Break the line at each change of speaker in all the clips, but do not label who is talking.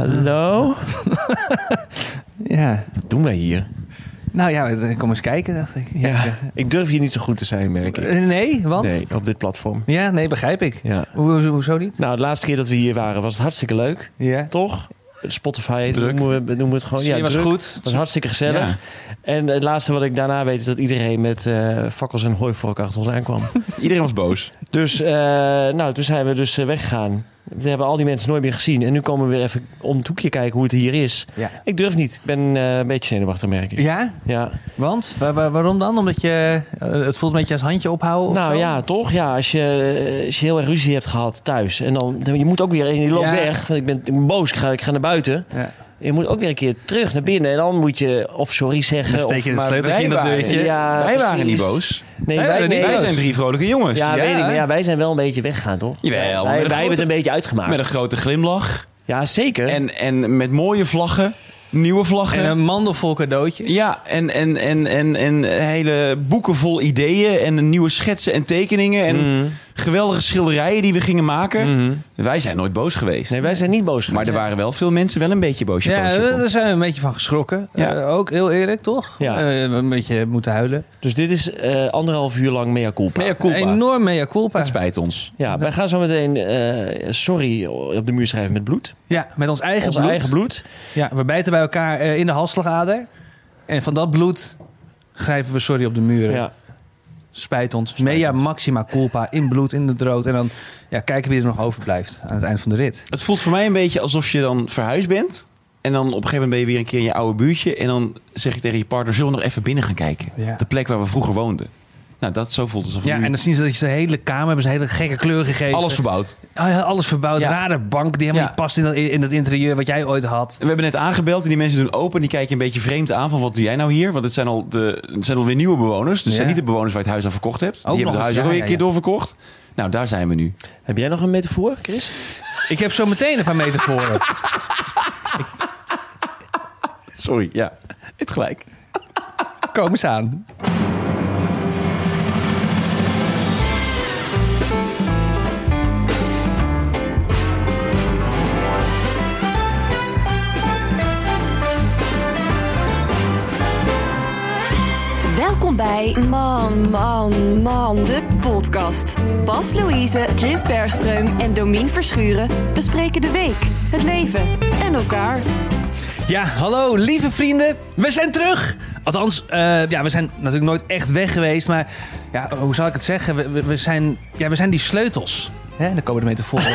Hallo?
Ja.
Wat doen wij hier?
Nou ja, ik kom eens kijken, dacht ik.
Ja. Ik durf hier niet zo goed te zijn, merk ik.
Eh, Nee, want?
Nee, op dit platform.
Ja, nee, begrijp ik.
Ja.
Hoe, hoe- hoezo niet?
Nou, de laatste keer dat we hier waren was het hartstikke leuk.
Ja.
Toch? Spotify
Druk.
Noemen, we, noemen we het gewoon.
Zie je, was
druk.
goed.
Het was hartstikke gezellig. En het laatste wat ik daarna weet is dat iedereen met eh, fakkels en hooivork achter ons aankwam.
Iedereen was boos.
Dus eh, nou, toen zijn we dus eh, weggegaan. We hebben al die mensen nooit meer gezien. En nu komen we weer even om het hoekje kijken hoe het hier is.
Ja.
Ik durf niet. Ik ben eh, een beetje zenuwachtig, merk ik.
Ja?
Ja.
Want? Wa- wa- waarom dan? Omdat je... eh, het voelt een beetje als handje ophouden of
Nou
zo?
ja, toch? Ja, als je, eh, als je heel erg ruzie hebt gehad thuis. En dan, dan- je moet ook weer, en je loopt
Ja.
weg. Want ik ben, ik ben boos, ik ga, ik ga naar buiten.
Ja.
Je moet ook weer een keer terug naar binnen. En dan moet je of sorry zeggen.
Dan steek je
Eh, of
het
maar
sleuteltje in dat
wij
deurtje.
waren- Ja,
wij waren
precies.
niet boos.
Nee,
Wij
wij,
waren niet
nee,
Wij
boos.
zijn drie vrolijke jongens.
Ja, weet ik.
hè?
maar Ja, wij zijn wel een beetje weggegaan, toch?
Jawel,
Wij,
met een
wij
grote-
hebben het een beetje uitgemaakt.
Met een grote glimlach.
Ja, zeker.
En, en met mooie vlaggen. Nieuwe vlaggen.
En een mandelvol cadeautje.
Ja, en, en, en, en, en hele boeken vol ideeën en nieuwe schetsen en tekeningen en
Mhm.
geweldige schilderijen die we gingen maken.
Mhm.
Wij zijn nooit boos geweest.
Nee, wij zijn niet boos
maar
geweest.
er waren wel veel mensen wel een beetje boos.
Ja,
boos op
daar
ons.
daar zijn we een beetje van geschrokken.
Ja.
Eh, ook heel eerlijk, toch?
Ja.
Eh, een beetje moeten huilen.
Dus dit is eh, anderhalf uur lang mea culpa.
Mea culpa.
Enorm mea culpa.
Het spijt ons.
Ja, wij gaan zo meteen eh, sorry op de muur schrijven met bloed.
Ja, met ons eigen
Ons
bloed.
eigen bloed.
Ja, we bijten bij elkaar eh, in de halsslagader. En van dat bloed grijpen we sorry op de muren.
Ja.
Spijt ons. Mea maxima culpa in bloed, in de drood. En dan ja, kijken wie er nog overblijft aan het eind van de rit.
Het voelt voor mij een beetje alsof je dan verhuisd bent. En dan op een gegeven moment ben je weer een keer in je oude buurtje. En dan zeg je tegen je partner, zullen we nog even binnen gaan kijken?
Ja.
De plek waar we vroeger woonden. Nou, dat zo voelt het alsof
Ja,
nu
en dan zien ze dat je de hele kamer hebben ze hele gekke kleur gegeven.
alles verbouwd.
Oh ja, alles verbouwd.
Ja.
Rare bank die helemaal
Ja.
niet past in dat, in dat interieur wat jij ooit had.
We hebben net aangebeld en die mensen doen open. Die kijken een beetje vreemd aan van wat doe jij nou hier? Want het zijn, al de, het zijn alweer nieuwe bewoners. Dus het zijn
Ja. Oh,
niet de bewoners waar je het huis aan verkocht hebt.
nog
die hebben
eens,
het huis
ja,
ook alweer
ja,
een keer
ja.
doorverkocht. Nou, daar zijn we nu.
Heb jij nog een metafoor, Chris?
Ik heb zo meteen een paar metaforen.
Sorry, ja. Het gelijk.
Kom eens aan.
Welkom bij Man, Man, Man, de podcast. Bas Louise, Chris Bergström en Domien Verschuren bespreken de week, het leven en elkaar.
Ja, hallo lieve vrienden. We zijn terug. Althans, eh, ja, we zijn natuurlijk nooit echt weg geweest. Maar ja, hoe zal ik het zeggen? We, we, we zijn, ja, we zijn die sleutels. Hè? Dan komen de metaforen.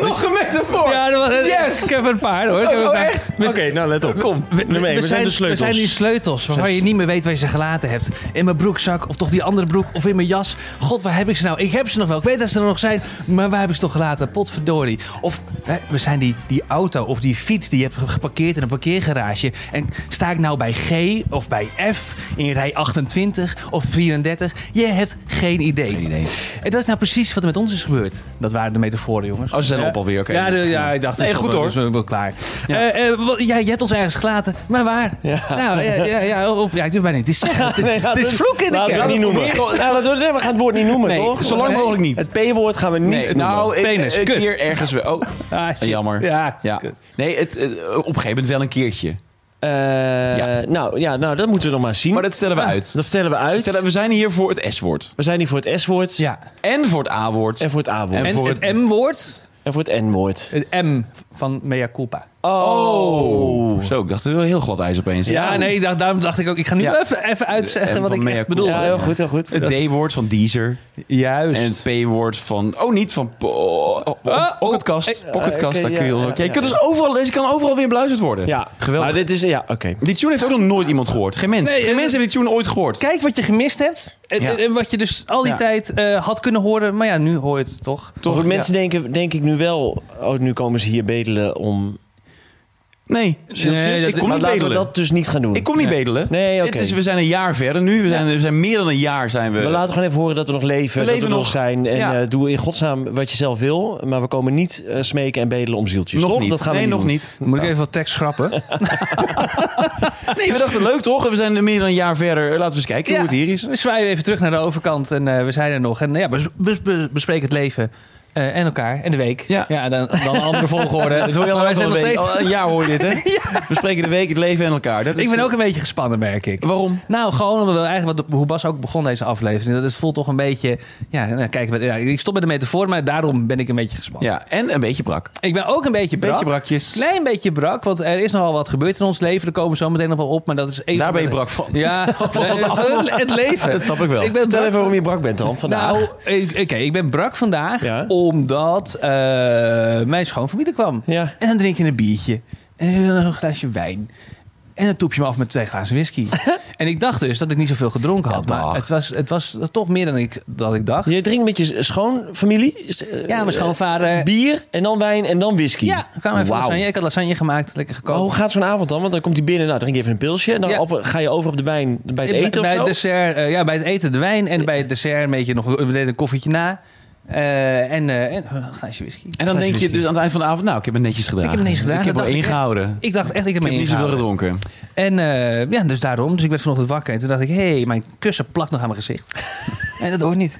Nog een metafoor.
Ja, dat was,
Yes!
Ik heb er een paar hoor. Ik heb er een
oh,
paar.
echt?
We-
nou let op. Kom,
We, we- we zijn, we zijn die sleutels waarvan je niet meer weet waar je ze gelaten hebt. In mijn broekzak, of toch die andere broek, of in mijn jas. God, waar heb ik ze nou? Ik heb ze nog wel. Ik weet dat ze er nog zijn, maar waar heb ik ze toch gelaten? Potverdorie. Of hè, we zijn die, die auto of die fiets die je hebt geparkeerd in een parkeergarage. En sta ik nou bij G of bij F in rij 28 of 34? Je hebt geen idee.
Geen idee.
En dat is nou precies wat er met ons is gebeurd. Dat waren de metaforen, jongens.
Oh, ze zijn op alweer, oké.
Ja, de- ja, ik dacht,
Nee,
is
goed
toch wel-
hoor.
is wel- wel klaar. Eh, eh, wat- ja, je hebt ons ergens gelaten, maar waar? Nou, ja, ja, ja, op, ja, ik durf bijna niet te zeggen. Het,
Nee, laten
het is
we-
vloek in de
Laten we
kerk.
het niet noemen. Nou, laten we, nee, we gaan het woord niet noemen,
Nee,
toch?
zo lang mogelijk niet.
Het P-woord gaan we niet
Nee,
noemen.
nou, ik-
Penis,
een
kut.
keer ergens wel. Oh,
Ah, shit.
jammer.
Ja,
ja.
kut.
Nee, het, eh, op een gegeven moment wel een keertje.
Eh,
Ja.
Nou, ja, nou, dat moeten we nog maar zien.
Maar dat stellen we uit.
dat stellen we uit.
Stellen- We zijn hier voor het S-woord.
We zijn hier voor het S-woord
Ja.
En voor het A-woord.
en voor het A-woord.
En
En,
voor
het M-woord,
voor het N-woord.
het M van mea culpa.
Oh. Zo, ik dacht er wel heel glad ijs opeens.
Ja, nee, daar- daarom dacht ik ook, ik ga nu
Ja.
even, even
De
uitzeggen
M
wat
van
ik
mea
echt
culpa.
bedoel.
Ja, heel goed, heel goed.
Het D-woord van Deezer.
Juist.
Dus-
En het P-woord van... Oh, niet van... po- oh, oh,
Ah,
Pocketkast.
oh,
Pocketkast,
eh,
daar
oké,
kun je...
ja,
wel-
ja,
Oké, Je
ja,
kunt
ja.
dus overal... Deze kan overal weer beluisterd worden.
Ja,
Geweldig.
Maar dit is, ja, oké.
Die tune heeft ook nog nooit iemand gehoord. Geen mens.
Nee,
Geen
eh,
mens heeft die tune ooit gehoord.
Kijk wat je gemist hebt. En,
Ja.
en- en wat je dus al die
Ja.
tijd eh, had kunnen horen. Maar ja, nu hoor je het toch.
Toch,
ja.
mensen denken, denk ik nu wel, oh, nu komen ze hier bedelen om...
Nee.
dat-
ik kom
Maar
niet
laten
bedelen.
we dat dus niet gaan doen.
Ik kom niet
Nee.
bedelen.
Nee, oké.
Dit is, we zijn een jaar verder nu. We zijn, we zijn meer dan een jaar zijn we...
We laten gewoon even horen dat we nog leven,
We
dat
leven
we nog,
nog.
zijn. En
Ja.
eh, doe in godsnaam wat je zelf wil. Maar we komen niet eh, smeken en bedelen om zieltjes,
nog
toch?
niet.
Dat gaan
nee,
we niet
nog
doen.
niet.
Dan moet ik even wat tekst schrappen.
Nee, we dachten leuk toch? We zijn meer dan een jaar verder. Laten we eens kijken
Dus
hoe het hier is.
We zwaaien even terug naar de overkant en eh, we zijn er nog. En eh, ja, we, we- we bespreken het leven eh, en elkaar en de week.
Ja.
dan, dan een andere volgorde.
Dat hoor je al
Maar wij zijn
een
nog
week.
steeds...
Al een jaar hoor je dit, hè? We spreken de week, het leven en elkaar. Dat is,
Ik ben ook een beetje gespannen, merk ik.
Waarom?
Nou, gewoon omdat we eigenlijk wat, hoe Bas ook begon deze aflevering. Dat is, voelt toch een beetje... Ja, nou, kijk, ja, ik stop met de metafoor, maar daarom ben ik een beetje gespannen.
Ja, en een beetje brak.
Ik ben ook een beetje
Een beetje
brak.
brakjes.
Klein beetje brak, want er is nogal wat gebeurd in ons leven. Daar komen we zo meteen nog wel op, maar dat is even...
Daar ben je brak van.
Ja, het, het leven.
Dat snap ik wel.
Ik ben
Vertel
brak
even waarom
van-
je brak bent dan vandaag.
Nou, ik- oké, ik ben brak vandaag
Ja.
omdat eh, mijn schoonfamilie kwam.
ja.
En dan drink je een biertje. En dan een glaasje wijn. En dan toep je me af met twee glazen whisky. en ik dacht dus dat ik niet zoveel gedronken had.
dag.
Maar het was, het was toch meer dan ik, dat ik dacht.
Je drinkt met je schoonfamilie?
Ja, mijn schoonvader.
eh, Bier en dan wijn en dan whisky?
Ja, kwam even
Wauw. Oh,
lasagne. Ik had lasagne gemaakt, lekker
Maar
gekookt.
hoe gaat zo'n avond dan? Want dan komt hij binnen, nou drink je even een pilsje. En dan
Ja.
op- ga je over op de wijn bij het eten
bij
of
het
zo?
dessert, eh, ja, bij het eten de wijn. En bij het dessert een beetje nog we deden een koffietje na. Eh, en, eh, en een glaasje whisky.
En dan denk je dus aan het eind van de avond, nou, ik heb me netjes gedaan.
Ik heb me netjes gedaan.
Ik heb
Dat
wel
dacht ik echt.
ingehouden.
Ik dacht echt, ik heb
Ik
me
heb niet zoveel
ingehouden.
gedronken.
En eh, ja, dus daarom. Dus ik werd vanochtend wakker. En toen dacht ik, hé, hey, mijn kussen plakt nog aan mijn gezicht. en dat hoort niet.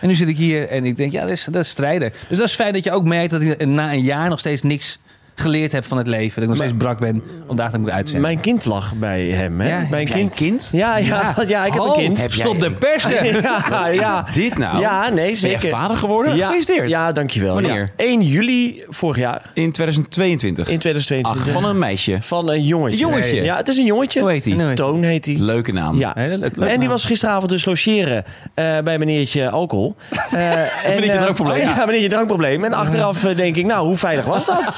En nu zit ik hier en ik denk, ja, dat is, dat is strijder. Dus dat is fijn dat je ook merkt dat ik na een jaar nog steeds niks geleerd heb van het leven. Dat ik nog steeds brak ben om daar te moeten uitzenden.
Mijn kind lag bij hem, hè?
Ja, heb
Mijn
Heb jij een
kind.
kind?
Ja, ja, ja. ik heb
Oh,
een kind.
Heb jij
Stop de
een-
persen!
Ja, ja.
Is dit nou?
Ja, nee,
Ben je
zeker.
vader geworden?
Ja,
Gefeliciteerd.
Ja, dankjewel.
Wanneer?
Ja. 1 juli vorig jaar,
In 2022.
in
Ach,
2022.
Ah, van een meisje.
Van een jongetje.
Een jongetje?
Ja, het is een jongetje.
Hoe heet hij?
Nee.
Toon heet hij.
Leuke naam.
Ja.
Heel leuk.
en die was gisteravond dus logeren eh, bij meneertje alcohol. Eh, en,
Meneertje
eh,
drankprobleem.
oh ja, meneertje drankprobleem. En achteraf eh, denk ik, nou, hoe veilig was dat?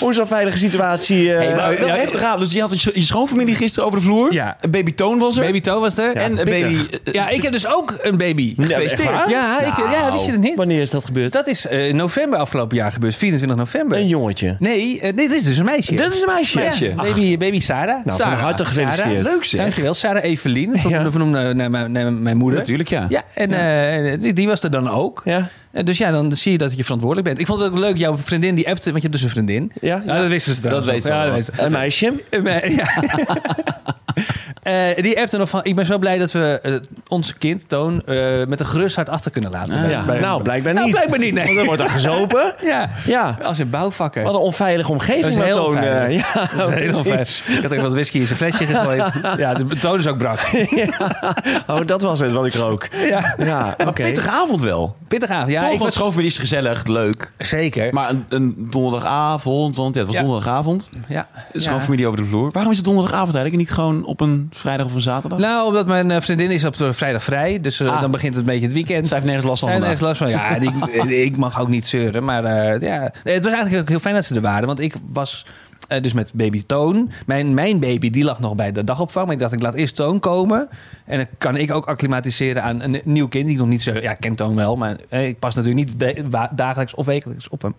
hoe zo'n veilige situatie... eh,
Hey, maar,
dat-
ja, heftig raam. Dus je had je scho- je schoonfamilie gisteren over de vloer.
Ja.
Baby Toon was er.
Baby Toe was er.
en
En,
een baby...
pittig.
eh,
ja, ik heb dus ook een baby.
echt
Gefeliciteerd.
waar?
Ja, ik,
Nou,
ja, wist je het niet?
Wanneer is dat gebeurd?
Dat is eh, in november afgelopen jaar gebeurd. 24 november.
Een jongetje.
Nee, eh, dit is dus een meisje.
Dit is een meisje.
Ja,
meisje.
baby, baby Sarah.
Nou,
Sarah.
van harte
Sarah,
gefeliciteerd.
leuk zeg.
Dankjewel. Sarah Evelien, ver-
Ja.
vernoemd naar, naar mijn, naar mijn moeder.
Natuurlijk, ja.
Ja, en eh, en die, die was er dan ook.
Ja,
Eh, Dus ja, dan zie je dat je verantwoordelijk bent. Ik vond het ook leuk, jouw vriendin die appte, want je hebt dus een vriendin.
ja.
Ja, dat wisten ze trouwens.
Dat weet ze
Ja, dat
al wel.
weten ze.
Een meisje.
Eh, maar- ja. Eh, die appte nog van, ik ben zo blij dat we eh, ons kind, Toon, eh, met een gerust hart achter kunnen laten.
Ah,
Bij-
Ja.
bij-
Nou, blijkbaar niet.
Nou, blijkbaar niet, nee.
Want er wordt er gezopen.
Ja,
Ja,
als een bouwvakker.
wat een onveilige omgeving.
Dat is
maar
heel
Toon, eh,
veilig.
ja,
Dat is heel
precies.
fijn. Ik had ook wat whisky in zijn flesje gegooid. Ja, de toon is ook brak.
Oh, dat was het wat ik rook.
Ja.
Ja, oké.
Pittige avond wel.
Pittig avond. Ja,
Toch,
ik
want
was
schoonfamilie is gezellig, leuk.
Zeker.
Maar een, een donderdagavond, want ja, het was
Ja.
donderdagavond.
ja.
Schoonfamilie over de vloer. Waarom is het donderdagavond eigenlijk en niet gewoon op een vrijdag of een zaterdag?
Nou, omdat mijn eh, vriendin is op de vrijdag vrij. Dus eh,
Ah.
dan begint het een beetje het weekend.
Zij heeft nergens last van
Zij heeft
vandaag.
nergens last van. Ja, en ik, en ik mag ook niet zeuren. Maar eh, ja, Nee, het was eigenlijk ook heel fijn dat ze er waren. Want ik was eh, dus met baby Toon. Mijn, mijn baby die lag nog bij de dagopvang. Maar ik dacht, ik laat eerst Toon komen. En dan kan ik ook acclimatiseren aan een nieuw kind. Die ik nog niet zo... Ja, ik ken Toon wel. Maar eh, ik pas natuurlijk niet de- wa- dagelijks of wekelijks op hem.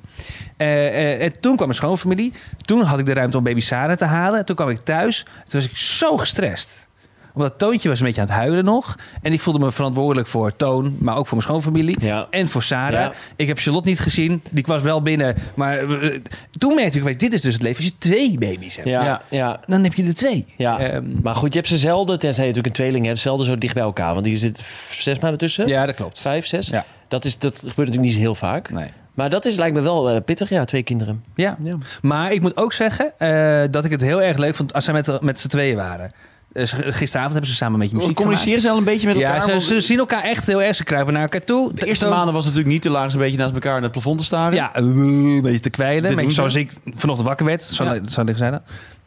Eh, eh, en toen kwam mijn schoonfamilie. Toen had ik de ruimte om baby Sarah te halen. Toen kwam ik thuis. Toen was ik zo gestrest omdat Toontje was een beetje aan het huilen nog. En ik voelde me verantwoordelijk voor Toon, maar ook voor mijn schoonfamilie.
Ja.
En voor Sarah.
Ja.
Ik heb Charlotte niet gezien. Die was wel binnen. Maar eh, toen merkte ik, opeens, dit is dus het leven. Als je twee baby's hebt,
Ja,
Ja.
ja. ja.
dan heb je er twee. Ehm,
maar goed, je hebt ze zelden, tenzij je natuurlijk een tweeling hebt, zelden zo dicht bij elkaar. Want hier zit f- zes maanden tussen.
ja, dat klopt.
Vijf, zes.
Ja.
Dat, is, dat gebeurt natuurlijk niet zo heel vaak.
Nee.
Maar dat is lijkt me wel eh, pittig, ja, twee kinderen.
Ja.
Ja.
Maar ik moet ook zeggen eh, dat ik het heel erg leuk vond als zij met, met z'n tweeën waren. Dus gisteravond hebben ze samen een beetje muziek
Communiceren
gemaakt.
ze al een beetje met elkaar?
Ja, ze,
Want
ze zien elkaar echt heel erg. Ze kruipen naar elkaar toe.
de eerste
Toon-
maanden was het natuurlijk niet te laag, ze een beetje naast elkaar in het plafond te staren.
Ja, eh, een beetje te kwijlen.
Dit
Een beetje
doen
zoals ik vanochtend wakker werd. Zo,
Ja.
zo licht zijn dat.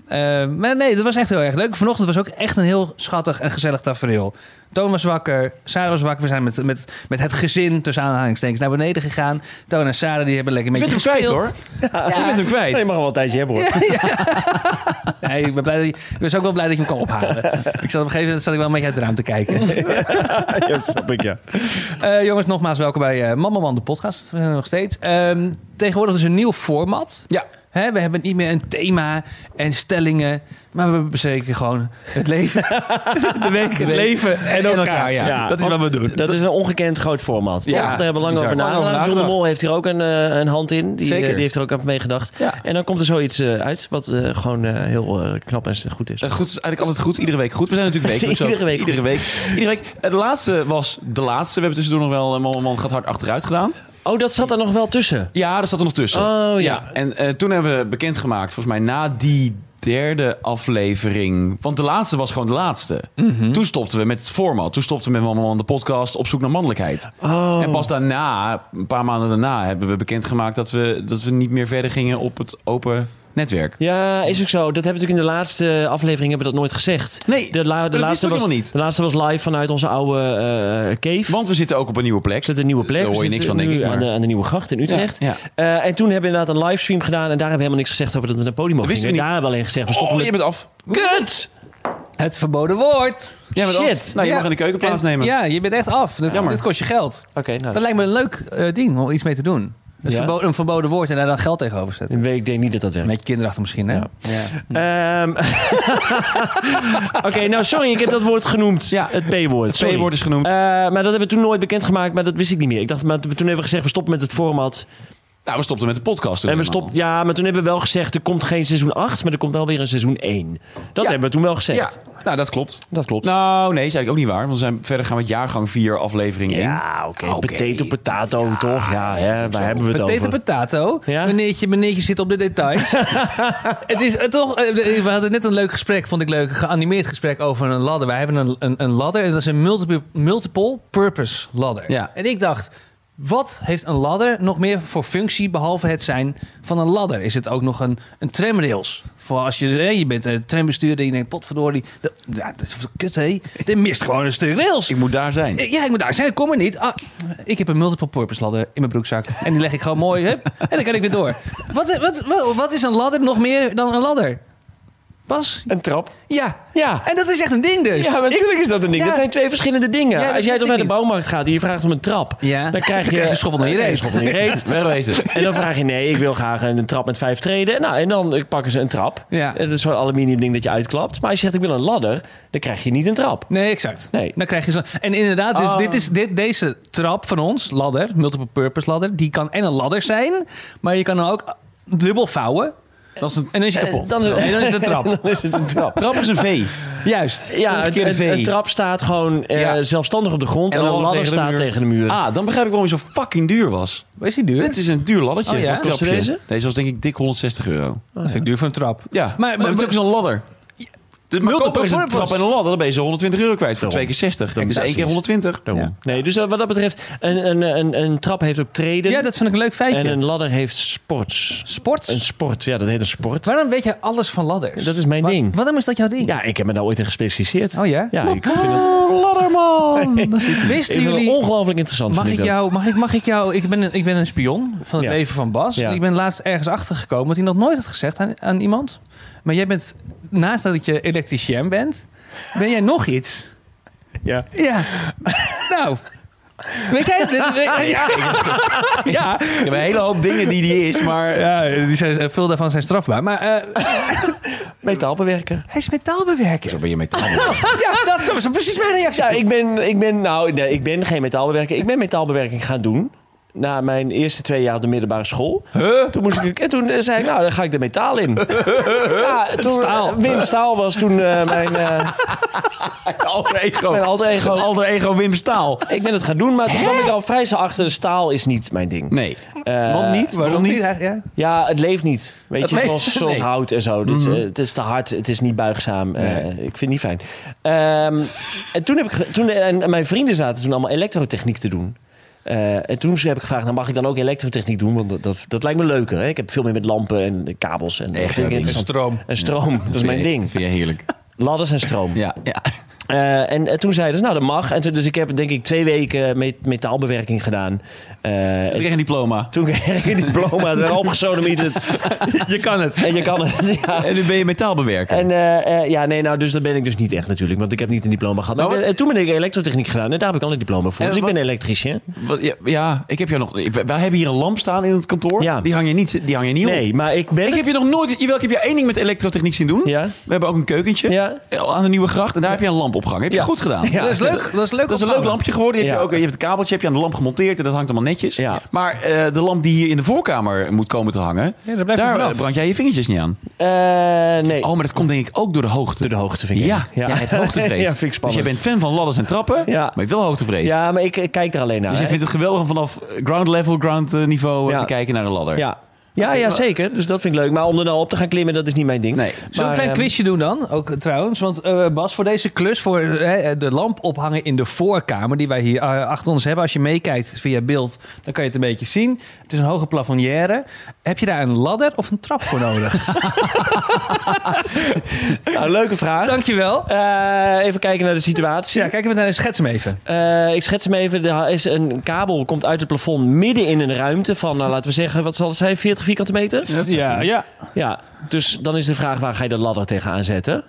Eh, maar nee, dat was echt heel erg leuk. Vanochtend was ook echt een heel schattig en gezellig tafereel. Toon was wakker, Sarah was wakker. We zijn met, met, met het gezin, tussen aanhalingstekens, naar beneden gegaan. Toon en Sarah die hebben lekker een
Je bent
beetje
hem kwijt
gespeeld.
hoor. Je bent hem kwijt.
Nee, je mag wel een tijdje hebben hoor.
Nee, ik ben blij dat je, ik was ook wel blij dat je hem kwam ophalen. ik zat op een gegeven moment zat ik wel een beetje uit het raam te kijken.
Ja, dat snap ik, ja.
Eh, jongens, nogmaals welkom bij eh Mama Man, de podcast. We zijn er nog steeds. Ehm, tegenwoordig is een nieuw format.
Ja.
Hè, we hebben niet meer een thema en stellingen, maar we bespreken gewoon het leven. de week, het leven en, elkaar. ja.
Ja.
Dat is wat we doen.
Dat is een ongekend groot format. toch?
Ja,
Daar hebben we lang
bizar.
over
Lang over
nagedacht. John de
nagedacht.
Mol heeft hier ook een, eh, een hand in. Die,
Zeker.
eh, die heeft er ook aan meegedacht.
Ja.
En dan komt er zoiets eh, uit wat eh, gewoon eh, heel eh, knap en goed is.
Eh, Goed is eigenlijk altijd goed. Iedere week goed. We zijn natuurlijk wekelijks ook.
Iedere week
Iedere week. Iedere week. Eh, De laatste was de laatste. We hebben tussendoor nog wel... eh, Man, man gaat hard achteruit gedaan.
Oh, dat zat er nog wel tussen.
Ja, dat zat er nog tussen.
Oh, ja.
En eh, toen hebben we bekendgemaakt, volgens mij na die derde aflevering. Want de laatste was gewoon de laatste.
Mhm.
Toen stopten we met het format. Toen stopten we met Mama Man de podcast op zoek naar mannelijkheid.
Oh.
En pas daarna, een paar maanden daarna, hebben we bekendgemaakt dat we, dat we niet meer verder gingen op het open netwerk.
Ja, is ook zo. Dat hebben we natuurlijk in de laatste aflevering hebben we dat nooit gezegd.
Nee,
de, la-
maar
de
dat
laatste
wist ook
was,
helemaal niet.
De laatste was live vanuit onze oude eh, cave.
Want we zitten ook op een nieuwe plek.
is dat een nieuwe plek?
Daar hoor je
We
niks
zitten
van, denk
nu
ik, maar-
Aan, de, aan de Nieuwe Gracht in Utrecht.
Ja,
Eh, en toen hebben we inderdaad een livestream gedaan. En daar hebben we helemaal niks gezegd over dat we naar Podimo
Dat
gingen.
wisten we niet.
Daar hebben we alleen gezegd, we stoppen
Oh,
met...
je bent af.
Kut!
Het verboden woord.
Jij bent af.
Shit.
Nou, je
Ja.
mag in de keuken
En-
plaatsnemen.
Ja, je bent echt af. Dat,
Jammer.
dit kost je geld.
Oké, nou.
Dat lijkt me een leuk eh, ding om iets mee te doen. Dus
Ja?
verboden, een verboden woord en daar dan geld tegenover zetten.
Ik weet- Ik denk niet dat dat werkt.
Een beetje kinderachtig misschien, hè?
Ja. Ehm, Oké, nou sorry, ik heb dat woord genoemd.
Ja.
Het P-woord.
Het
sorry.
P-woord is genoemd.
Eh, maar dat hebben we toen nooit bekendgemaakt, maar dat wist ik niet meer. Ik dacht, maar toen hebben we gezegd, we stoppen met het format.
Nou, we stopten met de podcast. toen
en we
helemaal.
stop, ja, maar toen hebben we wel gezegd, er komt geen seizoen 8, maar er komt wel weer een seizoen 1. Dat
Ja.
hebben we toen wel gezegd.
Ja, nou dat klopt.
Dat klopt.
Nou, nee, is eigenlijk ook niet waar. Want we zijn verder gaan met jaargang 4, aflevering 1.
ja, oké.
Oké.
Potato, potato, toch? Ja, hè, waar hebben we het
Potato,
over?
potato.
Ja?
Meneertje, meneertje zit op de details. het is eh, toch... eh, We hadden net een leuk gesprek, vond ik leuk. Een geanimeerd gesprek over een ladder. Wij hebben een, een, een ladder. En dat is een multiple, multiple purpose ladder.
Ja.
En ik dacht... Wat heeft een ladder nog meer voor functie behalve het zijn van een ladder? Is het ook nog een, een tramrails? Voor als je, eh, je bent een trambestuurder en je denkt, potverdorie, dat, ja, dat is kut hé. Dit mist gewoon een stuk rails.
Ik moet daar zijn.
Eh, Ja, ik moet daar zijn. Ik kom er niet. Ah, ik heb een multiple purpose ladder in mijn broekzak. En die leg ik gewoon mooi. Hup, en dan kan ik weer door. Wat, wat, wat, wat is een ladder nog meer dan een ladder? Pas?
Een trap.
Ja.
Ja.
En dat is echt een ding dus.
Ja, maar natuurlijk is dat een ding.
Ja.
Dat zijn twee verschillende dingen.
Ja, dat
Als jij
wist
toch
ik
naar de
niet.
bouwmarkt gaat en je vraagt om een trap,
Ja.
dan krijg je,
krijg je een schoppel door je
dan krijg
reet.
schoppel door je reet.
Wegwezen.
En dan vraag je, nee, ik wil graag een, een trap met vijf treden. Nou, en dan eh, pakken ze een trap.
Ja.
Dat is zo'n aluminium ding dat je uitklapt. Maar als je zegt, ik wil een ladder, dan krijg je niet een trap.
Nee, exact.
Nee.
Dan krijg je zo. En inderdaad, dus
Oh.
dit is, dit, deze trap van ons, ladder, multiple purpose ladder, die kan en een ladder zijn, maar je kan hem ook dubbel vouwen.
Dat is een,
En dan is je
Eh,
kapot.
dan is het-
en dan is het een trap.
Dan is het een trap.
trap is een V.
Juist.
Ja, een,
Omgekeerde
een- een
V.
trap staat gewoon eh,
Ja.
zelfstandig op de grond. En, een ladder staat tegen de muur.
Ah, dan begrijp ik waarom hij zo fucking duur was.
Wat is die duur?
Dit is een duur laddertje.
Oh ja?
Wat
Kostte
klapje.
deze?
Deze was denk ik dik 160 euro.
Dat vind ik duur voor een trap.
Ja, maar, maar, het is ook zo'n ladder. De
Multiple
multiple is een
purpose.
trap en een ladder. Dan ben je zo 120 euro kwijt voor
Daarom.
twee keer 60. Dan is
Exact.
één keer 120. Ja.
Nee, dus eh, wat dat betreft, een, een, een, een trap heeft ook treden.
Ja, dat vind ik een leuk feitje.
en een ladder heeft sports.
Sport?
Een sport, ja, dat heet een sport.
Waarom weet jij alles van ladders?
Dat is mijn
Wa-
ding.
Waarom is dat jouw ding?
Ja, ik heb me daar ooit in gespecialiseerd.
Oh ja?
Ja, Ah, ik vind het
Oh, ladderman. Dat zit
ik
Wisten
vind het
jullie...
ongelooflijk interessant.
Mag
vind
ik
dat.
jou... Mag ik, mag ik jou... Ik ben een, ik ben een spion van het
Ja.
leven van Bas.
Ja.
Ik ben laatst ergens achtergekomen wat hij nog nooit had gezegd aan, aan iemand. Maar jij bent... Naast dat je elektricien bent, ben jij nog iets.
Ja.
Ja. nou... Weet jij... dit- weet- ja.
Ik heb een hele hoop dingen die die is, maar...
Ja, die zijn, veel daarvan zijn strafbaar. Maar eh,
Metaalbewerker.
hij is metaalbewerker.
Zo ben je metaal.
Ja, dat was precies mijn reactie.
Ja, ik ben, ik ben, nou, nee, ik ben geen metaalbewerker. Ik ben metaalbewerking gaan doen. Na mijn eerste twee jaar op de middelbare school. Toen moest ik, en toen eh, zei ik, nou, dan ga ik de metaal in. Ja, toen, eh,
staal.
Wim Staal was toen eh, mijn... eh,
alter ego.
Mijn alter ego.
Alter ego Wim Staal.
ik ben het gaan doen, maar toen kwam ik al vrij snel achter... de staal is niet mijn ding.
Nee.
Eh,
Want niet? Waarom niet?
Ja.
Ja, het leeft niet. Weet
Het
je,
leeft-
zoals, zoals
nee. Mhm.
hout en zo. Dus, eh, het is te hard, het is niet buigzaam. Eh, ik vind het niet fijn. Ehm, en toen heb ik, ge- toen, en mijn vrienden zaten toen allemaal elektrotechniek te doen. Eh, en toen heb ik gevraagd, nou mag ik dan ook elektrotechniek doen? Want dat, dat, dat lijkt me leuker. Hè? Ik heb veel meer met lampen en kabels en
Echt
dat vind ik
jouw ding.
interessant.
Stroom.
En stroom, dat is mijn ding.
Vind je heerlijk.
Ladders en stroom.
Ja. ja.
Eh, en, eh, toen zeiden ze, nou dat mag. En toen, dus ik heb denk ik twee weken met, metaalbewerking gedaan. Eh,
Ik
en
kreeg een diploma.
toen kreeg ik een diploma, daarna opgesodemieterd.
Je kan het.
En je kan het, ja.
En nu ben je metaalbewerker.
En eh, eh, ja, nee, nou, dus dat ben ik dus niet echt natuurlijk. Want ik heb niet een diploma gehad. Maar
Maar Nou, wat-
eh, toen ben ik elektrotechniek gedaan en daar heb ik al een diploma voor.
En
dus ik
wat-
ben elektricien.
Wat- ja, ja, ik heb jou nog. ik- Wij hebben hier een lamp staan in het kantoor.
Ja.
Die hang je niet, die hang je niet op.
Nee, maar ik ben
Ik
het.
heb je nog nooit. Jawel, ik heb je één ding met elektrotechniek zien doen.
Ja.
We hebben ook een keukentje
Ja.
aan de nieuwe gracht. En daar heb je een lamp opgehangen. Heb je
Ja.
goed gedaan.
Ja.
Dat is leuk. Dat is leuk.
Dat is een leuk
opgehangen.
lampje geworden. Je hebt,
Ja.
je, ook, je hebt het kabeltje heb je aan de lamp gemonteerd en dat hangt allemaal netjes.
Ja.
Maar eh, de lamp die hier in de voorkamer moet komen te hangen,
Ja, daar blijft
daar
het
eh,
vanaf.
brand jij je vingertjes niet aan.
Eh, nee.
Oh, maar dat komt denk ik ook door de hoogte.
Door de hoogtevinger.
Ja, ja. het hoogtevrees.
ja, vind ik
dus
spannend.
jij bent fan van ladders en trappen,
Ja.
maar je hebt wel hoogtevrees.
Ja, maar ik eh, kijk er alleen naar.
Dus jij
hè.
vindt het geweldig om vanaf ground level, ground eh, niveau eh,
Ja.
te kijken naar een ladder.
Ja. Ja, ja, zeker. Dus dat vind ik leuk. Maar om er nou op te gaan klimmen, dat is niet mijn ding.
Nee.
Zullen we een
Maar,
klein
ehm,
quizje doen dan, ook eh, trouwens. Want eh, Bas, voor deze klus, voor eh, eh, de lamp ophangen in de voorkamer... die wij hier eh, achter ons hebben. Als je meekijkt via beeld, dan kan je het een beetje zien. Het is een hoge plafonnière. Heb je daar een ladder of een trap voor nodig?
nou, leuke vraag.
Dankjewel.
Eh, even kijken naar de situatie.
Ja, kijken we naar de schets hem even.
Eh, ik schets hem even. Er is een kabel komt uit het plafond midden in een ruimte van, nou, laten we zeggen, wat zal het zijn, 40 vierkante meter?
Ja, ja.
Ja. Dus dan is de vraag, waar ga je de ladder tegenaan zetten?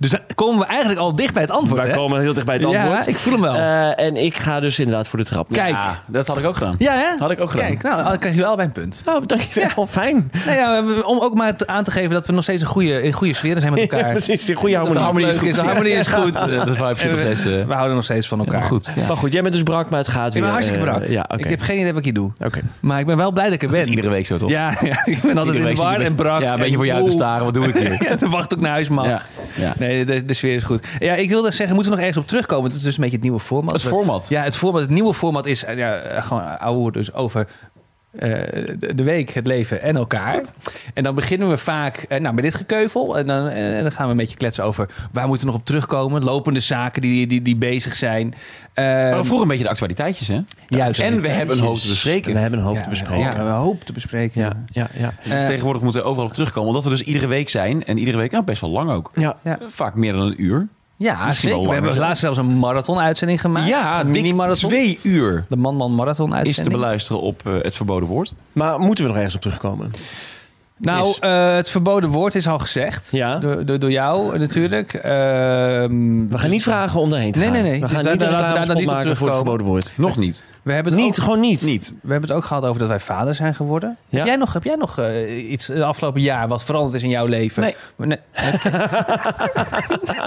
Dus dan komen we eigenlijk al dicht bij het antwoord,
Wij
hè?
komen heel dicht bij het antwoord.
Ja, ik voel hem wel.
Eh, en ik ga dus inderdaad voor de trap.
Kijk.
Ja, dat had ik ook gedaan.
ja, hè?
Had ik ook gedaan.
Kijk, nou, dan krijgen jullie allebei een punt.
Nou, dankjewel. Fijn.
Nou ja, om ook maar te- aan te geven dat we nog steeds een goede, in goede sfeer zijn met elkaar.
Ja, precies. Die goede
De
harmonie.
harmonie is goed. De harmonie is goed.
Eh, Dat vibe zit nog steeds... eh,
We houden nog steeds van elkaar.
goed.
Maar goed, jij bent dus brak, maar het gaat
Ik
weer.
ben hartstikke
eh,
brak.
ja, oké.
Ik heb geen idee wat ik hier doe.
Oké.
Maar ik ben wel blij dat ik er
Dat is
ben.
iedere week zo, toch?
Ja, ja, ik ben altijd
Iedere
in
week
de
zit
war
je
en
met-
brak.
Ja, een beetje
en
voor je uit te
moe.
staren. Wat doe ik hier?
Ja, dan wacht ook naar huis, man.
Ja, ja.
Nee, de, de sfeer is goed. Ja, ik wilde zeggen, moeten we nog ergens op terugkomen? Het is dus een beetje het nieuwe format.
Het format.
Ja, het format. Het nieuwe format is eh, ja, eh, gewoon ouwe, dus over eh, de de week, het leven en elkaar. En dan beginnen we vaak eh, nou, met dit gekeuvel. En dan, eh, en, en dan gaan we een beetje kletsen over waar moeten we nog op terugkomen. Lopende zaken die, die, die bezig zijn. Eh,
Maar vroeger een beetje de actualiteits, hè?
Juist.
En we hebben een hoofd te bespreken.
We hebben een hoop
ja,
te bespreken.
Ja, we hebben een hoop te bespreken.
Ja, ja, ja.
Dus tegenwoordig moeten we overal op terugkomen. Omdat we dus iedere week zijn. En iedere week nou, best wel lang ook.
Ja.
Ja.
Vaak meer dan een uur.
Ja,
Misschien wel
zeker. We
langer
hebben
zelfs.
laatst zelfs een marathon-uitzending gemaakt.
ja,
een
dik
mini-marathon.
twee uur
De Man-Man Marathon-uitzending.
is te beluisteren op eh, Het Verboden Woord.
Maar moeten we nog ergens op terugkomen?
Nou,
is.
eh, het verboden woord is al gezegd.
Ja.
Door, door, door jou natuurlijk. Ehm,
We gaan niet vragen om daarheen te
Nee,
gaan.
nee, nee.
We gaan
Dus daar-
niet
daar-
een
laten we
reclamespot
daar
maken
niet op
voor het
terugkomen.
verboden woord.
Nog niet.
we hebben het
Niet,
ook,
gewoon niet.
Niet.
We hebben het ook gehad over dat wij vader zijn geworden.
Ja.
Heb jij nog, heb jij nog eh, iets het afgelopen jaar wat veranderd is in jouw leven?
Nee.
nee.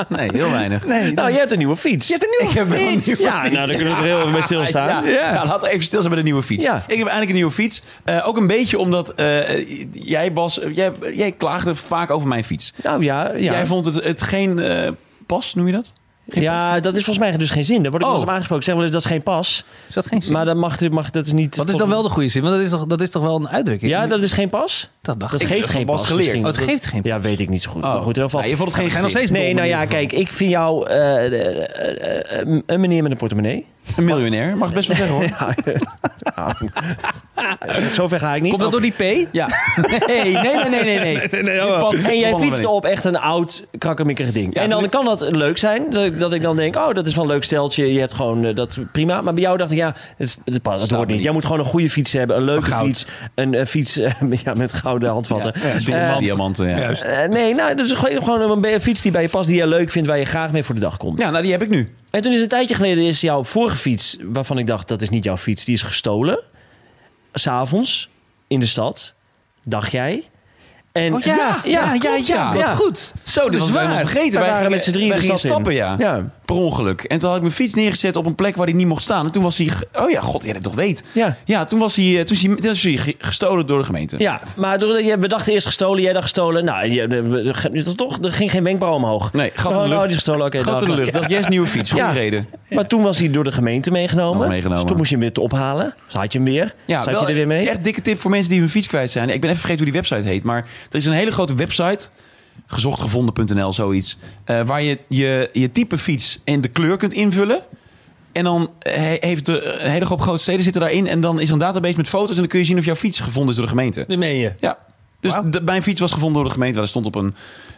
Nee, heel weinig.
Nou, jij hebt een nieuwe fiets.
Je hebt een nieuwe
wel een
fiets.
nieuwe
ja, nou, daar kunnen we er heel even bij stilstaan.
Ja, ja. laten we even stil zijn bij de nieuwe fiets.
Ja.
Ik heb eindelijk een nieuwe fiets. Eh, ook een beetje omdat eh, jij, Bas, eh, jij, jij klaagde vaak over mijn fiets.
Nou ja, ja.
Jij vond het, het geen eh, pas, noem je dat?
ja, dat is volgens mij dus geen zin. Daar word ik
Oh.
wel eens op aangesproken. Ik Zeg wel eens, dat is geen pas.
Is dat geen zin?
Maar dat, mag, mag, dat is niet...
wat is dan wel de goede zin? Want dat is toch, dat is toch wel een uitdrukking?
Ja, dat is geen pas?
dat dacht
Dat
ik.
geeft
dat
geen
was
pas.
geleerd.
misschien.
Oh, het geeft geen
Ja, weet ik niet zo goed.
Oh.
Maar goed, in ieder geval...
Nou, je vond het geen
Ga je nog
gezicht.
steeds
Nee,
dom in
nou ja,
ieder geval.
kijk, ik vind jou eh, eh, eh, eh, een meneer met een portemonnee.
Een miljonair, mag ik best wel zeggen hoor.
Ja, nou, Zover ga ik niet.
Komt dat door die P?
Ja. Nee, nee, nee, nee, nee. nee. oh. Dit pad-
en jij
Belangrijk.
fietst op echt een oud, krakkemikkerig ding.
Ja,
en dan
toen-
kan dat leuk zijn, dat ik, dat ik dan denk... oh, dat is wel een leuk steltje, je hebt gewoon eh, dat prima. Maar bij jou dacht ik, ja, het, het, past, het
Staat
hoort
me
niet.
niet.
Jij moet gewoon een goede fiets hebben, een leuke
goud.
fiets. Een eh, fiets eh, ja, met gouden handvatten.
Ja, diamant. diamanten, ja.
Juist.
Eh, nee, nou, dus gewoon gewoon een be- fiets die bij je past, die je leuk vindt, waar je graag mee voor de dag komt.
Ja, nou die heb ik nu.
En toen is een tijdje geleden is jouw vorige fiets, waarvan ik dacht dat is niet jouw fiets, die is gestolen. S'avonds in de stad, dacht jij. En
Oh ja, ja, ja, ja,
klopt, ja.
Wat
Ja.
goed.
Zo, dit
Dat
was
is
wij helemaal
waar.
Dus vergeten.
Wij waren
gingen-
met z'n drieën
wij
de
gingen
stad in.
stappen, ja.
Ja.
Per ongeluk. En toen had ik mijn fiets neergezet op een plek waar hij niet mocht staan. En toen was hij... ge- Oh ja, god, jij dat toch weet.
Ja.
Ja, toen was hij, eh, toen is hij, toen is hij ge- gestolen door de gemeente.
Ja, maar doordat je- we dachten eerst gestolen, jij dacht gestolen. Nou, je, de- we- ge- toch, er ging geen wenkbrauw omhoog.
Nee, gat in
Oh,
de lucht.
nou, die is gestolen, oké.
Gat
dag.
in de lucht. Dat is nieuwe fiets. Goede
Ja.
reden.
Maar toen was hij door de gemeente meegenomen.
Nog meegenomen.
Dus toen moest je hem weer te ophalen. Dus had je hem weer.
Ja,
Zat je er weer mee?
Echt dikke tip voor mensen die hun fiets kwijt zijn. Ik ben even vergeten hoe die website heet. Maar er is een hele grote website. Gezochtgevonden.nl, zoiets. eh, waar je, je je type fiets en de kleur kunt invullen. En dan eh, he- heeft de, een hele groep grote steden zitten daarin. En dan is er een database met foto's. En dan kun je zien of jouw fiets gevonden is door de gemeente.
Dat meen je.
Ja. Dus
Wauw.
de- mijn fiets was gevonden door de gemeente. Hij stond op, een,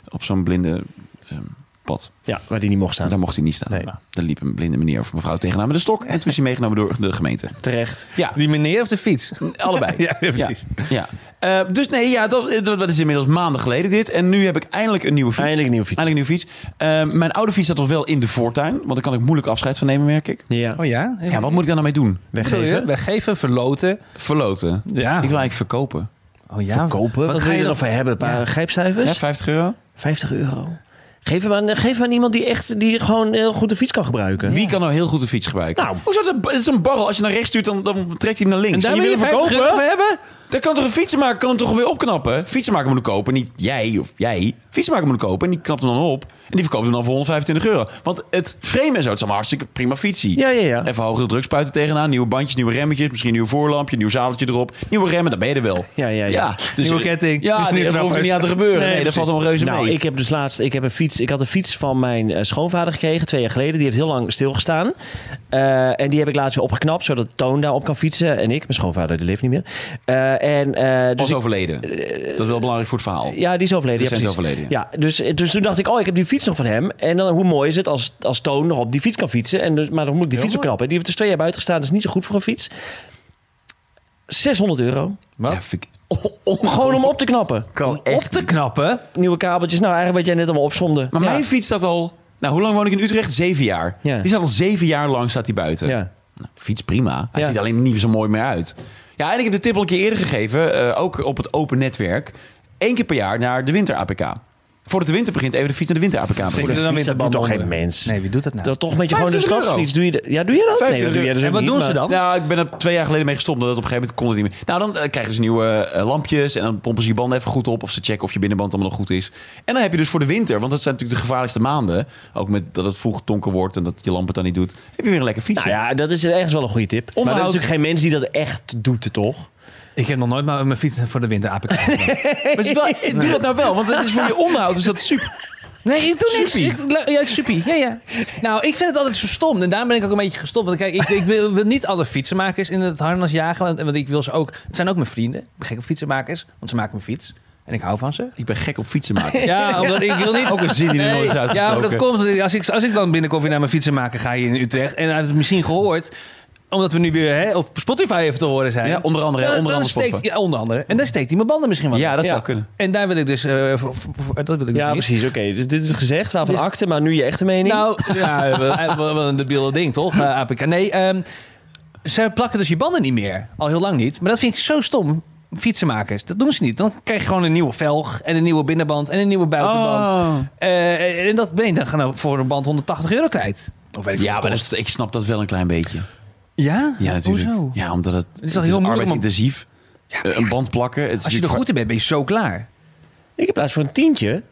op zo'n blinde ehm, pad.
Ja, waar die niet mocht staan.
Daar mocht hij niet staan.
Nee.
Daar liep een blinde meneer of mevrouw tegenaan met een stok. En toen is hij meegenomen door de gemeente.
Terecht.
Ja,
Die meneer of de fiets?
allebei.
Ja, precies.
Ja. Eh, dus nee, ja, dat, dat dat is inmiddels maanden geleden dit. En nu heb ik eindelijk een nieuwe fiets.
Eindelijk een nieuwe fiets.
Eindelijk een nieuwe fiets. Eh, mijn oude fiets staat nog wel in de voortuin. Want daar kan ik moeilijk afscheid van nemen, merk ik.
Ja,
Oh ja?
Ja, wat moet ik daar nou mee doen?
Weggeven. Weggeven, verloten.
Verloten.
Ja.
Ik wil eigenlijk verkopen.
Oh ja.
Verkopen? Wat,
Wat
ga je er
dan
nog voor hebben? Een paar
Ja.
grijpstuivers?
Ja, 50 euro?
50 euro. Geef hem aan, geef hem aan iemand die, echt, die gewoon heel goed de fiets kan gebruiken.
Wie kan nou heel goed de fiets gebruiken?
Nou.
Hoezo? Dat het is een barrel. Als je naar rechts stuurt, dan, dan trekt hij hem naar links.
En daar
je
wil je
hem
50
verkopen?
euro
hebben?
Dan kan toch een fietsenmaker kan hem toch weer opknappen? Fietsenmaker moet hem kopen, niet jij of jij. Fietsenmaker moet hem kopen en die knapt hem dan op. En die verkoopt hem dan voor 125 euro. Want het frame en zo, het is allemaal hartstikke prima fietsie.
Ja, ja, ja.
Even hogere drukspuiten tegenaan. Nieuwe bandjes, nieuwe remmetjes. Misschien een nieuw voorlampje, nieuw zadeltje erop. Nieuwe remmen, dan ben je er wel.
Ja, ja, ja.
dus
Nieuwe ketting.
Ja,
Nieuwe
nee, dat hoeft er
trappers.
niet aan te gebeuren. Nee,
Nee,
dat
precies.
valt allemaal reuze
nou,
mee.
ik heb dus laatst, ik heb een fiets. Ik had een fiets van mijn eh, schoonvader gekregen twee jaar geleden. Die heeft heel lang stilgestaan. Eh, en die heb ik laatst weer opgeknapt, zodat Toon daarop kan fietsen. En ik, mijn schoonvader, die leeft niet meer. Eh, en, eh, dus
Pas
ik- Eh,
overleden. dat is wel belangrijk voor het verhaal.
ja, die is overleden. Ja,
Recent
precies.
overleden,
Ja, dus, dus toen dacht ik, oh, ik heb die fiets nog van hem. En dan, hoe mooi is het als, als Toon nog op die fiets kan fietsen. En dus, maar dan moet ik die fiets opknappen. Die heeft dus twee jaar buiten gestaan. Dat is niet zo goed voor een fiets. 600 euro.
Ja,
Wat?
vind ik-
Gewoon om op te knappen.
Op te knappen?
Nieuwe kabeltjes. Nou, eigenlijk wat jij net allemaal opzomde.
Maar
Ja.
mijn fiets staat al... Nou, hoe lang woon ik in Utrecht? Zeven jaar.
Ja.
Die staat al zeven jaar lang staat die buiten.
Ja.
Nou, fiets prima. Hij
Ja.
ziet alleen niet zo mooi meer uit. Ja, en ik heb de tip al een keer eerder gegeven. eh, ook op het open netwerk. Eén keer per jaar naar de winter-APK. Voordat de winter begint, even de fiets naar de winter-APK.
Zeker.
brengen.
Doe dan
Fiets, dat
winterbanden
doet toch geen
onder.
mens?
Nee, wie doet dat nou?
Dat toch met je gewoon de
25
stadsfiets. Doe je dat? Ja, doe je dat? Nee, dat doe jij dus
En
ook
wat
niet,
doen ze
maar-
dan?
Nou, ik ben er twee jaar geleden mee gestopt. Omdat op een gegeven moment kon het niet meer. Nou, dan eh, krijgen ze nieuwe eh, lampjes. En dan pompen ze je banden even goed op. Of ze checken of je binnenband allemaal nog goed is. En dan heb je dus voor de winter. Want dat zijn natuurlijk de gevaarlijkste maanden. Ook met dat het vroeg donker wordt. En dat je lamp het dan niet doet. Heb je weer een lekker fietsje.
Nou ja, dat is ergens wel een goede tip. Maar
Onderhoud.
er is natuurlijk geen mens die dat echt doet, toch?
Ik heb nog nooit maar mijn fiets voor de winter APK
Maar het is wel, eh, doe dat nou wel. Want dat is voor je onderhoud. Dus dat is super.
Nee, ik doe niks.
Suppie.
Ik, la- ja, ik suppie. Ja, ja. Nou, ik vind het altijd zo stom. En daarom ben ik ook een beetje gestopt. Want kijk, ik, ik wil, wil niet alle fietsenmakers in het harnas jagen. Want, want ik wil ze ook... Het zijn ook mijn vrienden. Ik ben gek op fietsenmakers. Want ze maken mijn fiets. En ik hou van ze.
Ik ben gek op fietsen maken.
Ja, omdat ik wil niet...
Ook een zin die er nooit is uitgesproken.
Ja, maar dat komt. omdat ik- Als ik, als ik dan binnenkom weer naar mijn fietsenmaker ga hier in Utrecht. En hij heeft het misschien gehoord omdat we nu weer hè, op Spotify even te horen zijn.
Ja, onder andere,
Dan-
onder
dan
andere
steekt,
Spotify.
ja, onder andere. En dan steekt hij mijn banden misschien wel.
Ja, dat zou kunnen.
En daar wil ik dus... eh, voor- voor- voor- dat wil ik dus
Ja,
niet.
precies. Oké, dus dit is gezegd, waarvan
Dus-
akte, maar nu je echte mening.
Nou, ja, wel- wel wel een debiele ding, toch? eh, APK. Nee, ehm, ze plakken dus je banden niet meer. Al heel lang niet. Maar dat vind ik zo stom. Fietsenmakers, dat doen ze niet. Dan krijg je gewoon een nieuwe velg en een nieuwe binnenband en een nieuwe buitenband.
Oh.
Eh, en dat ben je dan gewoon voor een band 180 euro kwijt. Of weet ik
Ja,
veel wat
maar dat
het kost.
is- ik snap dat wel een klein beetje.
Ja?
Ja, natuurlijk.
Hoezo?
Ja, omdat het,
is wel heel moeilijk om-
arbeidsintensief.
Ja,
Eh, een band plakken. Het is
Als je er
natuurlijk-
goed in bent, ben je zo klaar.
Ik heb laatst voor een tientje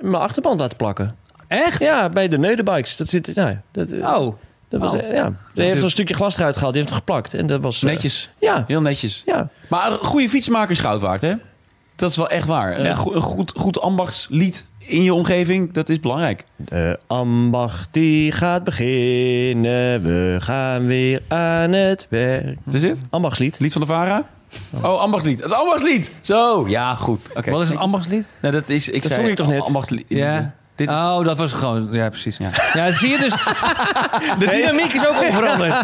mijn achterband laten plakken.
Echt?
Ja, bij de Neudebikes. Dat zit, nou, ja, dat, eh,
Oh.
dat was,
Oh.
eh, ja. Ze heeft een stukje glas eruit gehaald, die heeft het geplakt. En dat was... eh,
Netjes.
Ja,
Heel netjes.
ja.
Maar een goede fietsmaker is goud waard, hè? Dat is wel echt waar. Een, go- een goed, goed ambachtslied in je omgeving, dat is belangrijk.
De ambacht die gaat beginnen, we gaan weer aan het werk.
Wat is dit?
Ambachtslied.
Lied van de Vara? Oh, ambachtslied. Het ambachtslied! Zo, ja, goed. Oké.
Wat is het ambachtslied?
Nou, dat is... Ik
Dat
zei
vond ik toch net?
Ambachtslied.
Ja.
Dit is...
Oh, dat was gewoon... Ja, precies.
Ja.
Ja, zie je dus... de dynamiek is ook onveranderd.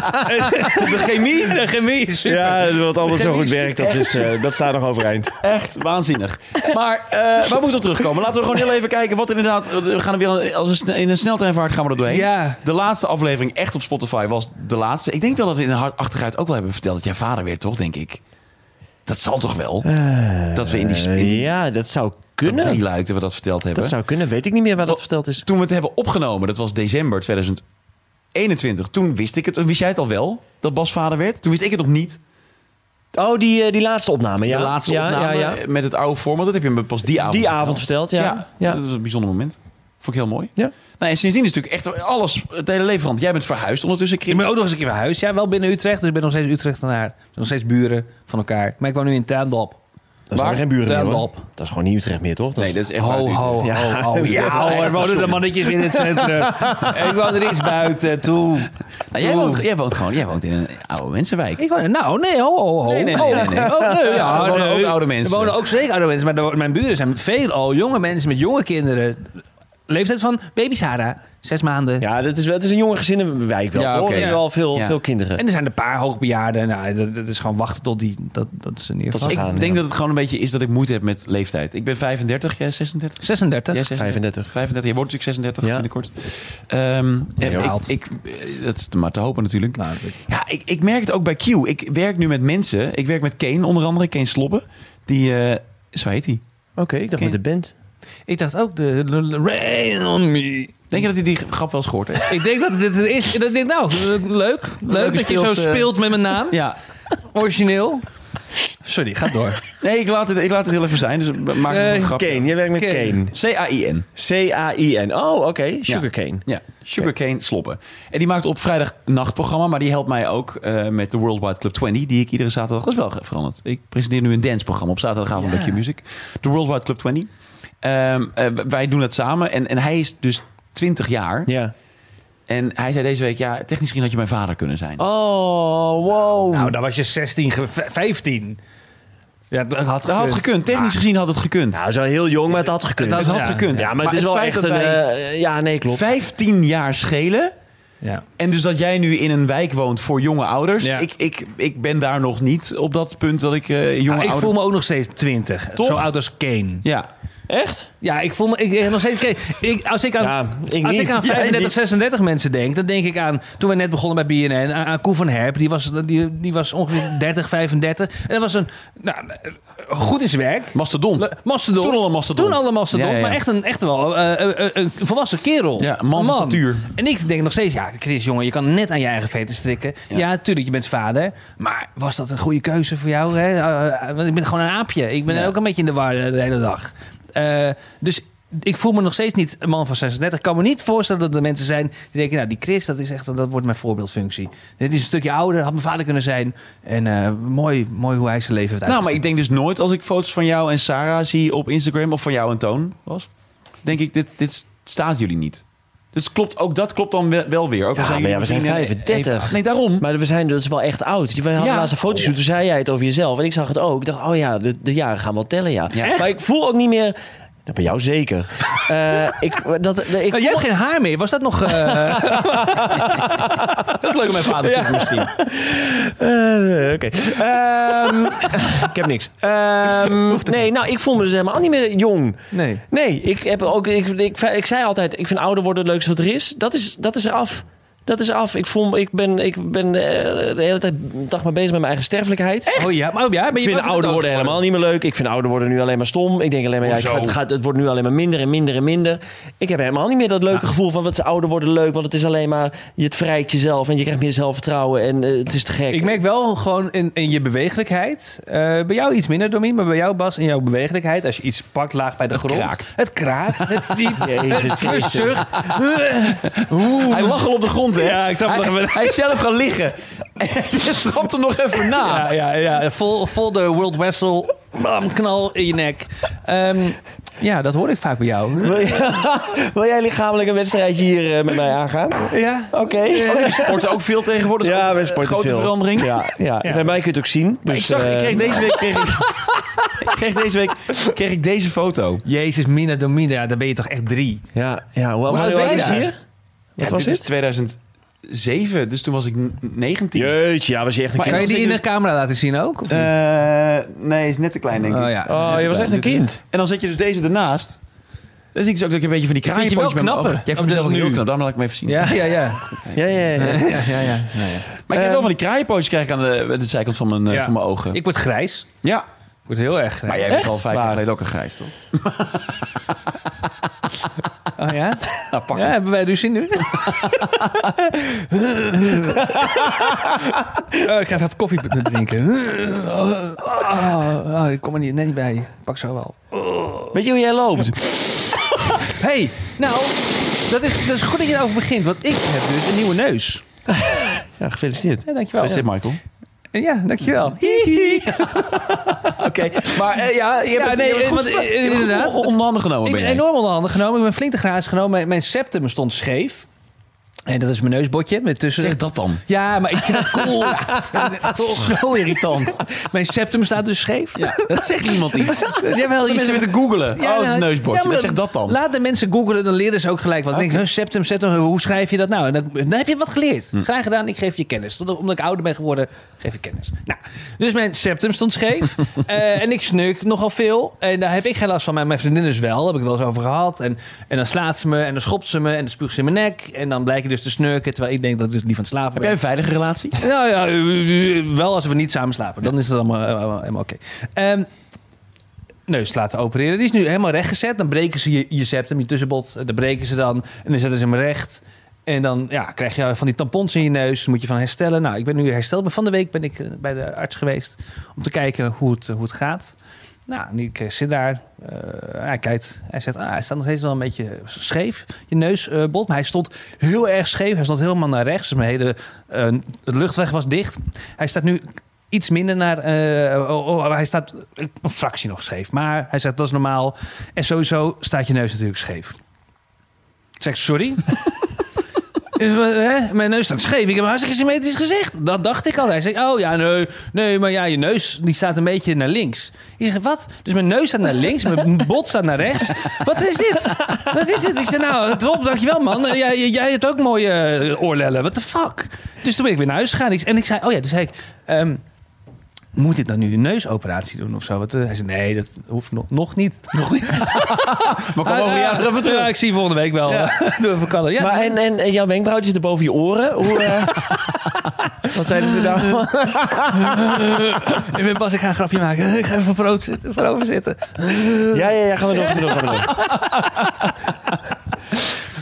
De chemie?
De chemie is super.
Ja, wat allemaal
zo goed
werkt, dat, is, dat staat nog overeind.
Echt waanzinnig. Maar eh waar moeten we op terugkomen? Laten we gewoon heel even kijken wat inderdaad... We gaan er weer als een, sne- in een sneltreinvaart gaan we er doorheen.
Ja.
De laatste aflevering echt op Spotify was de laatste. Ik denk wel dat we in de hart- achteruit ook wel hebben verteld dat jij vader weer toch, denk ik. Dat zal toch wel? dat we in die, in die
Eh, ja, dat zou kunnen.
drie luikten we dat verteld hebben.
Dat zou kunnen. Weet ik niet meer waar dat
Wel-
verteld is.
Toen we het hebben opgenomen, dat was december 2021. Toen wist ik het. Wist jij het al wel, dat Bas vader werd? Toen wist ik het nog niet.
Oh, die, eh, die laatste opname. Ja.
de laatste
ja,
opname
ja, ja.
met het oude format. Dat heb je me pas die avond
Die
verteld.
avond verteld, ja.
Ja,
Ja.
dat was een bijzonder moment. Vond ik heel mooi.
Ja.
Nou, en sindsdien is natuurlijk echt alles, het hele leven veranderd. Jij bent verhuisd ondertussen,
Ik
Krim.
ben ook nog eens een keer verhuisd. Ja, wel binnen Utrecht. Dus ik ben nog steeds Utrechtenaar. Nog steeds buren van elkaar. Maar ik woon nu in Tuindorp.
Dat zijn
Waar?
geen buren meer, hoor.
Tuindorp.
Dat is gewoon niet Utrecht meer, toch? Dat
Nee,
is-
dat is echt
Ho,
buiten
ho, ho,
Utrecht.
Ja.
ho.
Ja,
Ja,
hoor,
hoor, wonen de mannetjes in het centrum. ik woon er iets buiten, toe.
Nou, jij, woont,
Toe.
jij woont gewoon jij woont in een oude mensenwijk.
Ik woon, nou, nee, ho, ho, ho.
Nee, nee,
ho.
nee, nee, nee.
Oh, nee, ja,
Er wonen
nee.
ook oude mensen.
Er wonen ook zeker oude mensen. Maar er wo- mijn buren zijn veelal jonge mensen met jonge kinderen. Leeftijd van baby Sarah, zes maanden.
Ja, dat is wel, het is een jonge gezinnenwijk wel,
Ja,
toch?
oké.
Er zijn wel veel,
Ja.
veel kinderen.
En er zijn een paar hoogbejaarden. Nou, dat, dat is gewoon wachten tot die, dat, dat is in ieder
Dat
geval.
is gaan,
ik denk
ja.
dat het gewoon een beetje is dat ik moeite heb met leeftijd. Ik ben 35, jij 36?
36.
Jij 36?
35.
35. Je wordt natuurlijk 36
Ja.
binnenkort. Ehm, en
herhaald.
ik, ik- dat is maar te hopen natuurlijk.
Nou, dat-
Ja, ik, ik merk het ook bij Q. Ik werk nu met mensen. Ik werk met Kane onder andere, Kane Slobben. Die, eh, zo heet hij.
Oké, ik dacht
Ken-
met de band.
Ik dacht ook, de, de- de- rain on me.
Denk je dat hij die grap wel eens gehoord heeft?
Ik denk dat dit het is. Dat ik denk, nou, leuk. Leuk, dat je zo
speels, eh,
speelt met mijn naam.
Ja.
Origineel. Sorry, ga door.
Nee, ik laat het, ik laat het heel even zijn. Dus maak
Nee,
een een grapje.
Kane, jij werkt met
Kane.
Kane.
C-A-I-N.
C-A-I-N. Oh, oké. Sugarcane.
Ja, Sugarcane Sloppen. En die maakt op vrijdag nachtprogramma, maar die helpt mij ook eh, met de Worldwide Club 20, die ik iedere zaterdag... Dat is wel ge- veranderd. Ik presenteer nu een danceprogramma op zaterdagavond
Ja.
bij Q-Music. De Worldwide Club 20. Ehm, eh, wij doen dat samen en, en hij is dus 20 jaar.
Ja.
En hij zei deze week, ja, technisch gezien had je mijn vader kunnen zijn.
Oh, wow.
Nou, dan was je 16, ge- v- 15. Ja, dat had Ah,
dat had gekund. Technisch gezien had het gekund.
Nou, zo heel jong, maar het had gekund.
Het
dat
had-
had
ja.
gekund.
ja, maar het is wel
feit
echt
dat
een...
wij
eh, ja, nee, klopt.
15 jaar schelen...
Ja.
En dus dat jij nu in een wijk woont voor jonge ouders.
Ja.
Ik, ik, ik ben daar nog niet op dat punt dat ik eh jonge
Ah, ik
ouders...
voel me ook nog steeds 20.
Toch?
Zo oud als Kane.
Ja.
Echt?
Ja, ik voel me ik, ik- nog steeds. Kijk, ik, als ik aan,
Ja, ik
als
niet.
ik aan
Jij
35,
niet.
36 mensen denk, dan denk ik aan. Toen we net begonnen bij BNN, aan, aan Koe van Herp. Die was, die, die was ongeveer 30, 35. En dat was een. Nou, goed in zijn werk.
Mastodont.
Ma- Mastodon.
Toen al een mastodont.
Toen al een mastodont,
Ja, ja, ja.
Maar echt, een, echt wel eh, eh, eh, een volwassen kerel.
Ja, een man van statuur.
En ik denk nog steeds, ja, Chris, jongen, je kan net aan je eigen veten strikken. Ja,
Ja.
tuurlijk, je bent vader. Maar was dat een goede keuze voor jou? Hè? Eh, eh, want ik ben gewoon een aapje. Ik ben
Ja.
ook een beetje in de war eh, de hele dag. Eh, dus ik voel me nog steeds niet een man van 36. Ik kan me niet voorstellen dat er mensen zijn die denken... nou, die Chris, dat, is echt, dat wordt mijn voorbeeldfunctie. Dit is een stukje ouder, had mijn vader kunnen zijn. En eh, mooi, mooi hoe hij zijn leven heeft
Nou, maar ik
uitgevoerd.
denk dus nooit als ik foto's van jou en Sarah zie op Instagram... of van jou en Toon, was, denk ik, dit, dit staat jullie niet. Dus klopt, ook dat klopt dan wel- wel weer. Ook al
Ja, maar ja, we
jullie
zijn
vrienden-
35.
Even- Nee, daarom.
Maar we zijn dus wel echt oud. We hadden
Ja.
laatst een fotoshoot, toen zei jij het over jezelf. En ik zag het ook. Ik dacht, oh ja, de, de jaren gaan wel tellen, ja.
Ja.
Maar ik voel ook niet meer... Nou, bij jou zeker. Eh, ik, dat, ik voel-
Nou, jij hebt geen haar meer. Was dat nog... eh,
dat is leuk om mijn vader te doen misschien.
Eh, Oké. Ehm, ik heb niks. Ehm, nee, nou, ik voel me dus helemaal niet meer jong.
Nee.
Nee, ik, heb ook, ik, ik, ik zei altijd, ik vind ouder worden het leukste wat er is. Dat is, dat is eraf. Dat is af. Ik, voel, me- ik ben, ik ben eh, de hele tijd dag maar bezig met mijn eigen sterfelijkheid.
Oh ja, maar oh ja, ben
Ik
je
vind
bang voor
ouder
de
worden
dood?
helemaal niet meer leuk. Ik vind ouder worden nu alleen maar stom. Ik denk alleen maar, ja, ik ga- het, gaat, het wordt nu alleen maar minder en minder en minder. Ik heb helemaal niet meer dat leuke gevoel van wat is ouder worden leuk. Want het is alleen maar, je het verrijkt jezelf en je krijgt meer zelfvertrouwen. En eh, het is te gek.
Ik merk wel gewoon in, in je bewegelijkheid. eh, bij jou iets minder, Domien, maar bij jou, Bas, in jouw bewegelijkheid. Als je iets pakt laag bij de grond.
kraakt.
Het kraakt. Het diept.
Jezus
het
Christus.
verzucht. Eh,
Hij lag al op de grond, hè? Ja, ik
trap
hij,
nog even-
hij is zelf gaan liggen. je trapt hem nog even na.
Ja, ja, ja. Vol, vol de World Wessel. Bam, knal in je nek. Ehm, ja, dat hoor ik vaak bij jou.
Wil, je- wil jij lichamelijk een wedstrijdje hier eh, met mij aangaan?
Ja.
Oké.
sporten ook veel tegenwoordig. Eh, is ook
Ja, we
een eh,
sporten
grote
veel.
verandering.
Ja, ja. bij mij kun je het ook zien. Dus,
ik zag,
eh,
ik kreeg deze week, kreeg ik, ik kreeg deze week kreeg ik deze foto.
Jezus, Mina Domina, ja, daar ben je toch echt drie.
Ja, ja. Hoe
oud
oud
ben je
was
daar?
je? Wat was
dit? is
dit?
2007, dus toen was ik n- 19.
Jeetje, ja, was je echt een
Maar-
kind.
Kan je die
zit
in de
dus-
camera laten zien ook? Of niet?
Eh, nee, is net te klein, denk ik.
Oh ja.
Oh, je was echt een kind.
En dan zet je dus deze ernaast. Dan zie ik dus ook dat ik een beetje van die
vind je wel
kraaienpootjes bij me-
knapper.
Oh, Jij
Op
vindt mezelf
de-
ook heel
nu.
knap, daarom laat ik me even zien.
ja, ja, ja.
Ja, ja, ja.
ja, ja, ja.
Maar ik heb wel van die kraaienpootjes krijg ik aan de, de zijkant van mijn, eh,
Eh, Ja.
van mijn ogen.
Ik word grijs.
ja,
Ik word heel erg grijs.
maar jij bent
Echt?
al vijf jaar
Waar?
geleden ook een grijs, toch?
Oh ja?
Nou, pak
Ja,
hem.
hebben wij dus ruzie nu? oh, ik ga even koffie drinken. Oh, oh, ik kom er niet, net niet bij. Ik pak zo wel.
Weet je hoe jij loopt?
hey, nou, dat is, dat is goed dat je daarover begint. Want ik heb dus een nieuwe neus.
Ja, gefeliciteerd.
Ja, dankjewel.
Gefeliciteerd, Michael.
Ja, dankjewel.
Oké, maar eh, ja, je hebt
Ja,
het,
nee,
je hebt het
eh,
goed,
want, eh,
je hebt het goed
inderdaad.
onder- onder handen genomen.
Ik ben
ben jij.
enorm onder handen genomen. Ik ben flink te graas genomen. Mijn, mijn septum stond scheef. En dat is mijn neusbotje. Met tussen
Zeg dat dan.
Ja, maar ik vind het cool. Ja, toch zo irritant. Mijn septum staat dus scheef.
Ja, dat zegt niemand iets.
Jawel,
Dan mensen weer te googelen. oh, dat is
nou,
een neusbordje.
ja, maar
Wat zegt dat dan?
Laat de mensen googelen, dan leren ze ook gelijk wat. Dan Denk, ik, huh, septum, septum, hoe schrijf je dat nou? En dan, dan heb je wat geleerd.
Hm.
Graag gedaan, ik geef je kennis. Tot- Omdat ik ouder ben geworden, geef ik kennis. Nou, dus mijn septum stond scheef. Eh, en ik sneuk nogal veel. En daar heb ik geen last van. Mijn, mijn vriendin dus wel, daar heb ik het wel eens over gehad. En, en dan slaat ze me, en dan schopt ze me, en dan spuugt ze in mijn nek. En dan blijk ik dus te snurken, terwijl ik denk dat ik dus niet van het slapen
Heb
ben.
jij een veilige relatie?
Nou ja, eh, eh, wel als we niet samen slapen. Dan is het allemaal, eh, allemaal helemaal oké. Ehm, neus laten opereren. Die is nu helemaal rechtgezet. Dan breken ze je, je septum, je tussenbot. eh, Dat breken ze dan. En dan zetten ze hem recht. En dan ja, krijg je van die tampons in je neus. Dan moet je van herstellen. Nou, ik ben nu hersteld. Maar van de week ben ik eh, bij de arts geweest. Om te kijken hoe het, eh, hoe het gaat. Nou, en ik eh, zit daar. eh, hij kijkt. Hij zegt, ah, hij staat nog steeds wel een beetje scheef. Je neusbot. maar hij stond heel erg scheef. Hij stond helemaal naar rechts. Dus mijn hele eh, de luchtweg was dicht. Hij staat nu iets minder naar... eh, oh, oh, hij staat een fractie nog scheef. Maar hij zegt, dat is normaal. En sowieso staat je neus natuurlijk scheef. Ik zeg, sorry? Dus, eh, hè? Mijn neus staat scheef. Ik heb een hartstikke symmetrisch gezicht. Dat dacht ik al. Hij zei, oh ja, nee, nee, maar ja, je neus die staat een beetje naar links. Ik zeg, wat? Dus mijn neus staat naar links, mijn bot staat naar rechts. Wat is dit? Wat is dit? Ik zeg, nou, top, dankjewel man. Eh, Jij, jij hebt ook mooie eh, oorlellen. What the fuck? Dus toen ben ik weer naar huis gegaan. Ik- En ik zei, oh ja, toen zei ik... ehm, moet dit dan nu een neusoperatie doen of zo? Want, eh, hij zei, nee, dat hoeft nog, nog niet. Nog niet.
Maar kom over
ja,
jaar terug.
ja, ik zie volgende week wel. Doe even kan Ja, dus
Maar en, en, en jouw wenkbrauwtje zitten boven je oren? Hoe, eh, wat zeiden ze nou?
Ik ben pas, ik ga een grapje maken. Ik ga even voorover zitten. Voorover zitten.
ja, ja, ja, gaan we door, gaan we door, gaan we door.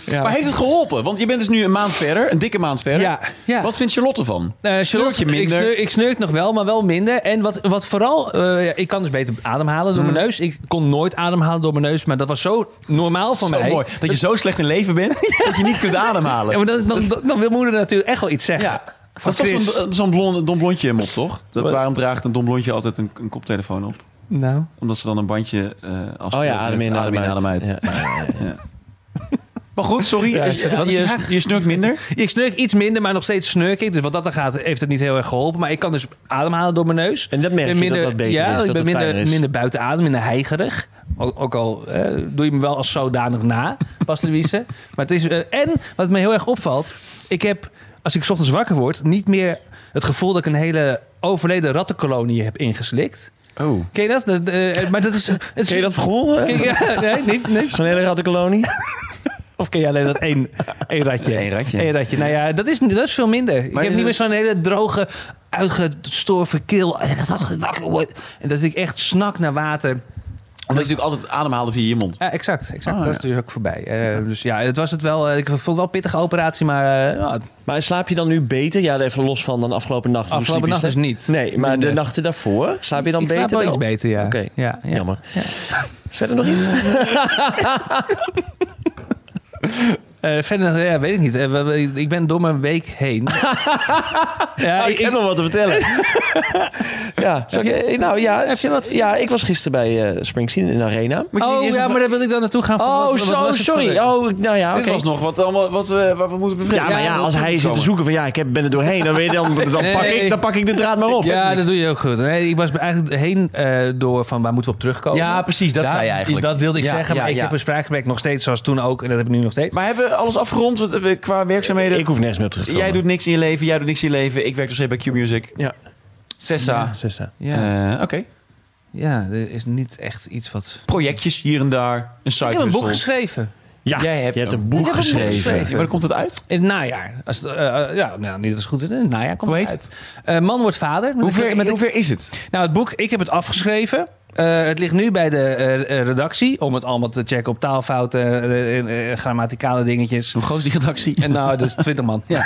Ja.
Maar heeft het geholpen? Want je bent dus nu een maand verder, een dikke maand verder.
Ja, ja.
Wat vindt Charlotte van?
Eh,
Sneurt je
Ik,
minder?
sneur, ik snurk nog wel, maar wel minder. En wat, wat vooral, eh, ja, ik kan dus beter ademhalen door mijn neus. Ik kon nooit ademhalen door mijn neus, maar dat was zo normaal voor
Zo
mij.
mooi. Dat je zo slecht in leven bent dat je niet kunt ademhalen.
Ja, maar dan, dan, dan, dan wil moeder natuurlijk echt wel iets zeggen.
Ja.
Van
Dat is toch
Chris.
zo'n zo'n blond, dom blondje mop, toch? Dat
Wat?
waarom draagt een dom blondje altijd een, een koptelefoon op?
Nou.
Omdat ze dan een bandje eh als
Oh ja, adem in, adem,
adem uit.
Ja.
Maar goed, sorry.
Ja,
eh,
zeg, wat is je
je,
vraag?
je snurkt minder.
Ik snurk iets minder, maar nog steeds snurk ik. Dus wat dat dan gaat, heeft het niet heel erg geholpen. Maar ik kan dus ademhalen door mijn neus.
En dat merk
ben
je, dat dat beter
ja,
is, dat
ik ben
het
minder,
fijner is.
minder buiten adem, minder heigerig. Ook, ook al eh, doe je me wel als zodanig na, pas Louise. Maar het is, eh, en wat me heel erg opvalt, ik heb, als ik 's ochtends wakker word, niet meer het gevoel dat ik een hele overleden rattenkolonie heb ingeslikt.
Oh.
Ken je dat? Dat, eh, maar dat is, het is
Ken je dat gevoel?
Ken
eh?
je- ja, nee, nee, nee.
Zo'n hele rattenkolonie?
Of ken je alleen dat één, één ratje?
Eén ratje.
Eén ratje. Nou ja, dat is, dat is veel minder. ik heb
is
niet meer
dus-
zo'n hele droge, uitgestorven keel. En dat ik echt snak naar water.
Omdat je natuurlijk altijd ademhaalde via je mond.
Ja, exact. exact.
Ah,
dat is dus ook voorbij. Eh, Dus ja, het was het wel. eh, Ik vond het wel een pittige operatie, maar eh, nou,
Maar slaap je dan beter? Ja, even los van dan afgelopen nacht. Toen
afgelopen
sliep
nacht
je
dus
slecht.
niet.
Nee, maar de
Minder.
nachten daarvoor slaap je dan
Ik
beter?
slaap wel iets beter, ja.
Oké,
ja, ja.
jammer.
Ja. Nou,
Verder nog iets?
Eh, verder, ja, weet ik niet. Eh, we- we- ik ben door mijn week heen. ja,
Ah, ik, heb nog wat te vertellen. ja, zal ik- eh, nou ja,
heb je wat?
ja, ik was gisteren bij eh Springsteen in de Arena.
Moet je niet
Oh
eerst
ja,
even-
maar daar wil ik dan naartoe gaan. van
Oh,
wat- wat was
zo,
het voor
sorry.
week?
Oh, nou ja, oké.
Dit was nog wat, allemaal, wat we, waar we moeten
Ja,
bespreken.
maar ja,
dat
als
moet
hij zit
komen.
te zoeken van ja, ik heb, ben er doorheen, dan, weet je, dan, dan, pak
Nee.
ik, dan pak ik de draad maar op.
Ja, dat doe je ook goed. Nee, ik was eigenlijk heen eh, door van waar moeten we op terugkomen.
Ja, precies, dat
Daar-
zei je eigenlijk.
Dat wilde ik
Ja,
zeggen, maar
ja,
ik
ja.
heb een spraakgebrek nog steeds zoals toen ook. En dat heb ik nu nog steeds.
Maar hebben we alles afgerond Want, eh, qua werkzaamheden?
Ik hoef nergens meer op terug te komen.
jij doet niks in je leven, jij doet niks in je leven. Ik werk dus steeds bij Q-Music.
Ja.
Sessa.
Sessa.
ja.
Eh, Oké.
ja, er is niet echt iets wat...
Projectjes hier en daar. Een site
Ik heb een boek geschreven.
Ja,
Jij hebt
je hebt
een-
een boek
Ik heb een boek
geschreven.
geschreven.
Ja, maar komt het uit?
In het najaar. Als het, eh, eh, ja, nou, niet als het goed is. In het najaar komt
Hoe
het
heet
uit. Eh, Man wordt vader. Met
Hoe
een-
ver,
met
met
een-
hoe ver is het?
Nou, het boek, ik heb het afgeschreven. Eh, het ligt nu bij de eh, eh, redactie. Om het allemaal te checken op taalfouten, eh, eh, eh, grammaticale dingetjes.
Hoe groot is die redactie?
En nou, dat is 20 man. Ja.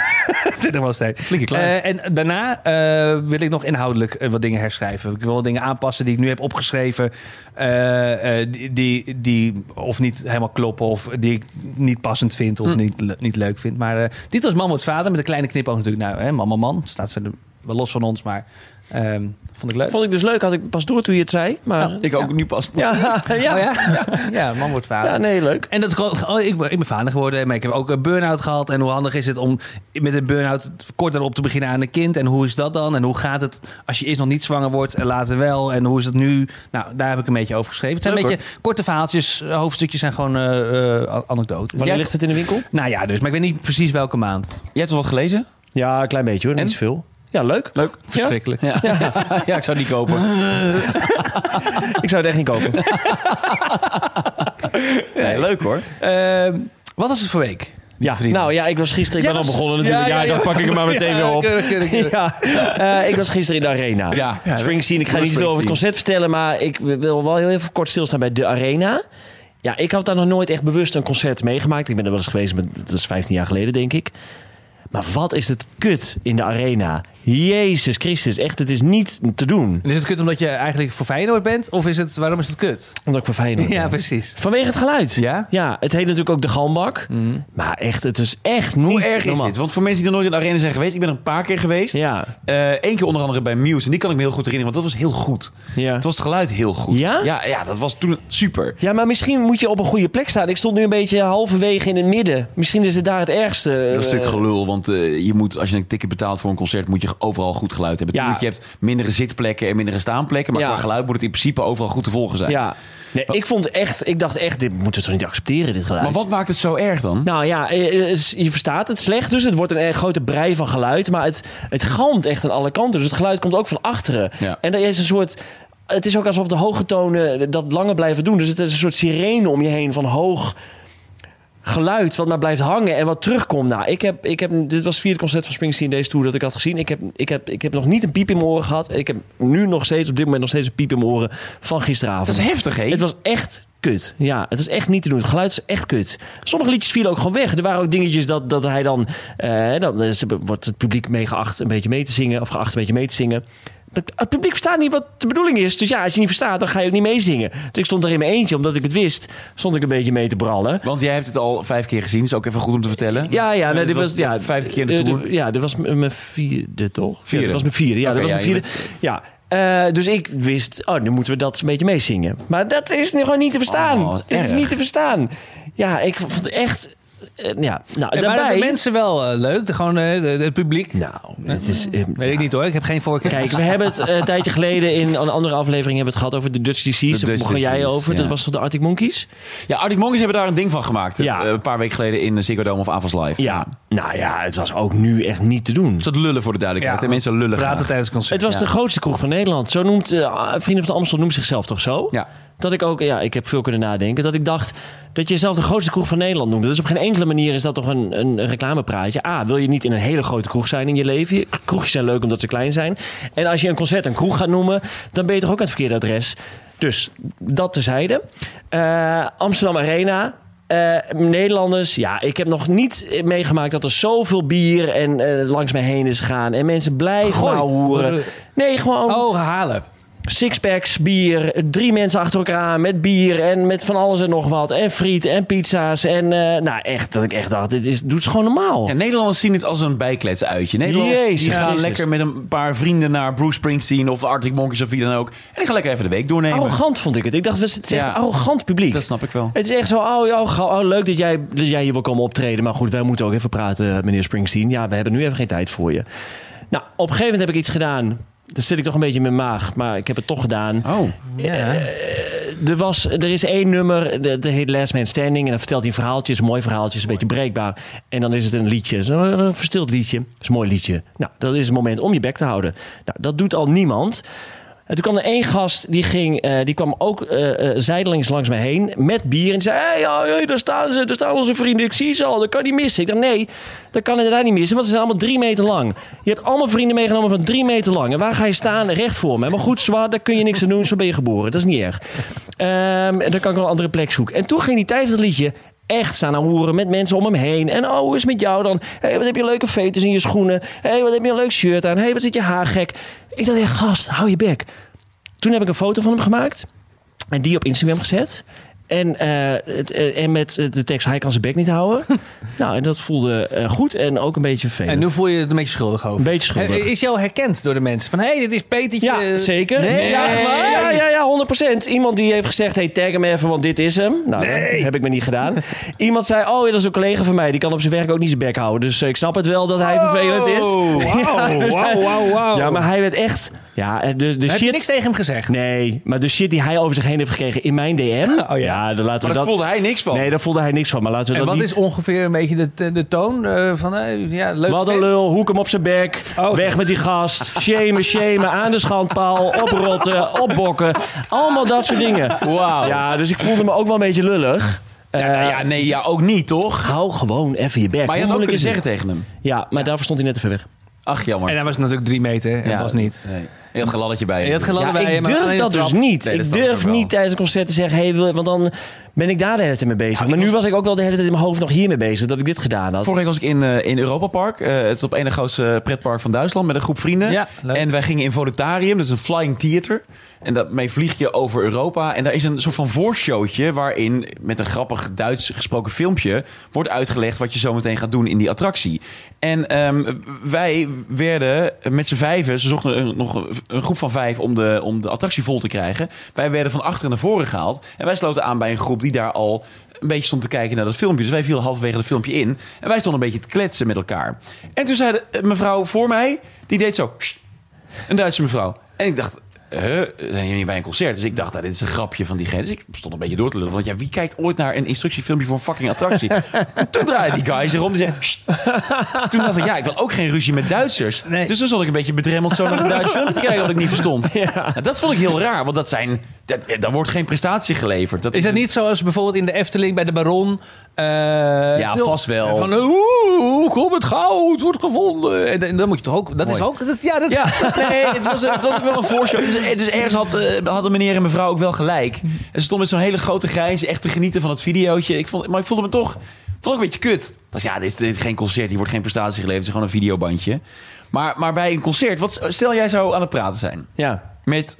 20 man sterk.
Flinke kluif.
Eh, en daarna eh, wil ik nog inhoudelijk eh, wat dingen herschrijven. Ik wil wat dingen aanpassen die ik nu heb opgeschreven. eh, eh, die, die, die of niet helemaal kloppen. Of die ik niet passend vind of niet, le- niet leuk vind. Maar eh, dit was Man wordt vader. Met een kleine knipoog natuurlijk. Nou, hè, man, man, man. Staat verder wel los van ons. Maar ehm, vond ik leuk.
Vond ik dus leuk, had ik pas door toen je het zei. Maar
Ja.
Ik ook nu pas.
ja, ja.
Oh
ja.
ja? ja? man wordt vader.
nee, leuk.
En dat gewoon- oh, ik, ben- ik ben vader geworden, maar ik heb ook een burn-out gehad. En hoe handig is het om met een burn-out kort daarop te beginnen aan een kind? En hoe is dat dan? En hoe gaat het als je eerst nog niet zwanger wordt en later wel? En hoe is het nu? Nou, daar heb ik een beetje over geschreven. Het zijn
Leuk,
een beetje korte verhaaltjes, hoofdstukjes zijn gewoon eh, eh, anekdoten.
Wanneer
Jij-
ligt het in de winkel?
Nou ja, dus, maar ik weet niet precies welke maand.
Jij hebt wel wat gelezen?
Ja, een klein beetje hoor,
En?
niet zoveel. Ja, leuk.
Leuk.
Verschrikkelijk.
Ja, ja ik zou die kopen.
Ik zou het echt niet kopen.
Nee, leuk hoor.
Ehm, wat was het voor week?
Ja,
vrienden.
nou ja, ik was gisteren... Ik
Ja,
ben al
was-
begonnen natuurlijk.
ja,
Ja,
ja, ja.
dan pak ik hem maar meteen weer
Ja,
op.
keurig, keurig, keurig.
Ja, eh, ik was gisteren in de Arena.
Ja.
Ja, Springsteen, ik ga niet veel over het concert vertellen... maar ik wil wel heel even kort stilstaan bij de Arena. Ja, ik had daar nog nooit echt bewust een concert meegemaakt. Ik ben er wel eens geweest, maar dat is 15 jaar geleden, denk ik. Maar wat is het kut in de Arena. Jezus Christus, echt, het is niet te doen.
En is het kut omdat je eigenlijk voor Feyenoord bent? Of is het, waarom is het kut?
Omdat ik voor Feyenoord ben.
Ja, precies.
Vanwege het geluid.
Ja?
Ja, het heet natuurlijk ook de galmbak. Maar echt, het is echt niet
Hoe erg is
normaal.
dit? Want voor mensen die nog nooit in de arena zijn geweest, ik ben er een paar keer geweest.
Ja.
Eén keer onder andere bij Muse. En die kan ik me heel goed herinneren, want dat was heel goed.
Ja.
Het was het geluid heel goed.
Ja?
Ja, ja dat was toen super.
ja, maar misschien moet je op een goede plek staan. Ik stond nu een beetje halverwege in het midden. Misschien is het daar het ergste.
Dat is
Eh,
natuurlijk gelul, want eh, je moet, als je een ticket betaalt voor een concert, moet je overal goed geluid hebben.
Ja.
Tuurlijk, je hebt mindere zitplekken en mindere staanplekken, maar
Ja.
qua geluid moet het in principe overal goed te volgen zijn.
Ja. Nee, ik vond echt, ik dacht echt, dit moeten we toch niet accepteren, dit geluid.
Maar wat maakt het zo erg dan?
Nou ja, eh, eh, je verstaat het slecht, dus het wordt een erg grote brei van geluid. Maar het, het galmt echt aan alle kanten, dus het geluid komt ook van achteren.
Ja.
En er is een soort... Het is ook alsof de hoge tonen dat langer blijven doen. Dus het is een soort sirene om je heen van hoog geluid wat maar blijft hangen en wat terugkomt. Nou, ik heb, ik heb, dit was het vierde concert van Springsteen deze tour dat ik had gezien. Ik heb, ik, heb, ik heb nog niet een piep in mijn oren gehad. Ik heb nu nog steeds, op dit moment nog steeds een piep in mijn oren van gisteravond.
dat is heftig, hè?
Het was echt kut. Ja, het is echt niet te doen. Het geluid is echt kut. Sommige liedjes vielen ook gewoon weg. Er waren ook dingetjes dat, dat hij dan... eh, dan eh, ze- wordt het publiek meegeacht een beetje mee te zingen. Of geacht een beetje mee te zingen. Maar Het publiek verstaat niet wat de bedoeling is. Dus ja, als je niet verstaat, dan ga je ook niet meezingen. Dus ik stond daar in mijn eentje, omdat ik het wist, stond ik een beetje mee te brallen.
Want jij hebt het al vijf keer gezien, is ook even goed om te vertellen.
Ja, ja, nee, dit was, ja,
vijftig keer in de
eh,
tour.
dit- Ja, dit was m- mijn vierde, toch? Ja,
Vierde.
dit was mijn vierde, ja,
Oké,
dit was
ja,
mijn vierde. Ja, eh, dus ik wist, oh, nu moeten we dat een beetje meezingen. Maar dat is nu gewoon niet te verstaan.
Oh, wat
Dit is
erg.
niet te verstaan. Ja, ik vond het echt, eh, ja, nou,
En waren
daarbij...
de mensen wel eh, leuk? De, gewoon eh, de- de- het publiek?
Nou, het is... eh,
Weet ik niet hoor, ik heb geen voorkeur.
Kijk, we hebben het eh, een tijdje geleden in een andere aflevering hebben we het gehad over de Dutch Disease.
De
Daar
Dutch
begon jij
Disease,
over.
ja.
Dat was toch de Arctic Monkeys?
Ja, Arctic Monkeys hebben daar een ding van gemaakt.
Ja.
Eh, een paar weken geleden in eh, Ziggo Dome of Avals Live.
Ja. Nou ja, het was ook nu echt niet te doen.
Dat lullen voor de duidelijkheid.
Ja.
En mensen lullen
praten
graag.
tijdens het concert.
Het was
Ja.
de grootste kroeg van Nederland. Zo noemt eh, Vrienden van de Amstel noemt zichzelf toch zo?
Ja.
Dat ik ook, ja, ik heb veel kunnen nadenken. Dat ik dacht dat je zelf de grootste kroeg van Nederland noemde. Dus op geen enkele manier is dat toch een, een reclamepraatje. A, wil je niet in een hele grote kroeg zijn in je leven? Je- Kroegjes zijn leuk omdat ze klein zijn. En als je een concert een kroeg gaat noemen, dan ben je toch ook aan het verkeerde adres. Dus dat tezijde. Eh Amsterdam Arena. Eh, Nederlanders, ja, ik heb nog niet meegemaakt dat er zoveel bier en eh, langs mij heen is gegaan. En mensen blijven
Gegooid?
maar hoeren.
Worden-
Nee, gewoon
Oh, halen.
sixpacks, bier, drie mensen achter elkaar aan met bier en met van alles en nog wat. En friet en pizza's en eh, nou echt, dat ik echt dacht, dit is, doet ze gewoon normaal.
En Nederlanders zien het als een bijkletsuitje. Nederlanders die
Jezus
gaan
Christus.
lekker met een paar vrienden naar Bruce Springsteen of Arctic Monkeys of wie dan ook. En die gaan lekker even de week doornemen.
Arrogant vond ik het. Ik dacht, het is echt
Ja.
arrogant publiek.
Dat snap ik wel.
Het is echt zo, oh, ja, oh, oh, leuk dat jij, dat jij hier wil komen optreden. Maar goed, wij moeten ook even praten, meneer Springsteen. Ja, we hebben nu even geen tijd voor je. Nou, op een gegeven moment heb ik iets gedaan. Dan zit ik toch een beetje in mijn maag, maar ik heb het toch gedaan.
Oh,
Eh, Er, was, er is één nummer, de- dat heet Last Man Standing. En dan vertelt hij verhaaltjes, mooi verhaaltjes, een beetje breekbaar. En dan is het een liedje, Het is een een verstild liedje. Het is een mooi liedje. Nou, dat is het moment om je bek te houden. Nou, dat doet al niemand. En toen kwam er één gast, die, ging, eh, die kwam ook eh, eh, zijdelings langs mij heen met bier. En die zei, hey, ja, hey, daar staan ze, daar staan onze vrienden. Ik zie ze al, dat kan niet missen. Ik dacht, nee, dat kan inderdaad niet missen, want ze zijn allemaal drie meter lang. Je hebt allemaal vrienden meegenomen van drie meter lang. En waar ga je staan? Recht voor me. Maar goed, zwaar, daar kun je niks aan doen, zo ben je geboren. Dat is niet erg. Ehm, en dan kan ik wel een andere plek zoeken. En toen ging hij tijdens dat liedje echt staan aan hoeren met mensen om hem heen. En oh, hoe is het met jou dan? Hé, hey, wat heb je leuke veters in je schoenen? Hé, hey, wat heb je een leuk shirt aan? Hé, hey, wat zit je haar gek? Ik dacht, hey, gast, hou je bek. Toen heb ik een foto van hem gemaakt. En die op Instagram gezet. En, eh, het, eh, en met eh, de tekst, hij kan zijn bek niet houden. nou, en dat voelde eh, goed en ook een beetje vervelend.
En nu voel je het een beetje schuldig over.
Een beetje schuldig.
Eh, Is jou herkend door de mensen? Van, hé, hey, dit is Petertje.
Ja, zeker.
Nee.
Ja, ja, ja, ja, 100%. Iemand die heeft gezegd, hey, tag hem even, want dit is hem. Nou, dat heb ik me niet gedaan. Iemand zei, oh, ja, dat is een collega van mij. Die kan op zijn werk ook niet zijn bek houden. Dus eh, ik snap het wel dat
Oh.
hij vervelend is. Ja, dus hij- Ja, maar hij werd echt... Ja, eh, de, de
Heb je
shit...
niks tegen hem gezegd?
Nee, maar de shit die hij over zich heen heeft gekregen in mijn DM... Oh, ja. dan laten
maar
we
daar
dat...
voelde hij niks van.
Nee, daar voelde hij niks van. Maar laten we
En
dat
wat
niet...
is ongeveer een beetje de, de toon eh, van, eh, ja, leuk.
Wat een
vent.
lul, hoek hem op zijn bek.
Oh.
Weg met die gast. Shamen, shamen, aan de schandpaal. Oprotten, opbokken. Allemaal dat soort dingen.
Wauw.
Ja, dus ik voelde me ook wel een beetje lullig.
Ja, nou ja, nee, ja, ook niet, toch?
Hou gewoon even je bek.
Maar je
Hoe
had ook
moeilijk
kunnen
is
zeggen
het?
tegen hem.
Ja, maar daarvoor stond hij net te ver weg.
Ach, jammer.
En hij was natuurlijk drie meter. En
Ja,
was niet.
Nee. Je had geladdetje bij.
Je had geladen
Ja,
bij
ik
hem, maar
durf
alleen
dat
de
dus
trap.
niet.
Nee, dat
ik
snap ik
durf
ook wel.
niet tijdens een concert te zeggen... Hey, wil, want dan ben ik daar de hele tijd mee bezig.
Ja,
maar
ik
nu
was-
was ik ook wel de hele tijd in mijn hoofd nog hiermee bezig... dat ik dit gedaan had.
Nou,
Vorige week was ik in, eh, in Europa Park. Eh, het is op ene grootste pretpark van Duitsland met een groep vrienden.
Ja, leuk.
en wij gingen in Volutarium, dat is een flying theater. En daarmee vlieg je over Europa. En daar is een soort van voorshowtje waarin met een grappig Duits gesproken filmpje wordt uitgelegd wat je zo meteen gaat doen in die attractie. En ehm, wij werden met z'n vijven, ze zochten een- nog een- een groep van vijf om de, om de attractie vol te krijgen. Wij werden van achteren naar voren gehaald. En wij sloten aan bij een groep die daar al een beetje stond te kijken naar dat filmpje. Dus wij vielen halverwege het filmpje in. En wij stonden een beetje te kletsen met elkaar. En toen zei de, eh, mevrouw voor mij, die deed zo... "Sst." Een Duitse mevrouw. En ik dacht... Huh, we zijn hier niet bij een concert. Dus ik dacht, nou, dit is een grapje van diegene. Dus ik stond een beetje door te lullen. Want ja, wie kijkt ooit naar een instructiefilmpje voor een fucking attractie? toen draaide die guy zich om en zei... "Sst." Toen dacht ik, ja, ik wil ook geen ruzie met Duitsers.
Nee.
Dus toen zat ik een beetje bedremmeld zo naar een Duits filmpje te kijken... wat ik niet verstond. Nou, dat vond ik heel raar, want dat zijn... Dat, eh, daar wordt geen prestatie geleverd. Dat
Is het
een-
niet zoals bijvoorbeeld in de Efteling bij de Baron? eh,
Ja,
Til-
vast wel.
Van, oeh, kom het goud, wordt gevonden. En, dan- dan moet je toch ook... Dat
Mooi.
is ook... Dat, ja, dat,
Ja, nee, het was, het was ook wel een voorshow. Dus, dus ergens had, eh, hadden meneer en mevrouw ook wel gelijk. En ze stonden met zo'n hele grote grijze echt te genieten van het videootje. Ik vond, maar ik voelde me toch vond ik een beetje kut. Ik dacht, ja, dit is, dit is geen concert, hier wordt geen prestatie geleverd. Het is gewoon een videobandje. Maar, maar bij een concert, wat, stel jij zou aan het praten zijn
Ja.
met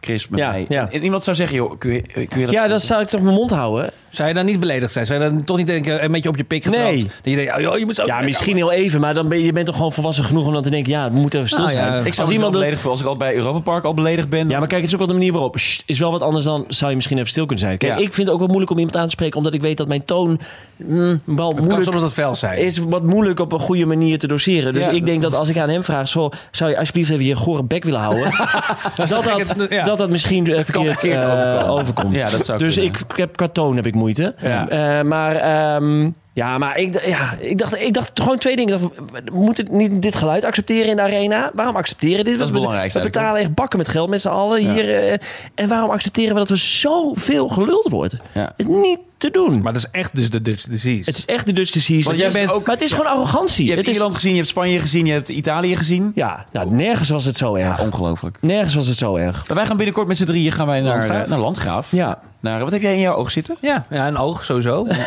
Chris, met
Ja,
mij.
ja.
En iemand zou zeggen, joh, kun je, kun je dat...
ja, dat zou ik toch mijn mond houden.
Zou je dan niet beledigd zijn? Zou je dan toch niet denken, een beetje op je pik getrapt?
Nee.
Dat je denkt, oh, joh, je moet zo...
Ja, misschien heel even. Maar dan ben je, je bent toch gewoon volwassen genoeg om dan te denken... ja, we moeten even stil
Nou ja,
zijn.
Ik zou iemand
dat-
beledigd voelen als ik al bij Europa Park al beledigd ben.
Ja, maar kijk, het is ook wel de manier waarop. Sst, is wel wat anders dan zou je misschien even stil kunnen zijn. Kijk,
Ja.
ik vind het ook wel moeilijk om iemand aan te spreken, omdat ik weet dat mijn toon mm, wel
Het kan
moeilijk
soms dat fel zijn.
is wat moeilijk op een goede manier te doseren. Dus
Ja,
ik
dat
denk dat als ik aan hem vraag, zo, zou je alsjeblieft even je gore bek willen houden, dat, dat,
dan
dat,
gek het- ja.
dat misschien eh, verkeerd
verkeerd
eh,
overkomen.
overkomt.
Ja, dat zou
dus
kunnen.
ik, ik heb qua toon heb ik moeite.
Ja.
Eh, maar ehm, ja, maar ik, d- ja, ik, dacht, ik dacht gewoon twee dingen. Ik dacht, We moeten niet dit geluid accepteren in de arena. Waarom accepteren dit?
Dat is
We- we-
belangrijk,
We
eigenlijk,
betalen echt bakken met geld met z'n allen
Ja.
hier. eh, en waarom accepteren we dat we zoveel geluld worden?
Ja.
Het Niet te doen.
Maar dat is echt dus de Dutch disease.
het is echt de Dutch disease.
Want jij
Het is-
bent ook-
maar het is gewoon arrogantie.
Je hebt
het is,
Ierland gezien, je hebt Spanje gezien, je hebt Italië gezien.
Ja, nou, nergens was het zo erg.
Ongelooflijk.
Nergens was het zo erg.
Wij gaan binnenkort met z'n drieën gaan wij naar Landgraaf.
Landgraaf.
Naar Landgraaf.
Ja.
Naar, wat heb jij in jouw oog zitten?
Ja, ja, een oog sowieso. Maar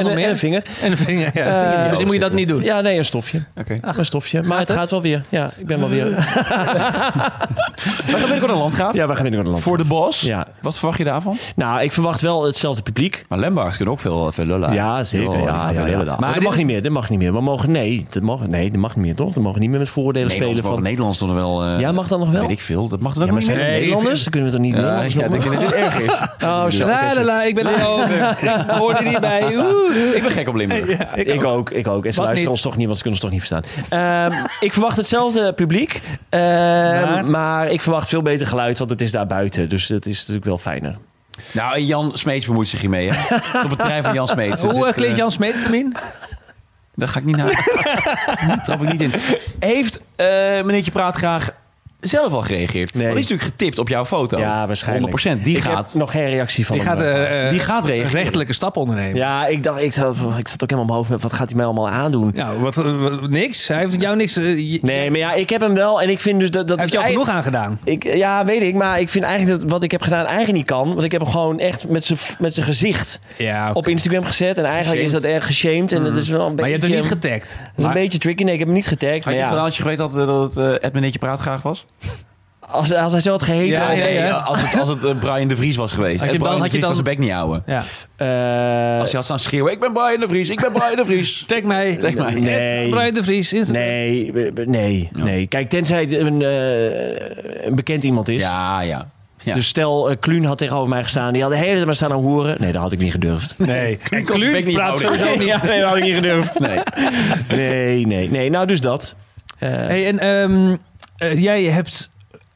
En,
nog
een-
meer?
en een vinger.
En een vinger, ja.
Eh,
Misschien
oog
Dus moet je dat
zitten.
niet doen.
Ja, nee, een stofje.
Oké.
Ach, een stofje. Maar het
het?
gaat wel weer. Ja, ik ben wel weer.
Wij gaan binnenkort naar Landgraaf.
we gaan weer naar land.
Voor de bos.
Ja.
Wat verwacht je daarvan?
Nou, ik verwacht wel hetzelfde publiek.
Maar Lembaars kunnen ook veel, veel lullen.
Ja, zeker.
Oh,
Ja,
die gaan
ja,
veel
ja.
lullen
Maar,
daar.
Maar
dat
dit
mag
is-
niet meer. Dat mag niet meer. We mogen nee, dat mag, nee, dat mag niet meer toch? We mogen niet meer met vooroordelen spelen
Nederlands mogen
van.
Nederlands nog wel... eh,
Ja, mag dat nog wel?
Weet ik veel. Dat mag dat ook
Ja, maar
niet
zijn
meer?
er Nederlanders? Dan kunnen we toch niet
Ja,
Nederlanders
ja, ik
noemen?
denk dat dit erg is.
Oh, zo.
La,
oké,
la,
zo.
la, ik ben er over. Ik Hoor er niet bij. Oeh.
Ik ben gek op Limburg.
Ik, ook, ik ook. En ze
Was
luisteren
niet.
ons toch niet, want ze kunnen ons toch niet verstaan. Ehm, ik verwacht hetzelfde publiek. ehm, maar?
Maar?
ik verwacht veel beter geluid, want het is daar buiten. Dus dat is natuurlijk wel fijner.
Nou, en Jan Smeets bemoeit zich hiermee. Hè? Op het terrein van Jan Smeets. Dus
Hoe eh,
dit,
klinkt
eh,
Jan Smeets, Domien?
Daar ga ik niet naar. Daar trap ik niet in. Heeft eh meneertje Praat graag zelf al gereageerd?
Nee.
Want die is natuurlijk getipt op jouw foto.
Ja, waarschijnlijk.
100%. Die
ik
gaat...
heb nog geen reactie van
Die
hem.
gaat, eh, eh,
Die gaat reageren.
rechtelijke stappen ondernemen.
Ja, ik dacht, ik zat, ik zat ook helemaal omhoog met wat gaat hij mij allemaal aandoen.
Nou, wat, wat- niks. Hij heeft jou niks... eh, je-
Nee, maar ja, ik heb hem wel en ik vind dus dat... dat
Hij heeft jou
hij-
genoeg aangedaan.
Ik, ja, weet ik, maar ik vind eigenlijk dat wat ik heb gedaan eigenlijk niet kan. Want ik heb hem gewoon echt met zijn met zijn gezicht
Ja,
op Instagram gezet. En eigenlijk is
Geshamed.
dat erg geshamed. En dat is wel een
maar je hebt
beetje...
hem niet getagd.
Dat is een beetje tricky. Nee, ik heb hem niet getagd.
Had
Maar
je het gedaan
ja,
als je geweten had eh, dat het eh, Ed Meneertje Praat graag was?
als, als hij zo had geheten...
Ja,
had ik-
ja, ja.
Als het, als het eh, Brian de Vries was geweest.
Had je
Had
dan-
je Brian de
had je
Vries
dan-
was zijn bek niet houden.
Ja.
Eh,
Als je had staan schreeuwen, ik ben Brian de Vries, ik ben Brian de Vries.
Tag mij.
Tag mij.
Ed
Nee.
Brian de Vries. Instagram.
Nee, eh, nee, nee. Kijk, tenzij het een, eh, een bekend iemand is.
Ja, ja. ja.
Dus stel, eh, Kluun had tegenover mij gestaan. Die had de hele tijd maar staan aan hoeren. Nee, dat had ik niet gedurfd.
Nee. En
kon zijn bek
Kluun
niet
praat
houden.
sowieso niet.
Ja, nee, dat had ik niet gedurfd.
nee.
Nee, nee, nee. Nou, dus dat. Eh,
Hey, en ehm, eh, jij hebt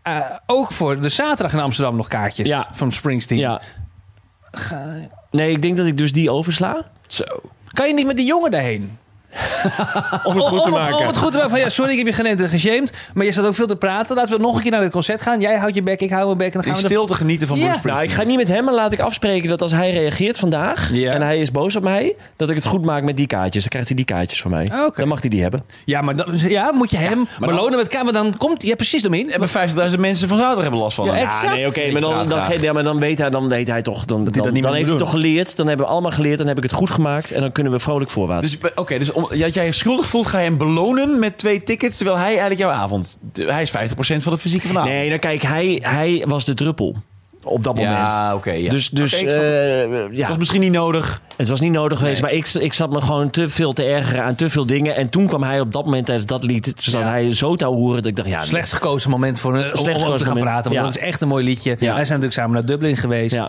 eh, ook voor de zaterdag in Amsterdam nog kaartjes
Ja.
van Springsteen.
ja. Nee, ik denk dat ik dus die oversla.
Zo.
Kan je niet met die jongen daarheen?
Om het goed te
Om- om-
maken.
Om het goed te maken. Van, ja, sorry, ik heb je genend en geshamed. Maar je staat ook veel te praten. Laten we nog een keer naar het concert gaan. Jij houdt je bek, ik hou mijn bek. En dan
In
gaan we
stilte genieten van
Ja.
Bruce
Nou,
Springsteen.
ik ga niet met hem, maar laat ik afspreken dat als hij reageert vandaag
Ja.
en hij is boos op mij, dat ik het goed maak met die kaartjes. Dan krijgt hij die kaartjes van mij.
Ah, oké.
Dan mag hij die hebben.
er- Ja, maar dan, ja, moet je hem
maar dan-
belonen met kamer. Dan komt je precies hem in. En we-
hebben 50.000 mensen van zaterdag hebben last van.
Ja,
hem.
exact.
nee, oké, maar, dan, dan, ge- ja, maar dan, weet hij, dan weet hij toch, dan, dan,
hij dat niet
dan
meer
heeft
moet
hij toch
doen.
geleerd. Dan hebben we allemaal geleerd, dan heb ik het goed gemaakt en dan kunnen we vrolijk voorwaarts.
Dus, oké, dus om, ja, dat jij je schuldig voelt, ga je hem belonen met twee tickets, terwijl hij eigenlijk jouw avond... Hij is 50% van het fysieke vanavond.
nee, dan kijk, hij, hij was de druppel op dat moment.
ja, oké. ja.
Dus, dus
Oké, ik snap het.
eh, ja,
Dat was misschien niet nodig.
het was niet nodig geweest, maar ik, ik zat me gewoon te veel te ergeren aan te veel dingen. En toen kwam hij op dat moment tijdens dat lied, toen zat
Ja.
hij zo te horen dat ik dacht, ja, nee.
Slechts gekozen moment voor een, om- om,
gekozen
te gaan
moment.
praten. Want
Ja.
dat is echt een mooi liedje.
Ja.
Wij zijn natuurlijk samen naar Dublin geweest.
Ja.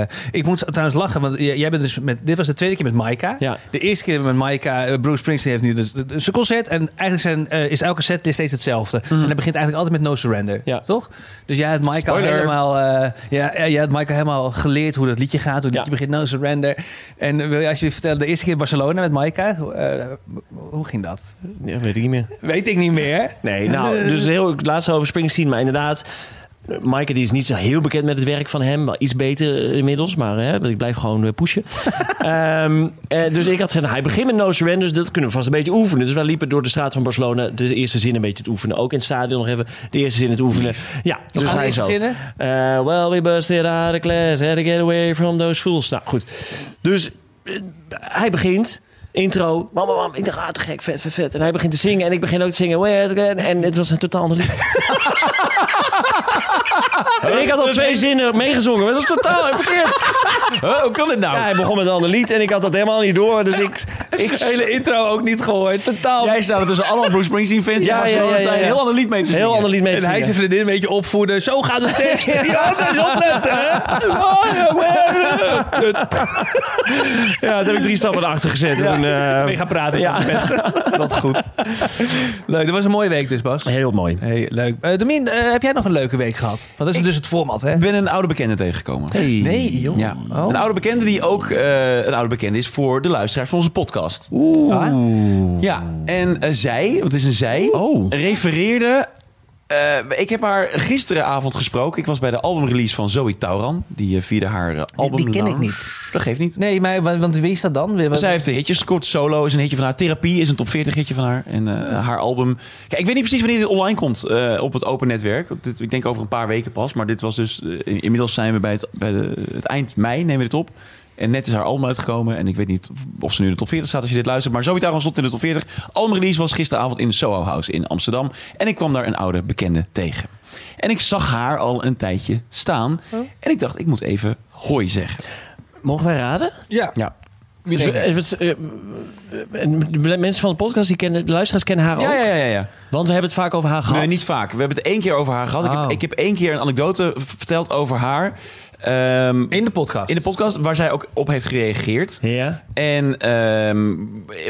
Eh, ik moet trouwens lachen, want j- jij bent dus met, dit was de tweede keer met Maika.
Ja.
De eerste keer met Maika, eh, Bruce Springsteen heeft nu dus de- de- zijn concert. En eigenlijk zijn, eh, is elke set steeds hetzelfde. En hij begint eigenlijk altijd met No Surrender,
Mhm. Ja.
toch? Dus jij had Maika
Spoiler.
helemaal, eh, ja, ja, jij had Maika helemaal geleerd hoe dat liedje gaat. Hoe het
Ja.
liedje begint, No Surrender. En wil je alsjeblieft vertellen, de eerste keer in Barcelona met Maika, hoe, eh, hoe ging dat?
Ja, weet ik niet meer.
Weet ik niet meer.
Nee, nou, dus heel het laatste over Springsteen. Maar inderdaad, Maaike die is niet zo heel bekend met het werk van hem. Wel iets beter eh, inmiddels, maar hè, want ik blijf gewoon eh, pushen. Ehm, eh, dus ik had gezegd, nou, hij begint met No Surrender, dus dat kunnen we vast een beetje oefenen. Dus wij liepen door de straat van Barcelona de eerste zin een beetje te oefenen. Ook in het stadion nog even de eerste zin te oefenen. Ja, dus
gaan de
wij
eerste
zo.
zinnen?
Eh, well, we busted out of class, had to get away from those fools. Nou, goed. Dus eh, hij begint. Intro, mam, mam, mam. Ik dacht, ah, te gek, vet, vet, vet. En hij begint te zingen en ik begin ook te zingen. "Where again?" En het was een totaal ander lied. En ik had al twee zinnen meegezongen, maar dat is totaal verkeerd.
Huh, hoe kan dit nou?
Ja, hij begon met een ander lied en ik had dat helemaal niet door. Dus ik... ik
hele intro ook niet gehoord. Totaal.
Jij staat er
dus
tussen allemaal Bruce Springsteen fans.
Ja,
Ja, ja,
ja, ja, ja,
een
ja.
heel ander lied mee te
Heel
zingen.
ander lied mee te
en hij
zingen.
zijn vriendin een beetje opvoeden. Zo gaat de tekst. Ja, dat is opletten. hè. Oh, ja, maar-
Ja, toen heb ik drie stappen naar achter gezet.
Ja,
Toen, eh,
ben je gaan praten. Ja. Dat is goed. Leuk, dat was een mooie week dus, Bas.
Heel mooi.
Hey, leuk. Eh Domien, eh, heb jij nog een leuke week gehad? Want dat is dus het format, hè?
Ik ben een oude bekende tegengekomen.
Nee, joh.
Ja.
Oh.
Een oude bekende die ook eh, een oude bekende is voor de luisteraar van onze podcast. Ja, en eh, zij, want het is een zij,
Oh.
refereerde... eh, ik heb haar gisteravond gesproken. Ik was bij de albumrelease van Zoe Tauran. Die eh, vierde haar eh, album.
die ken ik
launch.
niet.
Dat geeft niet.
Nee, maar wa- want wie is dat dan? Weer wat-
Maar zij heeft de hitjes gescoord. Solo is een hitje van haar. Therapie is een top 40 hitje van haar. En eh, haar album... Kijk, ik weet niet precies wanneer dit online komt eh, op het open netwerk. Want dit- ik denk over een paar weken pas. Maar dit was dus... eh, in- inmiddels zijn we bij, het, bij de, het eind mei nemen we dit op. En net is haar album uitgekomen. En ik weet niet of ze nu in de top 40 staat als je dit luistert. Maar sowieso stond in de top 40. Albumrelease was gisteravond in Soho House in Amsterdam. En ik kwam daar een oude bekende tegen. En ik zag haar al een tijdje staan. En ik dacht, ik moet even hoi zeggen.
Mogen wij raden?
Ja.
Ja.
Dus,
denk
eh, wat- eh, eh, eh, mensen van de podcast, die kennen, de luisteraars kennen haar
Ja,
ook.
ja, ja, ja, ja.
Want we hebben het vaak over haar gehad.
Nee, niet vaak. We hebben het één keer over haar gehad. Ik,
Oh.
heb, ik heb één keer een anekdote v- verteld over haar. ehm,
eh, In de podcast.
in de podcast waar zij ook op heeft gereageerd.
Ja.
En ehm,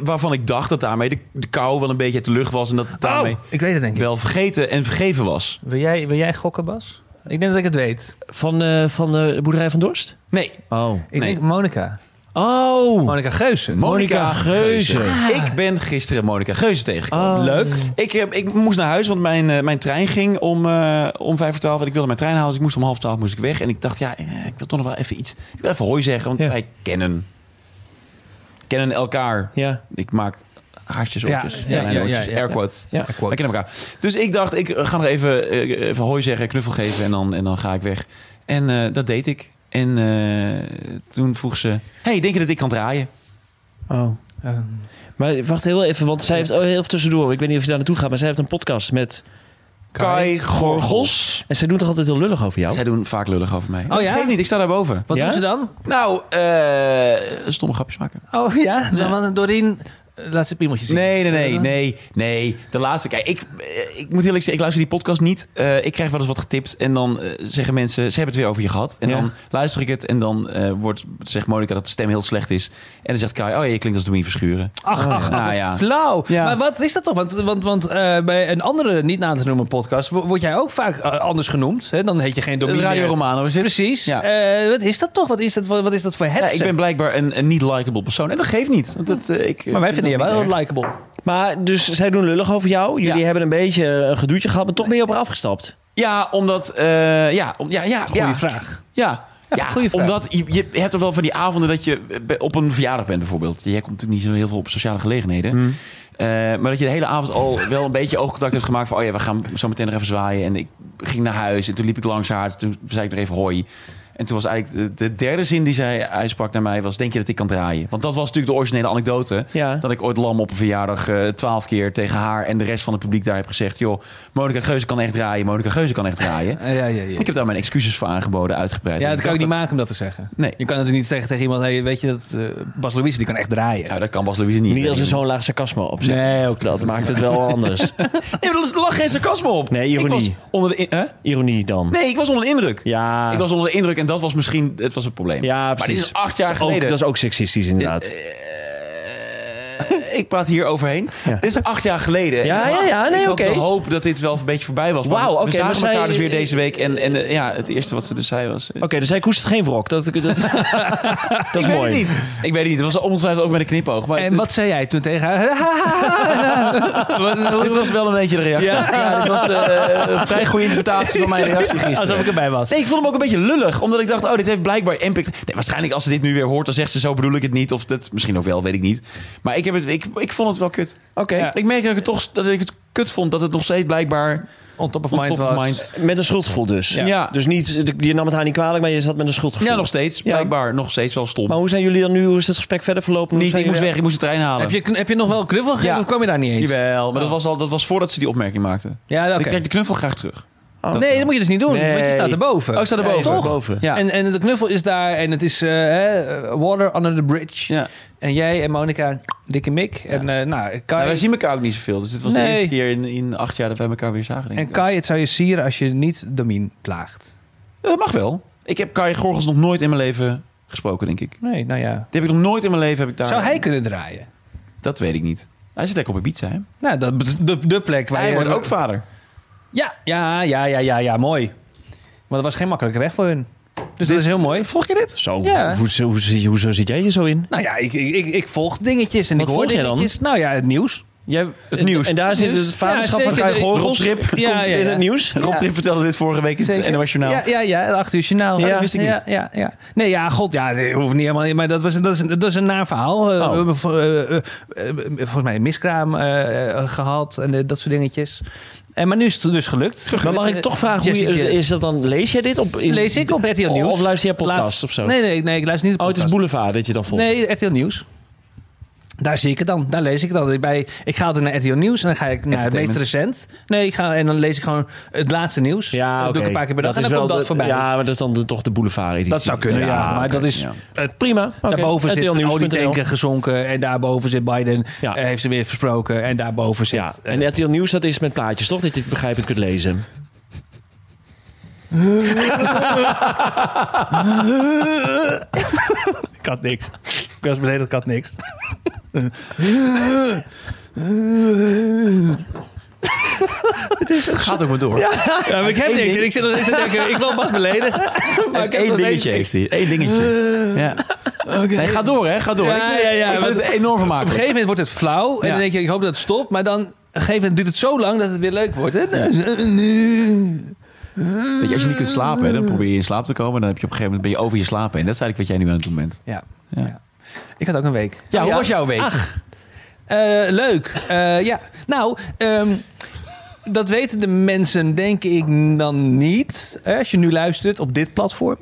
waarvan ik dacht dat daarmee de, de kou wel een beetje uit de lucht was. En dat daarmee
Oh, ik weet het denk ik.
wel vergeten en vergeven was.
Wil jij, wil jij gokken, Bas? Ik denk dat ik het weet.
Van, eh, van eh, de boerderij van Dorst?
Nee.
Oh.
Ik
Nee.
denk Monica.
Oh.
Monica Geuze.
Monica Geuze.
Ah.
Ik ben gisteren Monica Geuze tegengekomen.
Oh.
Leuk.
Ik, heb- ik moest naar huis, want mijn, eh, mijn trein ging om, eh, om vijf voor twaalf. En ik wilde mijn trein halen, dus ik moest om half twaalf moest ik weg. En ik dacht, ja, eh, ik wil toch nog wel even iets. Ik wil even hooi zeggen, want
Ja.
wij kennen, kennen elkaar.
Ja.
Ik maak haartjes,
Ja,
oortjes,
ja,
kleine
ja,
oortjes,
ja, ja.
air quotes.
Ja.
Quotes.
Wij kennen elkaar. Dus ik dacht, ik eh, ga nog even, eh, even hooi zeggen, knuffel geven en dan, en dan ga ik weg. En eh, dat deed ik. En eh, toen vroeg ze, hey, denk je dat ik kan draaien?
Oh.
Ehm,
Maar wacht heel even, want zij heeft... Oh, heel even tussendoor. Ik weet niet of je daar naartoe gaat, maar zij heeft een podcast met...
Kai Gorgels.
En zij doen toch altijd heel lullig over jou?
Zij doen vaak lullig over mij.
Oh ja?
Geef niet, ik sta daarboven.
Wat
Ja?
doen ze dan?
Nou, eh, stomme grapjes maken.
Oh ja, dan want Doreen eh, laat ze piemeltjes zien.
Nee, nee, nee, nee, nee. De laatste, kijk, ik, eh, ik moet eerlijk zeggen, ik luister die podcast niet. Eh, ik krijg wel eens wat getipt en dan eh, zeggen mensen, ze hebben het weer over je gehad. En
Ja.
dan luister ik het en dan eh, wordt, zegt Monica dat de stem heel slecht is. En dan zegt Kai, oh ja, je klinkt als Domien Verschuren.
Ach, ach, ach,
Nou
wat
ja.
flauw.
Ja.
Maar wat is dat toch? Want, want, want eh, bij een andere niet naam te noemen podcast wo- word jij ook vaak eh, anders genoemd. Hè? Dan heet je geen
Dat is
Dominic.
Radio Romano, is het?
Precies.
Ja.
Eh, wat is dat toch? Wat is dat, wat, wat is dat voor
Ja,
het?
ik ben blijkbaar een, een niet likable persoon. En dat geeft niet. Want dat, eh, ik,
Maar
eh,
wij
vind
vinden je wel
niet
heel likable.
Maar dus zij doen lullig over jou. Jullie
Ja.
hebben een beetje eh, een gedoetje gehad, maar toch ben je op haar afgestapt.
Ja, omdat... eh, ja, om- ja, ja,
Goeie
ja.
vraag.
Ja, ja,
goeie vraag.
omdat je, je hebt toch wel van die avonden dat je bij- op een verjaardag bent bijvoorbeeld. Jij komt natuurlijk niet zo heel veel op sociale gelegenheden. Eh, maar dat je de hele avond al wel een beetje oogcontact hebt gemaakt van... oh ja, we gaan zo meteen nog even zwaaien. En ik ging naar huis en toen liep ik langs haar. Toen zei ik nog even hoi. En toen was eigenlijk de, de derde zin die zij uitsprak naar mij was... denk je dat ik kan draaien? Want dat was natuurlijk de originele anekdote.
Ja.
Dat ik ooit lam op een verjaardag eh, twaalf keer tegen haar... en de rest van het publiek daar heb gezegd... joh, Monica Geuze kan echt draaien, Monica Geuze kan echt draaien.
Ja, ja, ja.
Ik heb daar mijn excuses voor aangeboden, uitgebreid.
Ja,
En
dat
ik
kan ik
dacht
niet maken om dat te zeggen.
Nee.
Je kan natuurlijk niet zeggen tegen iemand, hey, weet je dat eh, Bas Louise die kan echt draaien.
Ja, dat kan Bas Louise niet.
Niet als er zo'n laag sarcasme op zit.
Nee, ook
Dat maakt het wel anders.
Nee, maar er lag geen sarcasme op.
Nee,
Ik
ironie.
was onder de in- hè?
Ironie dan.
Nee, ik was onder de indruk.
Ja.
Ik was onder de indruk en dat was misschien... Het was het probleem.
ja,
Maar
precies.
dit is acht jaar
Dat is ook-
geleden.
dat is ook seksistisch inderdaad.
Eh,
Eh, ik praat hier overheen.
Ja.
Dit is acht jaar geleden.
Ja,
Ik-
ja, ja, nee,
ik had
oké.
de hoop dat dit wel een beetje voorbij was. Maar
Wauw, oké,
we zagen
maar
elkaar
zij-
dus weer deze week. En, en eh, ja, het eerste wat ze dus zei was... eh,
Oké, dus hij koestert geen wrok. Dat, dat, dat is
ik
mooi.
weet het niet. Ik weet het niet. Het was ongetwijfeld ook met een knipoog. Maar
En
het-
wat zei jij toen tegen haar? Wat-
dit was wel een beetje de reactie. Ja, dit was eh, een vrij goede interpretatie van mijn reactie gisteren.
Alsof ik erbij was.
Nee, ik vond hem ook een beetje lullig. Omdat ik dacht, oh, dit heeft blijkbaar impact. Nee, waarschijnlijk als ze dit nu weer hoort, dan zegt ze zo bedoel ik het niet. Of dat misschien ook wel, weet ik niet. Maar ik, heb het, ik, ik vond het wel kut.
Oké.
Ja.
Ik merkte dat ik het toch dat ik het kut vond. Dat het nog steeds blijkbaar
On top of
on
mind
top of
was.
mind.
Met een schuldgevoel dus.
Ja. Ja.
Dus niet, je nam het haar niet kwalijk, maar je zat met een schuldgevoel.
Ja, nog steeds.
Ja.
Blijkbaar nog steeds wel stom.
Maar hoe zijn jullie dan nu? Hoe is het gesprek verder verlopen? Hoe
niet,
zijn
ik moest
jullie-
weg, ik moest de trein halen. Oh.
Heb je, heb je nog wel knuffel gegeven
Ja.
of kwam je daar niet eens?
Jawel, maar dat was, al, dat was voordat ze die opmerking maakte.
Ja,
Dus
oké.
ik trek de knuffel graag terug.
Oh.
Nee, dat moet je dus niet doen, want je
Nee.
staat erboven.
Oh, ik sta
Ja, je
erboven.
staat
Toch?
boven.
Ja.
En, en de knuffel is daar en het is eh, hè, water under the bridge.
ja.
En jij en Monica, dikke mik. En, eh, nou, Kai,
Nou, wij zien elkaar ook niet zoveel. Dus dit was de
Nee.
eerste keer in, in acht jaar dat wij elkaar weer zagen. denk
en
ik.
Kai, het zou je sieren als je niet Domien plaagt.
Ja, dat Eh, mag wel. Ik heb Kai Gorgels nog nooit in mijn leven gesproken, denk ik.
Nee, nou ja.
Die heb ik nog nooit in mijn leven. Heb ik daar...
Zou hij kunnen draaien?
Dat weet ik niet. Hij zit lekker op Ibiza, hè? eh,
Nou, dat, de, de plek waar
Hij
je...
wordt ook vader.
Ja, ja, ja, ja, ja, ja, mooi. Maar dat was geen makkelijke weg voor hun. Dus dat is heel mooi. Volg je dit?
Zo,
Ja.
hoezo, hoezo, hoezo zit jij je zo in?
Nou ja, ik, ik, ik, ik volg dingetjes en
Wat
ik hoor
volg je dan?
dingetjes. Nou ja, het nieuws.
Jij, en-
nieuws.
En daar zit
Nieuws.
het vaderschap
Ja,
van
zeker.
Guy Gorgels.
Rob Schip
komt
ja, ja.
in het nieuws.
Rob
Ja.
Trip vertelde dit vorige week in het NOS Journaal.
Ja, ja, ja, het acht uur journaal.
Ja, dat wist ik niet.
Ja, ja, ja. Nee, ja, god, ja, nee, hoeft niet helemaal. Maar dat, was, dat, is, een- dat is een naar verhaal. Eh,
Oh.
we hebben vo- eh, eh, eh, volgens mij een miskraam eh, eh, gehad en eh, dat soort dingetjes. En, maar nu is het dus gelukt.
Maar mag ik toch vragen, hoe
Jesse
je,
Jess.
is dat dan, lees jij dit op? in-
Lees ik op RTL Nieuws.
Of luister jij podcast
Laatst-
of zo?
Nee, nee, nee, ik luister niet op
Oh, het is
podcast.
Boulevard dat je dan volgt.
Nee, RTL Nieuws. Daar zie ik het dan. Daar lees ik het dan. Ik, bij, ik ga altijd naar RTL Nieuws en dan ga ik naar het meest
Entertainment.
recent. Nee, ik ga, en dan lees ik gewoon het laatste nieuws.
Ja,
dat
oké.
doe ik een paar keer per dag en dan
is
komt
wel
dat
de-
voorbij.
Ja, maar dat is dan de- toch de Boulevard-editie.
Dat zou kunnen, ja.
Ja,
maar
oké.
dat is...
ja.
eh,
Prima. Oké.
Daarboven zit
RTL
de
Nieuws.nl.
olietanker gezonken en daarboven zit Biden.
Ja.
eh, heeft ze weer versproken en daarboven zit...
Ja,
eh,
en RTL Nieuws, dat is met plaatjes, toch? Dat je het begrijpend kunt lezen.
Ik had niks. Ik was beneden, ik had niks.
Het gaat ook maar door.
Ja, maar ik heb niks. En ik zit nog steeds te denken, ik wil Bas beledigen. Maar ik heb
Eén
nog
dingetje
steeds-
heeft hij. Eén dingetje. Ja. Nee, ga door, hè? Ga door.
Ja, ja, ja,
Ik
want-
vind het enorm
Op een
vermakelijk.
gegeven moment wordt het flauw. En
Ja.
dan denk je, ik hoop dat het stopt. Maar dan op een gegeven moment duurt het zo lang dat het weer leuk wordt. Hè? Dus-
Weet je, als je niet kunt slapen, hè, dan probeer je in slaap te komen. Dan heb je op een gegeven moment ben je over je slaap heen. Dat is eigenlijk wat jij nu aan het doen bent.
Ja.
Ja.
Ja. Ik had ook een week.
Ja, hoe was jouw week?
Ach, eh, leuk. Eh, ja, nou, ehm, dat weten de mensen denk ik dan niet. Eh, als je nu luistert op dit platform,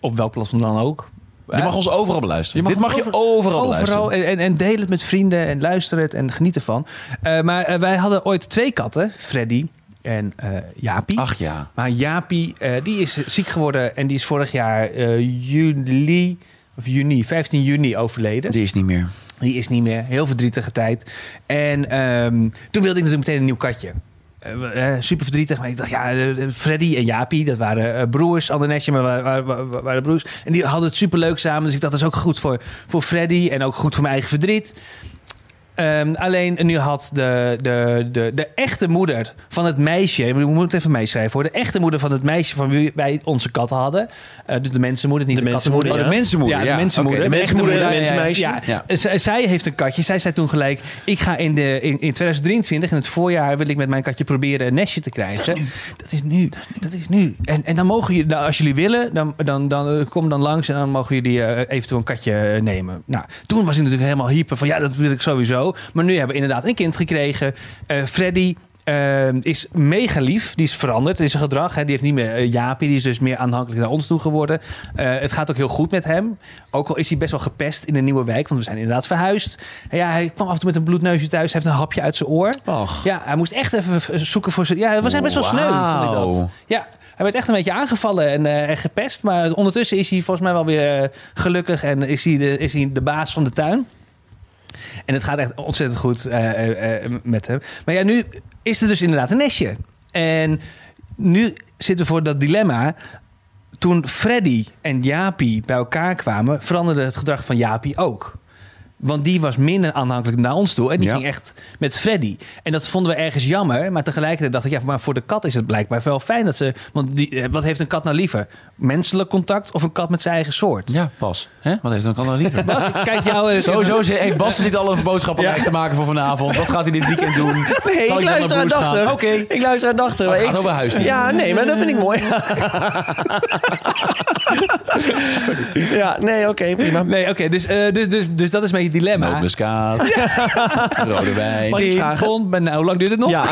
op welk platform dan ook.
Je mag ons overal
Je
beluisteren.
mag
Dit mag je
over-
overal beluisteren.
Overal en, en, en deel het met vrienden en luister het en geniet ervan. Eh, maar eh, wij hadden ooit twee katten, Freddy en eh Jaapie.
Ach ja.
Maar Jaapie, eh, die is ziek geworden en die is vorig jaar eh, juli of juni, 15 juni overleden.
Die is niet meer.
Die is niet meer. Heel verdrietige tijd. En ehm, toen wilde ik natuurlijk meteen een nieuw katje. Eh, eh, super verdrietig, maar ik dacht, ja, eh, eh, Freddy en Jaapie, dat waren eh, broers, Andernetje, maar wa- wa- wa- wa- waren broers. En die hadden het super leuk samen, dus ik dacht, dat is ook goed voor, voor Freddy en ook goed voor mijn eigen verdriet. Ehm, alleen nu had de, de, de, de echte moeder van het meisje... Ik bedoel, We moeten even meeschrijven hoor. De echte moeder van het meisje van wie wij onze kat hadden. eh, dus de mensenmoeder, niet de,
De mensenmoeder,
kattenmoeder.
ja.
Oh, de mensenmoeder,
Ja,
ja.
de mensenmoeder.
Oké, de
De echte
mensenmoeder en
moeder,
het
ja, ja,
mensenmeisje.
Ja, ja. Eh, Z- zij heeft een katje. Zij zei toen gelijk... ik ga in, de, in, in 2023, in het voorjaar... wil ik met mijn katje proberen een nestje te krijgen. Dat is nu. Dat is nu. En, en dan mogen jullie... nou, als jullie willen, dan, dan, dan eh, kom dan langs... en dan mogen jullie eh, eventueel een katje eh, nemen. Nou, toen was ik natuurlijk helemaal hyper van... ja, dat wil ik sowieso. Maar nu hebben we inderdaad een kind gekregen. Eh, Freddy... eh, is mega lief. Die is veranderd in zijn gedrag. Hè. Die heeft niet meer eh, Jaapie. Die is dus meer aanhankelijk naar ons toe geworden. Eh, het gaat ook heel goed met hem. Ook al is hij best wel gepest in een nieuwe wijk. Want we zijn inderdaad verhuisd. En ja, hij kwam af en toe met een bloedneusje thuis. Hij heeft een hapje uit zijn oor.
Och.
Ja, hij moest echt even v- zoeken voor zijn... Ja, hij was echt best wel sneu, vond ik dat.
Wauw.
Ja, hij werd echt een beetje aangevallen en, eh, en gepest. Maar ondertussen is hij volgens mij wel weer eh, gelukkig. En is hij, de, is hij de baas van de tuin. En het gaat echt ontzettend goed eh, eh, eh, met hem. Maar ja, nu is er dus inderdaad een nestje. En nu zitten we voor dat dilemma. Toen Freddy en Jaapie bij elkaar kwamen, veranderde het gedrag van Jaapie ook. Want die was minder aanhankelijk naar ons toe. En die
Ja.
ging echt met Freddy. En dat vonden we ergens jammer. Maar tegelijkertijd dacht ik, ja, maar voor de kat is het blijkbaar wel fijn dat ze. Want die, eh, wat heeft een kat nou liever? Menselijk contact of een kat met zijn eigen soort?
Ja, pas. Hè? Wat heeft een kat nou liever?
Bas, ik kijk jou. eh,
Sowieso, ze- hey, Bas zit al een boodschap aan
Ja.
mij te maken voor vanavond. Wat gaat hij dit weekend doen?
Nee,
Zal
ik
naar
luister
mijn broers gaan?
aandachtig.
Oké.
Ik luister aandachtig.
Oh, het
maar
gaat
ik-
over huisdieren.
Ja, nee, maar dat vind ik mooi. ja, nee, oké, prima.
Nee, oké, dus, eh, dus, dus, dus dat is een beetje het dilemma.
Nootmuskaat, rode wijn.
Mag ik
Die
Nou, vragen?
bond, ben, nou, hoe lang duurt het nog?
Ja,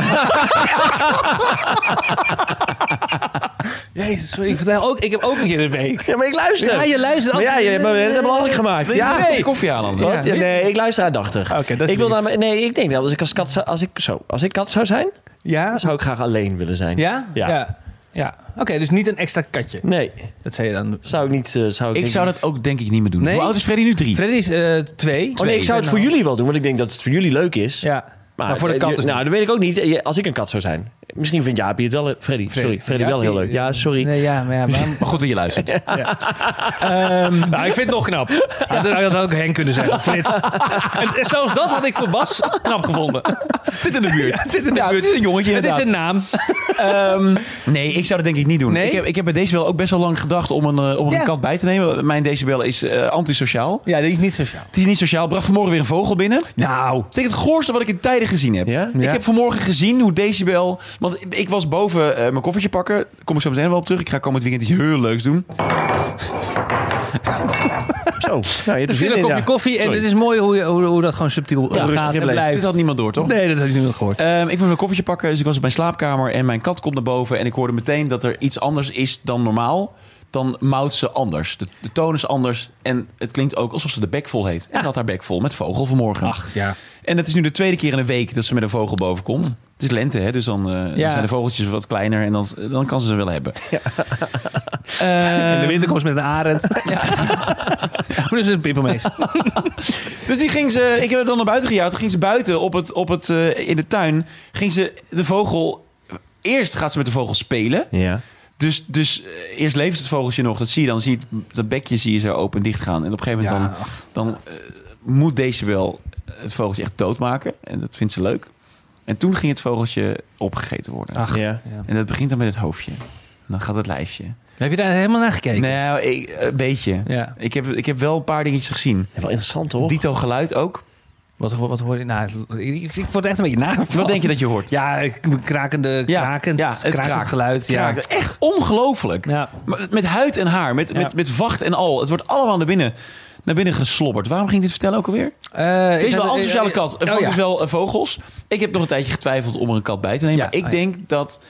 Jezus, sorry, ik vertel ook, ik heb ook een keer een week.
ja, maar ik luister.
Ja, je luistert
Maar ja, je hebt me net belachelijk gemaakt. Ja.
Nee. Koffie aan dan.
Wat?
Ja.
Ja, nee, ik luister aandachtig.
Oké, dat is
ik wil
lief.
namelijk- nee, ik denk wel, als ik als kat zou, als ik, zo, als ik kat zou zijn,
Ja?
dan zou ik graag alleen willen zijn.
Ja?
Ja.
Ja. Ja. Oké, dus niet een extra katje.
Nee,
Dat zei je dan.
zou ik niet. eh, zou ik,
Ik
denk-
zou dat ook denk ik niet meer doen.
Nee?
Hoe oud is Freddy nu? Drie?
Freddy is eh, twee. Nou.
Oh nee, ik zou het voor jullie wel doen, want ik denk dat het voor jullie leuk is.
Ja. Maar, voor de
eh,
kat is
Nou,
niet.
dat weet ik ook niet. Eh, Als ik een kat zou zijn. Misschien vindt Jaapie het wel... eh, Freddy, sorry. Freddy wel heel leuk. Ja, sorry.
Nee, ja, maar ja, waarom-
Maar goed dat je luistert.
Nou, ik vind het nog knap. Ja, dat had ook Henk kunnen zeggen, Frits. En zelfs dat had ik voor Bas knap gevonden.
Het zit in de buurt. het zit in de buurt. Het is een jongetje
Het is
inderdaad.
een naam.
Ehm, nee, ik zou dat denk ik niet doen.
Nee?
Ik, heb, ik heb bij Decibel ook best wel lang gedacht om een, eh, om
Ja.
een kat bij te nemen. Mijn Decibel is eh, antisociaal.
Ja, die is niet sociaal.
Het is niet sociaal. Bracht vanmorgen weer een vogel binnen.
Nou.
Het is het goorste wat ik in tijden gezien heb.
Ja?
Ja.
Ik heb vanmorgen gezien hoe Decibel... Want ik- ik was boven eh, mijn koffertje pakken. Daar kom ik zo meteen wel op terug. Ik ga komend weekend iets heel leuks doen.
Zo. Nou, je hebt er
Er zit
zin
dus een
in,
kopje
ja.
koffie en
Sorry.
het is mooi hoe, je, hoe, hoe dat gewoon subtiel eh,
rustig
gaat en
gebleven.
blijft.
Dit had niemand door, toch?
Nee, dat had ik niet gehoord.
Ehm, ik moest mijn koffertje pakken, dus ik was op mijn slaapkamer en mijn kat komt naar boven. En ik hoorde meteen dat er iets anders is dan normaal. Dan mouwt ze anders. De, de toon is anders en het klinkt ook alsof ze de bek vol heeft. En ze had haar bek vol met vogel vanmorgen.
ja.
En het is nu de tweede keer in een week dat ze met een vogel boven komt. Het is lente, hè? dus dan, eh, dan
Ja.
zijn de vogeltjes wat kleiner en dan, dan kan ze ze wel hebben.
En de winter komt ze met een arend. Ja. Hoe is het een pippermees?
Dus die ging ze, ik heb haar dan naar buiten gejaagd. Toen ging ze buiten op het, op het, eh, in de tuin. Ging ze de vogel. Eerst gaat ze met de vogel spelen.
Ja.
Dus, dus eh, eerst leeft het vogeltje nog. Dat zie je dan. Zie je het- dat bekje zie je zo open en dicht gaan. En op een gegeven moment
Ja,
dan, dan eh, moet deze wel het vogeltje echt doodmaken. En dat vindt ze leuk. En toen ging het vogeltje opgegeten worden.
Ach.
Ja.
En dat begint dan met het hoofdje. Dan gaat het lijfje.
Heb je daar helemaal naar gekeken?
Nou, ik- een beetje.
Ja.
Ik, heb, ik heb wel een paar dingetjes gezien.
Ja, Wel interessant, hoor.
Dito geluid ook.
Wat, ho- wat hoor je? Nou, ik, ik- ik word er echt een beetje naar.
Wat denk je dat je hoort?
Ja, ik- krakende, krakend,
ja,
krakend geluid. Ja.
kraakt. Echt ongelooflijk.
Ja.
Maar Met huid en haar, met,
Ja.
met, met vacht en al. Het wordt allemaal naar binnen, naar binnen geslobberd. Waarom ging ik dit vertellen ook alweer?
Eh, ik
Deze wel
had-
asociale
eh,
kat.
eh, oh,
Oh,
ja.
wel eh, vogels. Ik heb nog een tijdje getwijfeld om er een kat bij te nemen.
Ja,
maar ik
oh, ja.
denk dat,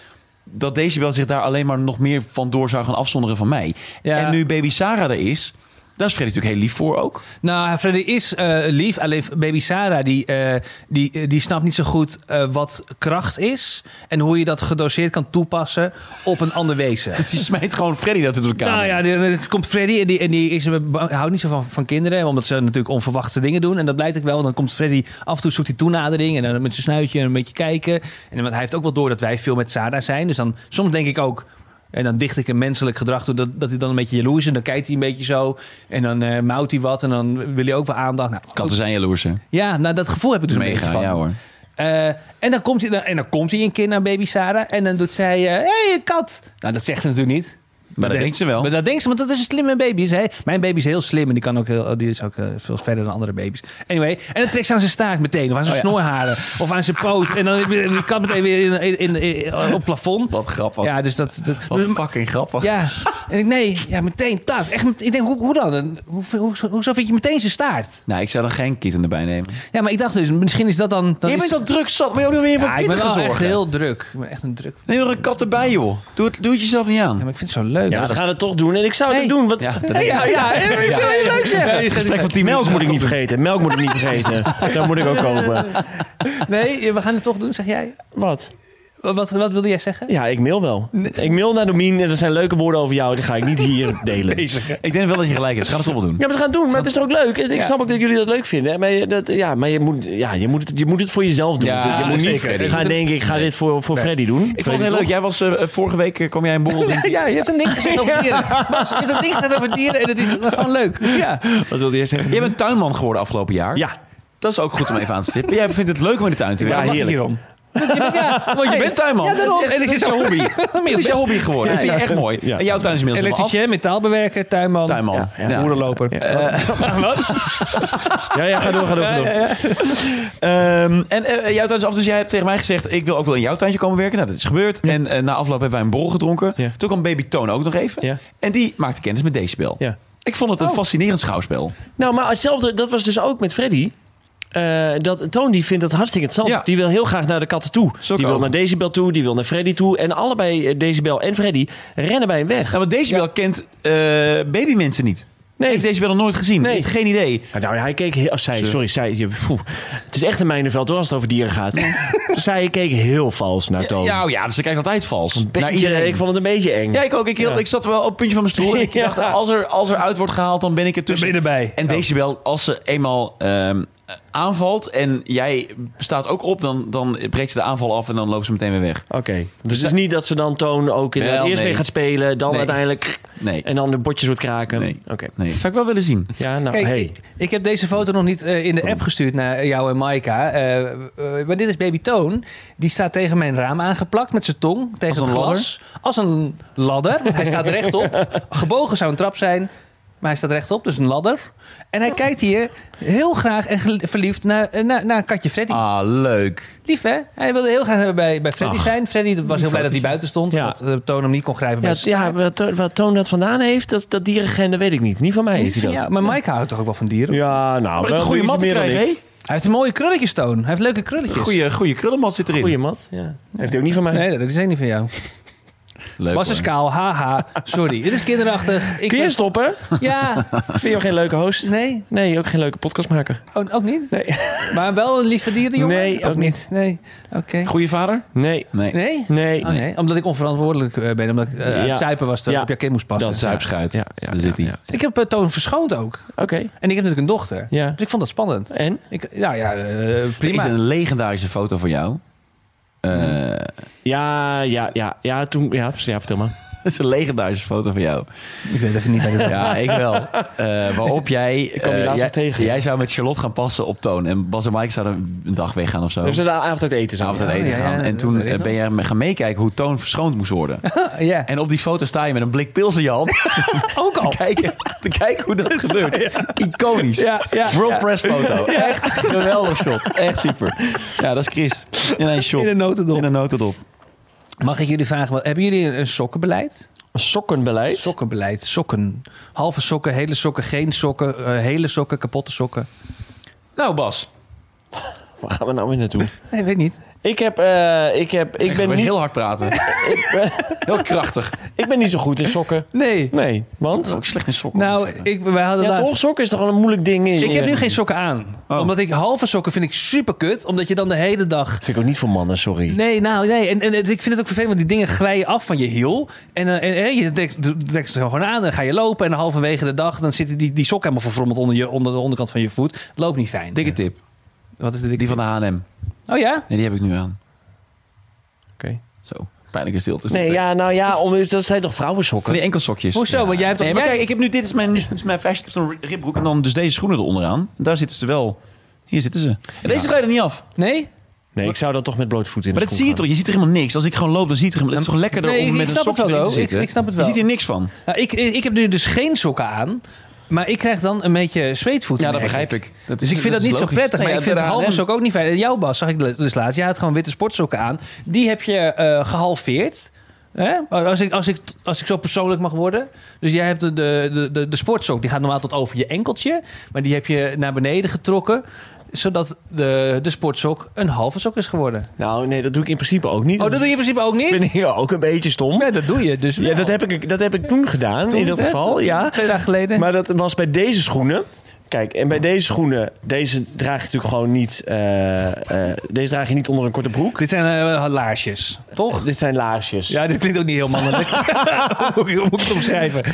dat Decibel zich daar alleen maar nog meer van door zou gaan afzonderen van mij.
Ja.
En nu baby Sarah er is, daar is Freddy natuurlijk heel lief voor ook.
Nou, Freddy is eh, lief. Alleen baby Sarah, die, eh, die, eh, die snapt niet zo goed eh, wat kracht is. En hoe je dat gedoseerd kan toepassen op een ander wezen.
Dus die smijt gewoon Freddy dat door de kamer.
Nou ja, dan dan komt Freddy en die, en die is, houdt niet zo van, van kinderen. Omdat ze natuurlijk onverwachte dingen doen. En dat blijkt ook wel. Dan komt Freddy af en toe zoekt hij toenadering. En dan met zijn snuitje en een beetje kijken. En want hij heeft ook wel door dat wij veel met Sarah zijn. Dus dan soms denk ik ook... En dan dicht ik een menselijk gedrag toe. Dat, dat hij dan een beetje jaloers is. En dan kijkt hij een beetje zo. En dan eh mouwt hij wat. En dan wil hij ook wel aandacht. Nou,
Katten zijn jaloers, hè?
ja, nou, dat gevoel heb ik dus een beetje
Mega,
van.
ja hoor.
Eh, en, dan komt hij, dan- en dan komt hij een keer naar baby Sarah. En dan doet zij... Hé, hey, kat! Nou, dat zegt ze natuurlijk niet.
Maar dat denkt ze wel.
Maar dat denkt ze, want dat is een slimme baby. Is, hè? Mijn baby is heel slim en die, kan ook heel, die is ook eh, veel verder dan andere baby's. Anyway, en dan trekt ze aan zijn staart meteen. Of aan zijn
Oh ja.
snoorharen. Of aan zijn poot. En dan en die kat meteen weer in, in, in- in- op het plafond.
Wat grappig.
Ja, dus dat... dat
Wat
dat-
fucking grappig.
ja, en ik nee, ja, meteen tas. Echt, met- ik denk, hoe, hoe dan? Hoe, hoe, hoezo vind je meteen zijn staart?
Nou, ik zou dan geen kitten erbij nemen.
Ja, maar ik dacht dus, misschien is dat dan... dan
je
is-
bent al druk zat, maar je moet weer voor
ja, ik ben
kitten gaan
wel echt
zorgen.
heel druk. Ik ben echt een druk...
Neem er een kat erbij, joh. Doe het, doe het jezelf niet aan.
Ja, maar ik vind het zo leuk.
Ja, ze gaan het toch doen en ik zou het
Nee.
ook doen. Wat...
Ja, dat-
Hey, ja, ja, ik wil iets leuks zeggen.
Nee,
Gesprek van 10 melk moet ik niet vergeten. Melk moet ik niet vergeten. Dat moet ik ook kopen.
Nee, we gaan het toch doen, zeg jij.
Wat?
Wat, wat, wat wilde jij zeggen?
Ja, ik mail wel. Ik mail naar Domien en er zijn leuke woorden over jou. Die ga ik niet hier delen.
Ik denk wel dat je gelijk hebt. Ze gaan het toch wel doen.
Ja, maar ze gaan het doen. Maar het is toch ook leuk? Ik snap ook dat jullie dat leuk vinden. Maar, je, dat, ja, maar je, moet, ja, je, moet het, je moet het voor jezelf doen.
Ja,
je moet niet
zeker. Je moet
gaan
het-
denken, ik ga dit voor, voor Freddy doen.
Ik vond het heel leuk. Jij was eh, vorige week, eh, kwam jij een borrel doen.
Ja, je hebt een ding gezegd over dieren. Mas, je hebt een ding gezegd over dieren en het is gewoon leuk. Ja.
Wat wilde jij zeggen? Jij bent tuinman geworden afgelopen jaar.
Ja,
Dat is ook goed om even aan te stippen. Jij vindt het leuk om in de tuin te werken.
Ja, heerlijk.
hierom.
ja want
Je
je
bent
bent
tuinman.
Ja, daarom.
Het is- En het is jouw hobby. Het is jouw hobby geworden.
Ja,
dat vind je
ja.
echt mooi.
Ja.
En jouw tuin is inmiddels helemaal af.
elektricien, metaalbewerker, tuinman,
Tuinman.
Ja, ja.
Ja.
boerenloper.
ja, ja, ga door, ga door, ga door.
Ehm, en eh, jouw tuin is af, dus jij hebt tegen mij gezegd... ik wil ook wel in jouw tuintje komen werken. Nou, dat is gebeurd. En eh, na afloop hebben wij een borrel gedronken.
Ja.
Toen kwam baby Toon ook nog even.
Ja.
En die maakte kennis met Decibel.
Ja.
Ik vond het een fascinerend schouwspel.
Nou, maar hetzelfde, dat was dus ook met Freddy. Eh, dat, Toon die vindt dat hartstikke interessant.
Ja.
Die wil heel graag naar de katten toe.
Zo
die
ook.
wil naar Decibel toe, die wil naar Freddy toe. En allebei, eh, Decibel en Freddy, rennen bij hem weg.
Nou, want Decibel kent eh, babymensen niet. Nee. Heeft Decibel nog nooit gezien.
Nee.
Heeft geen idee.
Ja, Nou, hij keek heel... oh, zij, sorry, zij... je- poeh. het is echt een mijnenveld hoor, als het over dieren gaat. zij keek heel vals naar Toon.
Ja, oh ja, ze kijkt altijd vals.
Beetje-
naar iedereen.
Ik vond het een beetje eng.
Ja, ik ook. Ik, heel- ik zat wel op het puntje van mijn stoel. Ik
Ja.
dacht, als er, als er uit wordt gehaald, dan ben ik er tussen.
ben je erbij.
En Decibel, als ze eenmaal ehm, aanvalt en jij staat ook op, dan, dan breekt ze de aanval af en dan loopt ze meteen weer weg.
Oké. Dus het is niet dat ze dan Toon ook inderdaad
Wel,
eerst
nee.
mee gaat spelen, dan
Nee.
uiteindelijk...
Nee.
En dan de botjes wordt kraken.
Nee.
Oké.
Nee, zou ik wel willen zien.
Ja, nou,
Kijk,
hey. Oh.
ik, ik heb deze foto nog niet eh, in de app gestuurd naar jou en Maika. Eh, eh, maar dit is baby Toon. Die staat tegen mijn raam aangeplakt met zijn tong. Tegen
Als een
het glas. Als een ladder. Want hij staat rechtop. Gebogen zou een trap zijn. Maar hij staat rechtop, dus een ladder. En hij kijkt hier heel graag en gel- verliefd naar, eh, naar, naar katje Freddy.
Ah, leuk.
Lief, hè? Hij wilde heel graag bij, bij Freddy
Ach,
zijn. Freddy was heel blij dat hij buiten stond.
Ah. Ja.
Dat eh, Toon hem niet kon grijpen. bij
Ja,
zijn
ja
staart.
wat, To- wat Toon dat vandaan heeft, dat, dat dierengende weet ik niet. Niet van mij
Niet
is hij
van
dat.
jou, maar Mike houdt toch ook wel van dieren?
Ja, nou,
Maar een goede mat te krijgen, hè?
Hij heeft een mooie krulletjes, Toon. Hij heeft leuke krulletjes.
Goeie, goeie krullenmat zit erin.
Goeie mat, ja. Heeft hij ook niet van mij.
Nee, dat is één niet van jou.
Leuk,
Was
hoor.
is kaal, haha. Sorry, dit is kinderachtig. Ik
Kun je stoppen?
ben- Ja,
Vind je ook geen leuke host?
nee,
Nee, ook geen leuke podcastmaker.
oh, ook niet.
Nee.
Maar wel een lieve dierenjongen?
Nee, ook niet.
Nee, oké.
Goeie vader?
Nee.
Nee.
Nee?
Nee.
Oh, nee, omdat ik onverantwoordelijk eh, ben. Omdat ik eh, aan het
Ja.
zuipen was, dat
Ja.
op je kind moest passen.
Dat zuipschuit.
Ja,
Ja,
ja,
Daar zit hij.
ja,
Ik heb eh, Toon verschoond ook.
Oké.
En ik heb natuurlijk een dochter.
Ja.
Dus ik vond dat spannend.
En?
Ik, nou ja, eh,
Er is
prima.
een legendarische foto van jou. Eh,
Ja, ja, ja. Ja, toen... Ja, ja vertel maar.
Dat is een legendarische foto van jou.
Ik weet even niet uit het
Ja, ik wel. Eh, waarop jij...
kwam die
eh,
laatst
jij,
nog tegen.
jij zou met Charlotte gaan passen op Toon. En Bas en Mike zouden een dag weggaan of zo.
Hebben ze
Ze
de Oh. avond uit eten zo?
avond uit
Oh,
eten
ja,
gaan.
ja,
en
dat
toen
weet ik
eh, ben jij gaan meekijken hoe Toon verschoond moest worden.
Ja.
En op die foto sta je met een blik pils in je hand.
Ook al.
te, kijken, te kijken hoe dat gebeurt. Iconisch.
Ja, ja.
World Press foto. Echt geweldig shot. Echt super. Ja, dat is Chris. In een shot.
In een notendop.
In een notendop.
Mag ik jullie vragen, wat, hebben jullie een- een sokkenbeleid?
Sokkenbeleid.
Sokkenbeleid, sokken. Halve sokken, hele sokken, geen sokken, eh, hele sokken, kapotte sokken.
Nou Bas.
Waar gaan we nou weer naartoe?
Nee, weet niet.
ik heb... eh, ik heb... Ik
Ik
ben,
ben
niet,
heel hard praten. heel krachtig.
ik ben niet zo goed in sokken.
Nee.
Nee. Want?
Ook slecht in sokken.
Nou, ik, wij hadden
Ja,
laatst...
toch? Sokken is toch wel een moeilijk ding. In,
Ik heb nu geen sokken aan.
Oh.
Omdat ik halve sokken vind ik super kut. Omdat je dan de hele dag...
Vind ik ook niet voor mannen, sorry.
Nee, nou, nee. En, en het- ik vind het ook vervelend, want die dingen glijden af van je hiel. En, eh, en, eh, je dekt, dekt ze gewoon aan en dan ga je lopen. En halverwege de dag, dan zit die, die sok helemaal verfrommeld onder, je, onder de onderkant van je voet. Loopt niet fijn.
Dikke tip.
Wat is de dikke-
Die van de H&M.
Oh ja?
En die heb ik nu aan.
Oké.
Zo. Pijnlijke stilte. is
Nee,
dit.
ja, nou ja, om, dat zijn toch
Van
vrouwensokken?
die enkelsokjes.
Hoezo? Want jij hebt toch...
Nee, maar
jij-
kijk, ik heb nu, dit is mijn, dit is mijn fashion, ik heb zo'n ribbroek en dan dus deze schoenen eronder aan. En daar zitten ze wel. Hier zitten ze. En deze ga je er niet af.
Nee?
Nee, ik zou dan toch met bloot voet in de
Maar dat
schoen
zie je toch? Je ziet er helemaal niks. Als ik gewoon loop, dan zie je er helemaal... Het is toch lekkerder
Nee, ik
om met een
snap het
sokje
wel,
erin te
hoor. Ik-
zitten?
ik snap het wel.
Je ziet er niks van.
Nou, ik, ik heb nu dus geen sokken aan. Maar ik krijg dan een beetje zweetvoeten.
Ja, dat
merk
begrijp ik. Dat
dus
is-
ik vind dat,
dat is
niet zo
logisch.
prettig.
Nee,
maar
ja,
ik vind het
de
halve
H&M.
sok ook niet fijn. En jouw Bas zag ik dus laatst. Jij had gewoon witte sportsokken aan. Die heb je eh, gehalveerd. Hè? Als, ik, als, ik, als ik zo persoonlijk mag worden. Dus jij hebt de, de, de- de, de sportsok. Die gaat normaal tot over je enkeltje. Maar die heb je naar beneden getrokken. Zodat de, de sportsok een halve sok is geworden.
Nou, nee, dat doe ik in principe ook niet.
Oh, dat doe je in principe ook niet?
vind ik ook een beetje stom.
Ja, dat doe je dus
Ja,
wel.
dat heb ik, dat heb ik toen gedaan,
Toen,
in dat
hè?
geval.
Toen,
Ja.
Twee dagen geleden.
Maar dat was bij deze schoenen. Kijk, en bij deze schoenen, deze draag je natuurlijk gewoon niet. eh, eh, deze draag je niet onder een korte broek.
Dit zijn eh, laarsjes, toch?
Dit zijn laarsjes.
Ja, dit klinkt ook niet heel mannelijk. hoe, hoe moet ik het omschrijven?
Eh,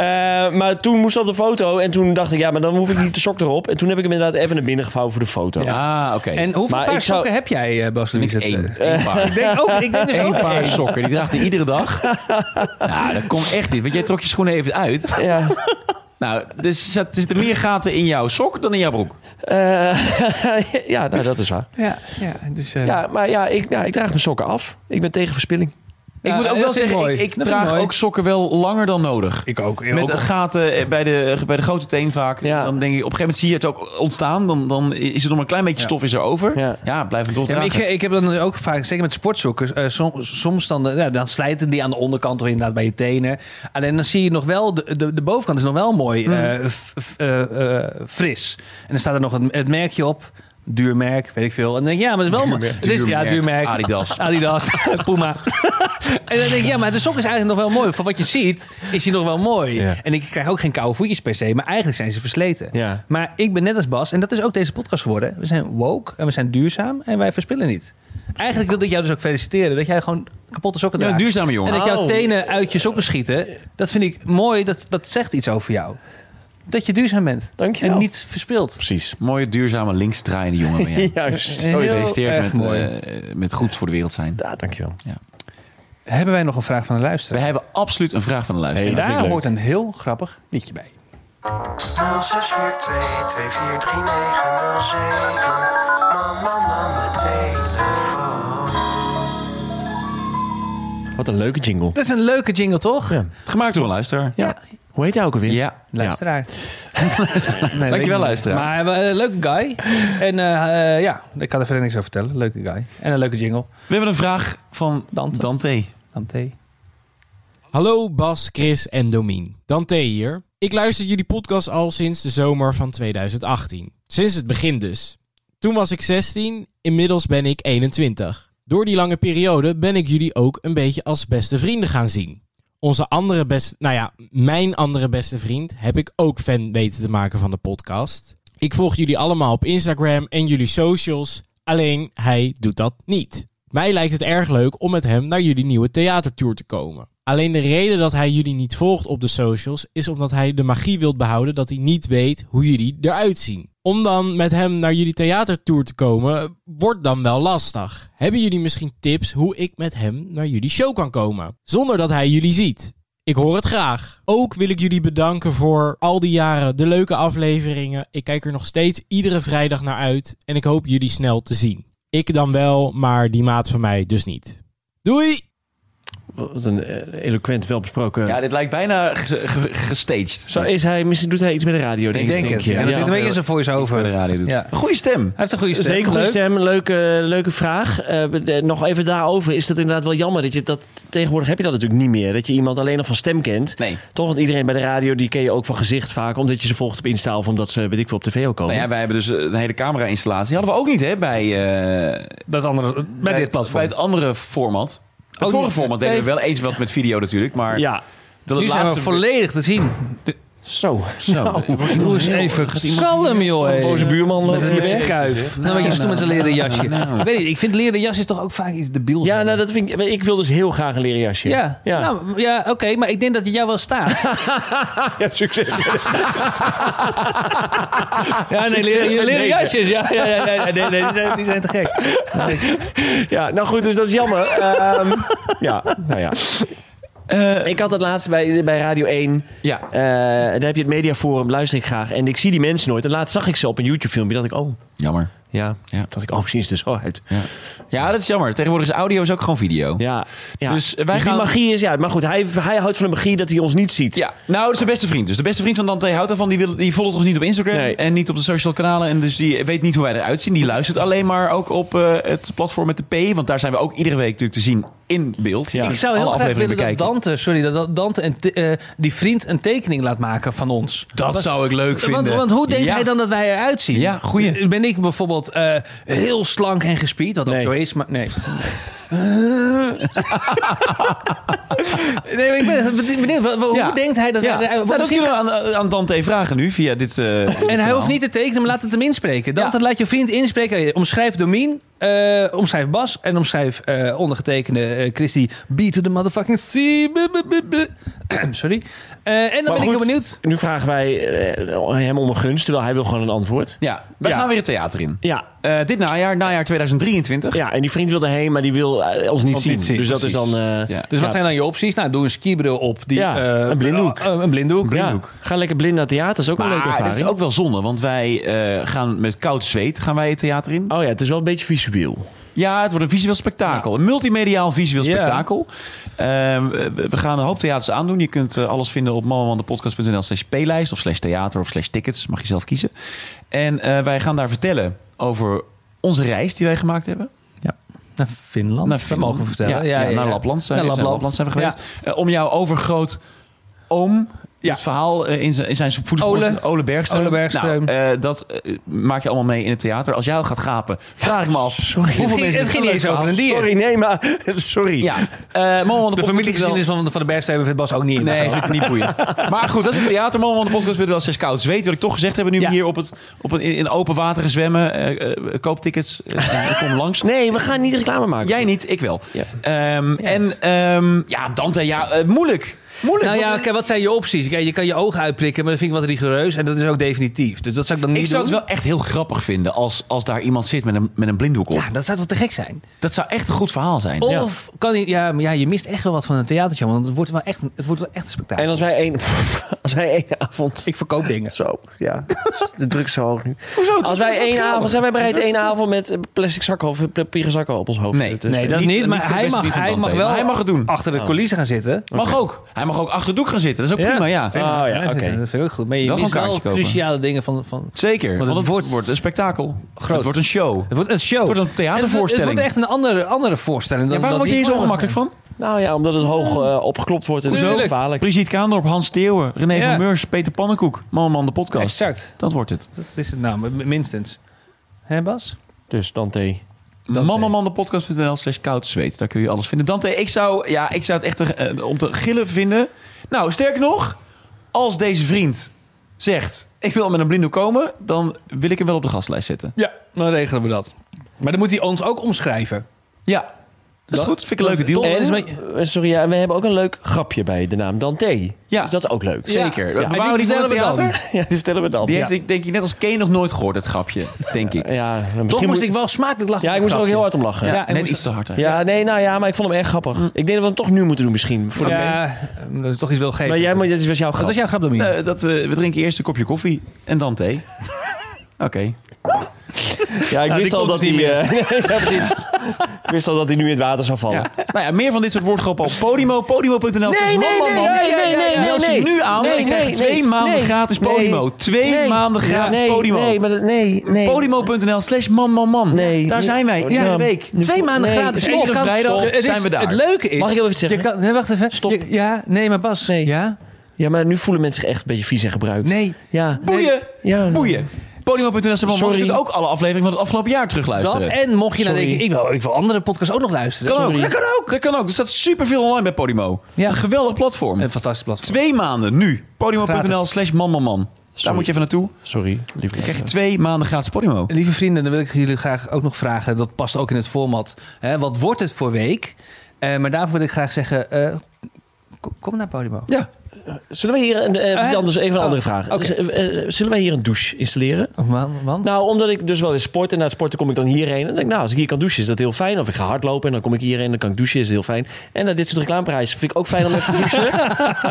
maar toen moest dat op de foto en toen dacht ik, ja, maar dan hoef ik niet de sok erop. En toen heb ik hem inderdaad even naar binnen gevouwen voor de foto.
Ah, oké.
En hoeveel
Maar
paar
ik zou-
sokken heb jij, eh, Bas?
niks
Louise?
één. Eén paar.
Ik denk, ook, ik denk dus
Eén
ook
paar
één.
sokken. Die draagt hij iedere dag. Nou, dat komt echt niet. Want jij trok je schoenen even uit.
Ja.
Nou, dus er zat- er zitten meer gaten in jouw sok dan in jouw broek.
Eh, ja, nou, dat is waar.
Ja, ja, dus, eh,
Ja, maar ja ik, ja, ik draag mijn sokken af. Ik ben tegen verspilling.
Ik
Ja,
moet ook
dat
wel
vind ik
zeggen,
mooi.
ik, ik
Dat vind ik
draag
mooi.
ook sokken wel langer dan nodig.
Ik ook. ik
Met
ook.
de gaten eh, bij de, bij de grote teen vaak.
Ja.
Dan denk ik, op een gegeven moment zie je het ook ontstaan. Dan, dan is er nog maar een klein beetje
Ja.
stof is er over.
Ja.
Ja, blijf het
Ja, maar
doordragen.
ik, ik heb dan ook vaak, zeker met sportsokken, eh, som- soms dan, eh, ja, dan slijten die aan de onderkant of inderdaad bij je tenen. Alleen dan zie je nog wel, de, de, de bovenkant is nog wel mooi
Hmm.
eh, f- f- eh, eh, fris. En dan staat er nog het, het merkje op. Duur merk, weet ik veel. En dan denk ik, ja, maar het is wel...
Duur merk.
het is, ja,
Duur merk.
duur merk.
Adidas.
Adidas, Puma. en dan denk ik, ja, maar de sok is eigenlijk nog wel mooi. Van wat je ziet, is die nog wel mooi.
Ja.
En ik krijg ook geen koude voetjes per se, maar eigenlijk zijn ze versleten.
Ja.
Maar ik ben net als Bas, en dat is ook deze podcast geworden. We zijn woke en we zijn duurzaam en wij verspillen niet. Eigenlijk wilde ik jou dus ook feliciteren dat jij gewoon kapotte sokken
Ja,
draagt.
een duurzame jongen.
En dat jouw
Oh.
tenen uit je sokken schieten, dat vind ik mooi. Dat, dat zegt iets over jou. Dat je duurzaam bent.
Dank je
En
wel.
niet verspilt.
Precies.
Mooie, duurzame, linksdraaiende jongen ben jij.
Juist.
Heel
Oh, is het.
Gefeliciteerd
erg
met,
mooi.
eh, met goed voor de wereld zijn.
Ja, dankjewel.
Hebben wij nog een vraag van de
We
luisteraar?
hebben absoluut een vraag van de luisteraar.
Hey,
Dat vind
Daar
ik
hoort een heel grappig liedje bij.
0642 243907 Man, man, man, de telefoon
Wat een leuke jingle.
Dat is een leuke jingle, toch?
Ja.
leuk. Gemaakt door een luisteraar.
Ja. Hoe heet hij ook alweer?
Ja.
Luisteraar. Nee, weet ik
Dankjewel,
niet.
luisteraar.
Maar eh, leuke guy. En eh, eh, ja, ik kan er verder niks over vertellen. Leuke guy. En een leuke jingle.
We hebben een vraag van
Dante.
Dante.
Dante.
Hallo Bas, Chris en Domien. Dante hier. Ik luister jullie podcast al sinds de zomer van 2018. Sinds het begin dus. Toen was ik 16, inmiddels ben ik 21. Door die lange periode ben ik jullie ook een beetje als beste vrienden gaan zien. Onze andere beste, nou ja, mijn andere beste vriend heb ik ook fan weten te maken van de podcast. Ik volg jullie allemaal op Instagram en jullie socials, alleen hij doet dat niet. Mij lijkt het erg leuk om met hem naar jullie nieuwe theatertour te komen. Alleen de reden dat hij jullie niet volgt op de socials is omdat hij de magie wilt behouden dat hij niet weet hoe jullie eruit zien. Om dan met hem naar jullie theatertour te komen, wordt dan wel lastig. Hebben jullie misschien tips hoe ik met hem naar jullie show kan komen? Zonder dat hij jullie ziet. Ik hoor het graag. Ook wil ik jullie bedanken voor al die jaren de leuke afleveringen. Ik kijk er nog steeds iedere vrijdag naar uit en ik hoop jullie snel te zien. Ik dan wel, maar die maat van mij dus niet. Doei!
Wat een eh, eloquent, welbesproken...
Ja, dit lijkt bijna ge- ge- gestaged.
Zo is hij, misschien doet hij iets met de radio.
Ik
Denk,
denk
denk
het.
je.
En dat
Ja.
dit een beetje zo'n
Voor de
voice-over. Hij
radio doet.
Ja.
Goeie stem.
heeft een goede stem.
Zeker
eh, Leuk.
goed, Sam. Leuke, leuke vraag. Eh, de- nog even daarover. Is dat inderdaad wel jammer? Dat je dat, tegenwoordig heb je dat natuurlijk niet meer. Dat je iemand alleen nog van stem kent.
Nee.
Toch, want iedereen bij de radio, die ken je ook van gezicht vaak. Omdat je ze volgt op Insta of omdat ze, weet ik veel, op tv ook komen.
Nou ja, wij hebben dus een hele camera-installatie. Die hadden we ook niet hè, bij, eh,
Dat andere, bij, dit
het-
platform.
Bij het andere format. Het
Oh,
vorige
niet.
format deden we wel eens wat met video natuurlijk. Maar
Ja.
de
nu zijn we
laatste...
volledig te zien.
Zo.
Zo. Hoe is even kalm, joh. hé.
Boze buurman loopt hier weg.
schuif. Nou, weet je, stoem met zijn leren jasje. Ik weet niet, ik vind leren jasjes toch ook vaak iets debiels.
Ja, nou, dat vind ik, ik wil dus heel graag een leren jasje.
Ja,
ja.
Nou, ja oké, maar ik denk dat het jou wel staat.
Ja, succes.
ja, nee, leren, leren jasjes. Ja, ja, ja, ja, ja, nee, nee, die, zijn, die zijn te gek.
Ja, nou goed, dus dat is jammer. Ehm, ja, nou ja. ik had het laatst bij, bij Radio 1.
Eh, Ja.
Eh, daar heb je het mediaforum, luister ik graag. En ik zie die mensen nooit. En laatst zag ik ze op een YouTube-filmpje. Dat ik, oh,
Jammer.
ja.
Ja.
Dat ik, oh, precies dus zo uit.
Ja, dat is jammer. Tegenwoordig is audio is ook gewoon video.
Ja. ja.
Dus wij gaan-
die magie is, ja. Maar goed, hij, hij houdt van de magie dat hij ons niet ziet.
Ja, nou, dat is de beste vriend. Dus de beste vriend van Dante houdt ervan. Die, wil, die volgt ons niet op Instagram
Nee.
en niet op de social kanalen. En dus die weet niet hoe wij eruit zien. Die luistert alleen maar ook op eh, het platform met de P. Want daar zijn we ook iedere week natuurlijk te zien in beeld.
Ja.
Ik zou heel
Alle
graag willen
afleveringen
dat
bekijken.
Dante, sorry, dat- dat Dante en te- eh, die vriend een tekening laat maken van ons.
Dat zou ik leuk
Want, want hoe denkt
Ja.
hij dan dat wij eruit zien?
Ja, goeie.
Ben ik bijvoorbeeld eh, heel slank en gespierd, wat ook
Nee.
zo is, maar nee. nee, maar ik ben benieuwd, wa- wa- hoe
Ja.
denkt hij dat
Ja.
wij eruit
Nou, dat kunnen we aan, aan Dante vragen nu via dit. eh, dit
eh, En hij
kanaal.
hoeft niet te tekenen, maar laat het hem inspreken. Dan
Ja.
dan laat je vriend inspreken. Hey, Omschrijf Domien, eh, omschrijf Bas en omschrijf eh, ondergetekende eh, Christy. Beat to the motherfucking sea. Bu- bu- bu- bu. Sorry. Eh, en dan
Maar
ben ik
goed,
heel benieuwd.
Nu vragen wij eh, hem om een gunst, terwijl hij wil gewoon een antwoord.
Ja, wij
Ja.
gaan weer het theater in.
Ja,
Eh, dit najaar, najaar 2023.
ja, en die vriend wil erheen, maar die wil eh, ons niet,
Ons
zien.
niet zien,
Dus dat
precies.
is dan... eh,
Ja.
Dus
Ja.
wat zijn dan je opties? Nou, doe een skibril op. Die,
Ja,
eh,
een blinddoek.
eh, een blinddoek.
ja, ga lekker blind naar theater, is ook een leuke
Maar
ervaring.
het is ook wel zonde, want wij eh, gaan met koud zweet gaan wij het theater in.
Oh ja, het is wel een beetje visueel.
Ja, het wordt een visueel spektakel. Een multimediaal visueel
Ja.
spektakel. Ehm, we- we gaan een hoop theaters aandoen. Je kunt eh, alles vinden op mamamandepodcast.nl slash speellijst of slash theater of slash tickets. Mag je zelf kiezen. En eh, wij gaan daar vertellen over onze reis die wij gemaakt hebben.
Naar Finland.
naar
Dat
Finland.
mogen we vertellen.
Ja, ja, naar Lapland zijn,
Naar
zijn
Lapland.
Lapland zijn we geweest. Eh, om jouw overgroot oom...
Ja.
Het verhaal eh, in zijn, in zijn voetbal.
Ole.
Ole Bergström.
Ole Bergström.
Nou, eh, dat eh, maak je allemaal mee in het theater. Als jij al gaat gapen, vraag ik me af. Sorry.
Het ging, het ging niet eens over een dier.
Sorry, nee, maar... Sorry.
Ja. Eh, Mol, want
De familiegeschiedenis van de, van de Bergstreven vindt Bas ook niet
Nee, ik
interessant.
vind het niet boeiend. Maar goed, dat is het theaterman. Want de podcast werd wel zes koud zweet. Wil ik toch gezegd hebben, nu
Ja.
we hier op het, op een, in open water gaan zwemmen. eh, eh, koop tickets. eh, kom langs.
Nee, we gaan niet reclame maken.
Jij niet, ik wel.
Ja.
Ehm, En ehm, ja, Dante, ja, eh, moeilijk. Moeilijk.
Nou ja,
want, eh,
kijk, wat zijn je opties? Kijk, je kan je ogen uitprikken, maar dat vind ik wat rigoureus. En dat is ook definitief. Dus dat zou ik dan niet
ik zou het
doen.
wel echt heel grappig vinden als, als daar iemand zit met een, met een blinddoek op.
Ja, dat zou toch te gek zijn?
Dat zou echt een goed verhaal zijn.
Of kan je... Ja, maar ja, je mist echt wel wat van een theatertje. Want het wordt wel echt een, het wordt wel echt een spektakel.
En als wij één, als wij één avond...
ik verkoop dingen.
Zo, ja. De druk is zo hoog nu. Als wij één avond... Zijn wij bereid één avond met eh, plastic zakken of eh, papieren zakken op ons hoofd?
Nee.
Dus-
Nee, dat
Niet-
niet.
niet
maar
voor de
hij
beste
mag,
vriend van
hij
Dante.
mag wel
Maar hij mag het doen.
achter de coulissen gaan zitten.
Mag ook. Hij mag ook achter het doek gaan zitten. Dat is ook prima, ja.
Ah, ja,
dat
oké.
vind- Dat vind ik ook goed. Maar je
Wel
mist
gewoon
wel
kaartje kopen.
cruciale dingen van... van
Zeker. Want
het
het,
wordt-
wordt, een spektakel.
Groot.
Het wordt een show.
het wordt een show.
Het wordt een theatervoorstelling.
Het wordt echt een andere, andere voorstelling. Dan,
Ja, waarom
dan
word je
die
hier zo
vorige.
ongemakkelijk van?
Nou ja, omdat het hoog eh, opgeklopt wordt en zo
Tuurlijk.
gevaarlijk.
Brigitte Kaandorp, Hans Theeuwen, René
Ja.
van Meurs, Peter Pannenkoek. Man, man, de podcast.
Exact.
Dat wordt het.
Dat is het naam, mi- minstens. Hè, Bas?
Dus Dante.
Dante.
eh, Mamamandepodcast.nl slash koud zweet. Daar kun je alles vinden. Dante, ik zou, ja, ik zou het echt eh, om te gillen vinden. Nou, sterker nog, als deze vriend zegt... ik wil met een blinddoek komen, dan wil ik hem wel op de gastlijst zetten.
Ja, dan regelen we dat. Maar dan moet hij ons ook omschrijven.
Ja, dat is
Dat-
goed. Vind ik een leuke deal.
Tom,
En,
is mijn-
eh, sorry, ja, en we hebben ook een leuk grapje bij de naam Dante.
Ja.
Dus dat is ook leuk.
Zeker.
Ja.
We
Ja.
bewaren
die
die voor het
vertellen we dan.
theater.
Ja, die vertellen we dan.
Die heeft,
ja.
ik denk ik, net als Kane nog nooit gehoord, dat grapje. Denk ik.
Ja, misschien
Toch moest
moet-
ik wel smakelijk lachen.
Ja, ik moest er ook heel hard om lachen.
Ja,
Ja, ik
net
moest-
iets te hard. hè.
Ja, nee, nou ja, maar ik vond hem erg grappig. Ik denk dat we hem toch nu moeten doen misschien. Voor de-
Ja, eh, dat is toch iets wil geven.
Maar jij, maar dit was jouw
Wat
grap.
was jouw grap, Domien?
Nou, dat, eh, we drinken eerst een kopje koffie en dan thee. Oké.
Ja, ik
Nou,
wist
die
al
komt
dat hij...
dus niet
eh, ik wist al dat hij nu in het water zou vallen.
Ja. Nou ja, meer van dit soort woordgrappen op Podimo. Podimo.nl.
Nee, nee, nee, nee, nee, nee, nee,
Meld je
nee.
nu aan,
Nee,
want je
nee,
krijgt twee
nee,
maanden
nee,
gratis
nee,
Podimo. twee
nee,
maanden
ja,
gratis
nee,
Podimo.
Nee, maar dat- nee, nee.
Podimo.nl slash man, man, man.
Nee.
Daar
Nee.
zijn wij, iedere
Ja.
week. Twee maanden
Nee.
gratis.
Stop.
Iedere
Stop.
vrijdag
Het
Het is-
zijn we daar.
Het leuke is...
Mag ik heel even
je
zeggen?
kan, nee, wacht even.
Stop.
Je- ja, nee, maar Bas.
Nee.
Ja?
Ja, maar nu voelen mensen zich echt een beetje vies en gebruikt.
Nee.
Ja.
Boeien.
Ja.
Boeien. Podimo.nl slash
Sorry.
Sorry. ook alle afleveringen van het afgelopen jaar
Dat
terugluisteren.
en mocht je nou
Sorry.
denken, ik wil, ik wil andere podcasts ook nog luisteren.
kan ook.
Sorry.
Dat kan ook. Dat kan ook. Er staat superveel online bij Podimo.
Ja.
Een geweldig platform.
Een fantastisch platform.
Twee maanden nu. Podimo.nl
Gratis.
slash man, man, man. Daar moet je even naartoe.
Sorry, lieve
Dan krijg je twee maanden gratis Podimo.
Lieve vrienden, dan wil ik jullie graag ook nog vragen. Dat past ook in het format. Hè, wat wordt het voor week? Eh, maar daarvoor wil ik graag zeggen, eh, kom- kom naar Podimo.
Ja.
Zullen we hier een, eh,
Eh?
iets anders, even een
Oh,
andere vraag.
oké.
Z- eh, eh, Zullen wij hier een douche installeren?
Want, want?
Nou, omdat ik dus wel eens sport en na het sporten kom ik dan hierheen. En dan denk ik, nou, als ik hier kan douchen is dat heel fijn. Of ik ga hardlopen en dan kom ik hierheen en dan kan ik douchen is heel fijn. En na dit soort reclameprijzen vind ik ook fijn om even te douchen.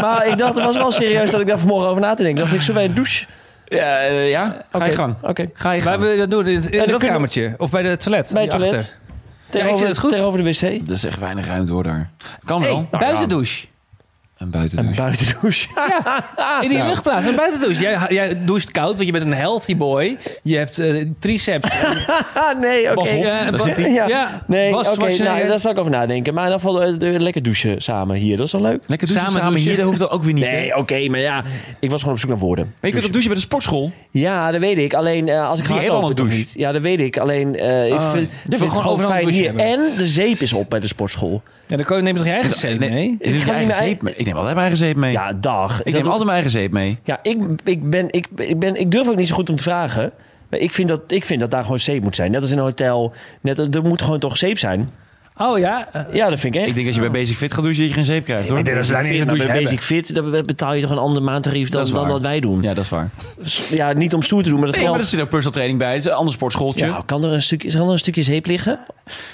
maar ik dacht, het was wel serieus dat ik daar vanmorgen over na te denken. Dacht ik, zo bij een douche?
Ja, eh, ja. ga je gang.
Oké.
Ga
Waar
je gang.
hebben we dat doen? In, in
dat
dat
kunnen-
kamertje? Of bij de toilet?
Bij het
hierachter?
toilet.
Ja, ik vind
Tegenover,
het goed.
tegenover de wc.
Er is echt weinig ruimte hoor daar. Kan wel.
Hey, Nou. buitendouche.
Een buiten
Een buitendouche.
In die
Ja.
luchtplaats, een buitendouche. Jij, jij doucht koud, want je bent een healthy boy. Je hebt eh, triceps.
Ah, nee, oké.
Bas Hof,
Ja,
daar
Bas-
zit hij.
ja.
Ja.
Nee,
Bas
oké, nou,
Schwarzenegger.
daar zal ik over nadenken. Maar in ieder geval eh, de- lekker douchen samen hier. Dat is wel leuk.
Lekker douchen
Samen
samen,
douchen.
hier, dat hoeft dan ook weer niet. hè?
Nee, oké, maar ja, ik was gewoon op zoek naar woorden.
Maar je kunt ook douchen bij de sportschool.
Ja, dat weet ik. Alleen eh, als ik
Die
ga
hebben al
hardlopen,
een
toch
douche.
niet. Ja, dat weet ik. Alleen eh, ik
Ah,
vind,
ja.
vind het gewoon
overal een
fijn
douche
hier. En de zeep is op bij de sportschool.
Ja, dan neem je toch je eigen zeep mee?
ga
Je doet je
niet
eigen
mijn-
zeep mee. Ik neem altijd mijn eigen zeep mee.
Ja, dag.
ik
Dat-
neem altijd mijn eigen zeep mee.
Ja, ik, ik, ben, ik, ik, ben, ik durf ook niet zo goed om te vragen. Maar ik vind, dat, ik vind dat daar gewoon zeep moet zijn. Net als in een hotel. Net, als- er moet gewoon toch zeep zijn.
Oh ja? eh,
Ja, dat vind ik echt.
Ik denk als je bij Basic Fit gaat douchen, dat je geen zeep krijgt hoor.
dat ze daar niet Bij Basic Fit dan betaal je toch een ander maandtarief
Dat
dan,
is
dan
waar.
dat wij doen. Ja.
Ja, dat is waar.
niet om stoer te doen, maar dat
Nee, maar er
geldt.
zit ook personal training bij. Het is een ander sportschooltje.
Ja, kan er een stukje, zal er een stukje zeep liggen?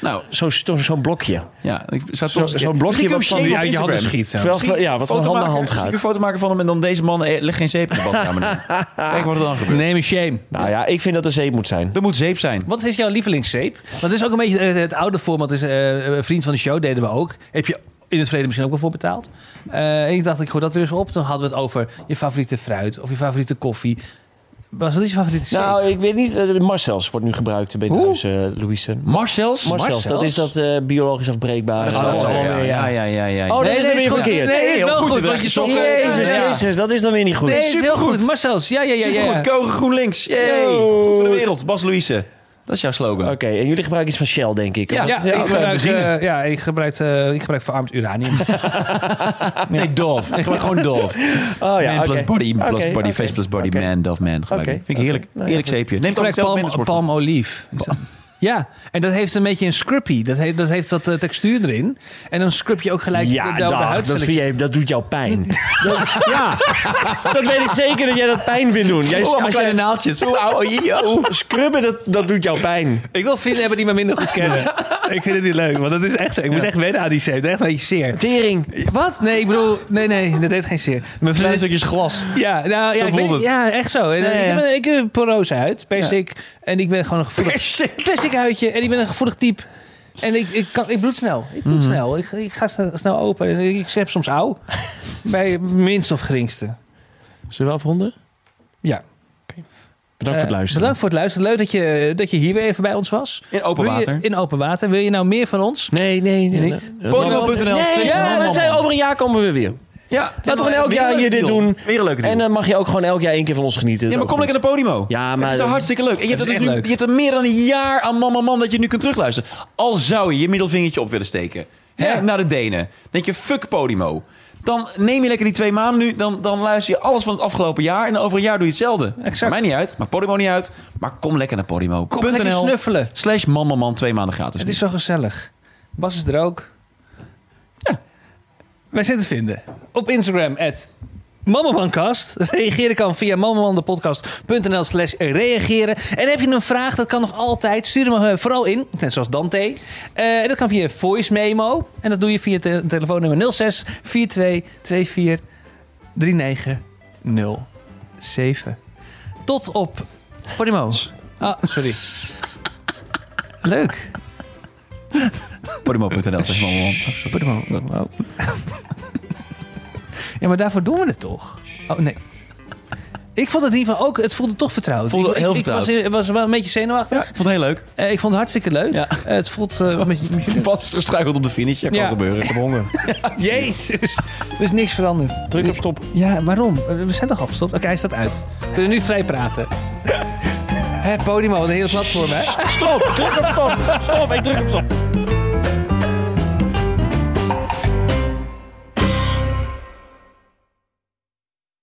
Nou,
Zo'n zo, zo'n blokje.
ja. Ik zou
Zo-
toch...
zo'n blokje wat van die
uit je handen schiet, ja.
Wel- ja, wat van hand naar hand
Ik
gaat.
een foto maken van hem en dan deze man... eh, Leg geen zeep in de badkamer neer. Kijk wat er dan gebeurt.
Ah. Neem een shame.
Nou ja, ik vind dat er zeep moet zijn.
Er moet zeep zijn.
Wat is jouw lievelingszeep? Want het is ook een beetje eh, het oude format. Is, eh, Vriend van de show deden we ook. Heb je in het verleden misschien ook wel voor betaald? Eh, en ik dacht, ik gooi dat weer eens op. Toen hadden we het over je favoriete fruit of je favoriete koffie. Bas, wat is je favoriete zeep?
Nou, ik weet niet. eh, de Marcel's wordt nu gebruikt bij
Hoe?
huis, eh Louise. Marcel's,
Marcel's?
dat is dat eh, biologisch afbreekbare.
dat is
Oh,
allemaal
ja,
weer, ja.
ja, ja, ja, ja.
Oh, dat
nee,
is
nee,
weer
is goed.
verkeerd.
Nee, is
heel
wel
goed,
goed.
dat
Want je
je
sokken...
Jezus
Ja.
Christus, dat is dan weer niet goed.
Nee, is heel goed. Marcel's, ja, ja, ja. ja, ja.
Supergoed, Kogen GroenLinks. Yay.
Yo.
Goed voor de wereld. Bas Louise. Dat is jouw slogan.
Oké, en jullie gebruiken iets van Shell, denk ik.
Ja.
of niet?
Ja,
Oh, oké.
ik gebruik,
benzine.
eh, ja, ik gebruik, eh, ik gebruik verarmd uranium.
Ah,
Nee, Dolf. Ik gebruik gewoon Dolf.
Oh ja,
man plus
oké.
body, plus
Oké,
body,
oké,
face plus body,
oké.
man, Dolf, man. Gebruik.
Oké,
ik. Vind ik heerlijk.
oké. Nou ja,
heerlijk
goed.
zeepje. Neem
Ik
ik altijd
gebruik
zelf mee in
palm,
de sportschool.
palmolief. Ja, en dat heeft een beetje een scruppy. Dat heeft dat, heeft dat eh, textuur erin. En dan scrub je ook gelijk de,
Ja,
de, de
dag, dat,
huidselectie.
vind jij, dat doet jou pijn. Dat- ja, dat weet ik zeker dat jij dat pijn vindt doen. Jij,
Oh, allemaal
als
kleine
jij-
naaltjes. Oeh, au, au, jee, au.
Oeh, scrubben, dat, dat doet jou pijn.
Ik wil vrienden hebben die me minder goed kennen. ik vind het niet leuk, want dat is echt zo. Ik moest echt wennen aan die zeep. Het is echt een beetje zeer.
Tering.
Wat? Nee, ik bedoel... Nee, nee, dat heeft geen zeer. Mijn
Kleine
vriendin...
stukjes glas.
Ja, nou, ja, ik
voelt
weet-
het.
ja, echt zo. En, eh,
Ja,
Ik,
ja.
ben, ik heb een porose huid, persik. En ik ben gewoon een gevoelig... Persik? huidje. En ik ben een gevoelig type. En ik, ik, kan, ik bloed snel. Ik
Mhm.
bloed snel. Ik, ik ga snel, snel open. En Ik, ik heb soms auw. Bij minst of geringste.
Zullen we afronden?
Ja.
Bedankt voor het
Eh,
luisteren.
Bedankt voor het luisteren. Leuk dat je, dat je hier weer even bij ons was.
In open
Wil je-
water.
in open water. Wil je nou meer van ons?
Nee, nee, nee.
Niet?
nee. Nee,
Podimo.nl slash
ja, dat
Handelman.
zijn, over een jaar komen we weer.
Ja.
Laten we gewoon elk jaar hier dit doen.
Weer een leuke deal.
En dan mag je ook gewoon elk jaar één keer van ons genieten.
ja, maar kom lekker naar Podimo.
Ja,
Het
maar-
is toch hartstikke leuk. En je hebt,
Het
er
is
dus
echt
nu,
leuk.
je hebt er meer dan een jaar aan man, man, man dat je nu kunt terugluisteren. Al zou je je middelvingertje op willen steken.
Ja.
Hè? Naar de Denen. Denk je, fuck Podimo. Dan neem je lekker die twee maanden nu. Dan, dan luister je alles van het afgelopen jaar. En over een jaar doe je hetzelfde. Maakt mij niet uit. Maakt Podimo niet uit. Maar kom lekker naar Podimo.
Kom lekker snuffelen.
Slash man, man, man. Twee maanden gratis.
Het is zo gezellig. Bas is er ook. Ja. Wij zijn te vinden op Instagram, at Mammamancast. Reageren kan via mammamandepodcast.nl slash reageren. En heb je een vraag, dat kan nog altijd. Stuur hem eh, vooral in, net zoals Dante. Eh, en dat kan via voice memo. En dat doe je via te- telefoonnummer 06 42 24 39 07. Tot op Podimo. Ah, sorry. Leuk.
Podimo.nl slash man, man, man.
Ja, maar daarvoor doen we het toch? Oh, nee. Ik vond het in ieder geval ook, het voelde toch vertrouwd.
Voelde
Ik- ik-
heel
ik
vertrouwd.
was, ik was wel een beetje zenuwachtig.
Ja, ik vond het heel leuk.
Eh, ik vond het hartstikke leuk.
Ja.
Eh, het voelt eh, met, met jullie...
Pas is gestruikeld op de finish. Ja, kan
Ja.
gebeuren. Ik heb honger.
Jezus. Er is niks veranderd.
Druk op stop.
Ja, waarom? We zijn toch afgestopt? Oké, hij staat uit. We kunnen nu vrij praten.
Hè, Podimo, wat een hele platform, hè?
Stop, druk op stop. Stop, ik druk op stop.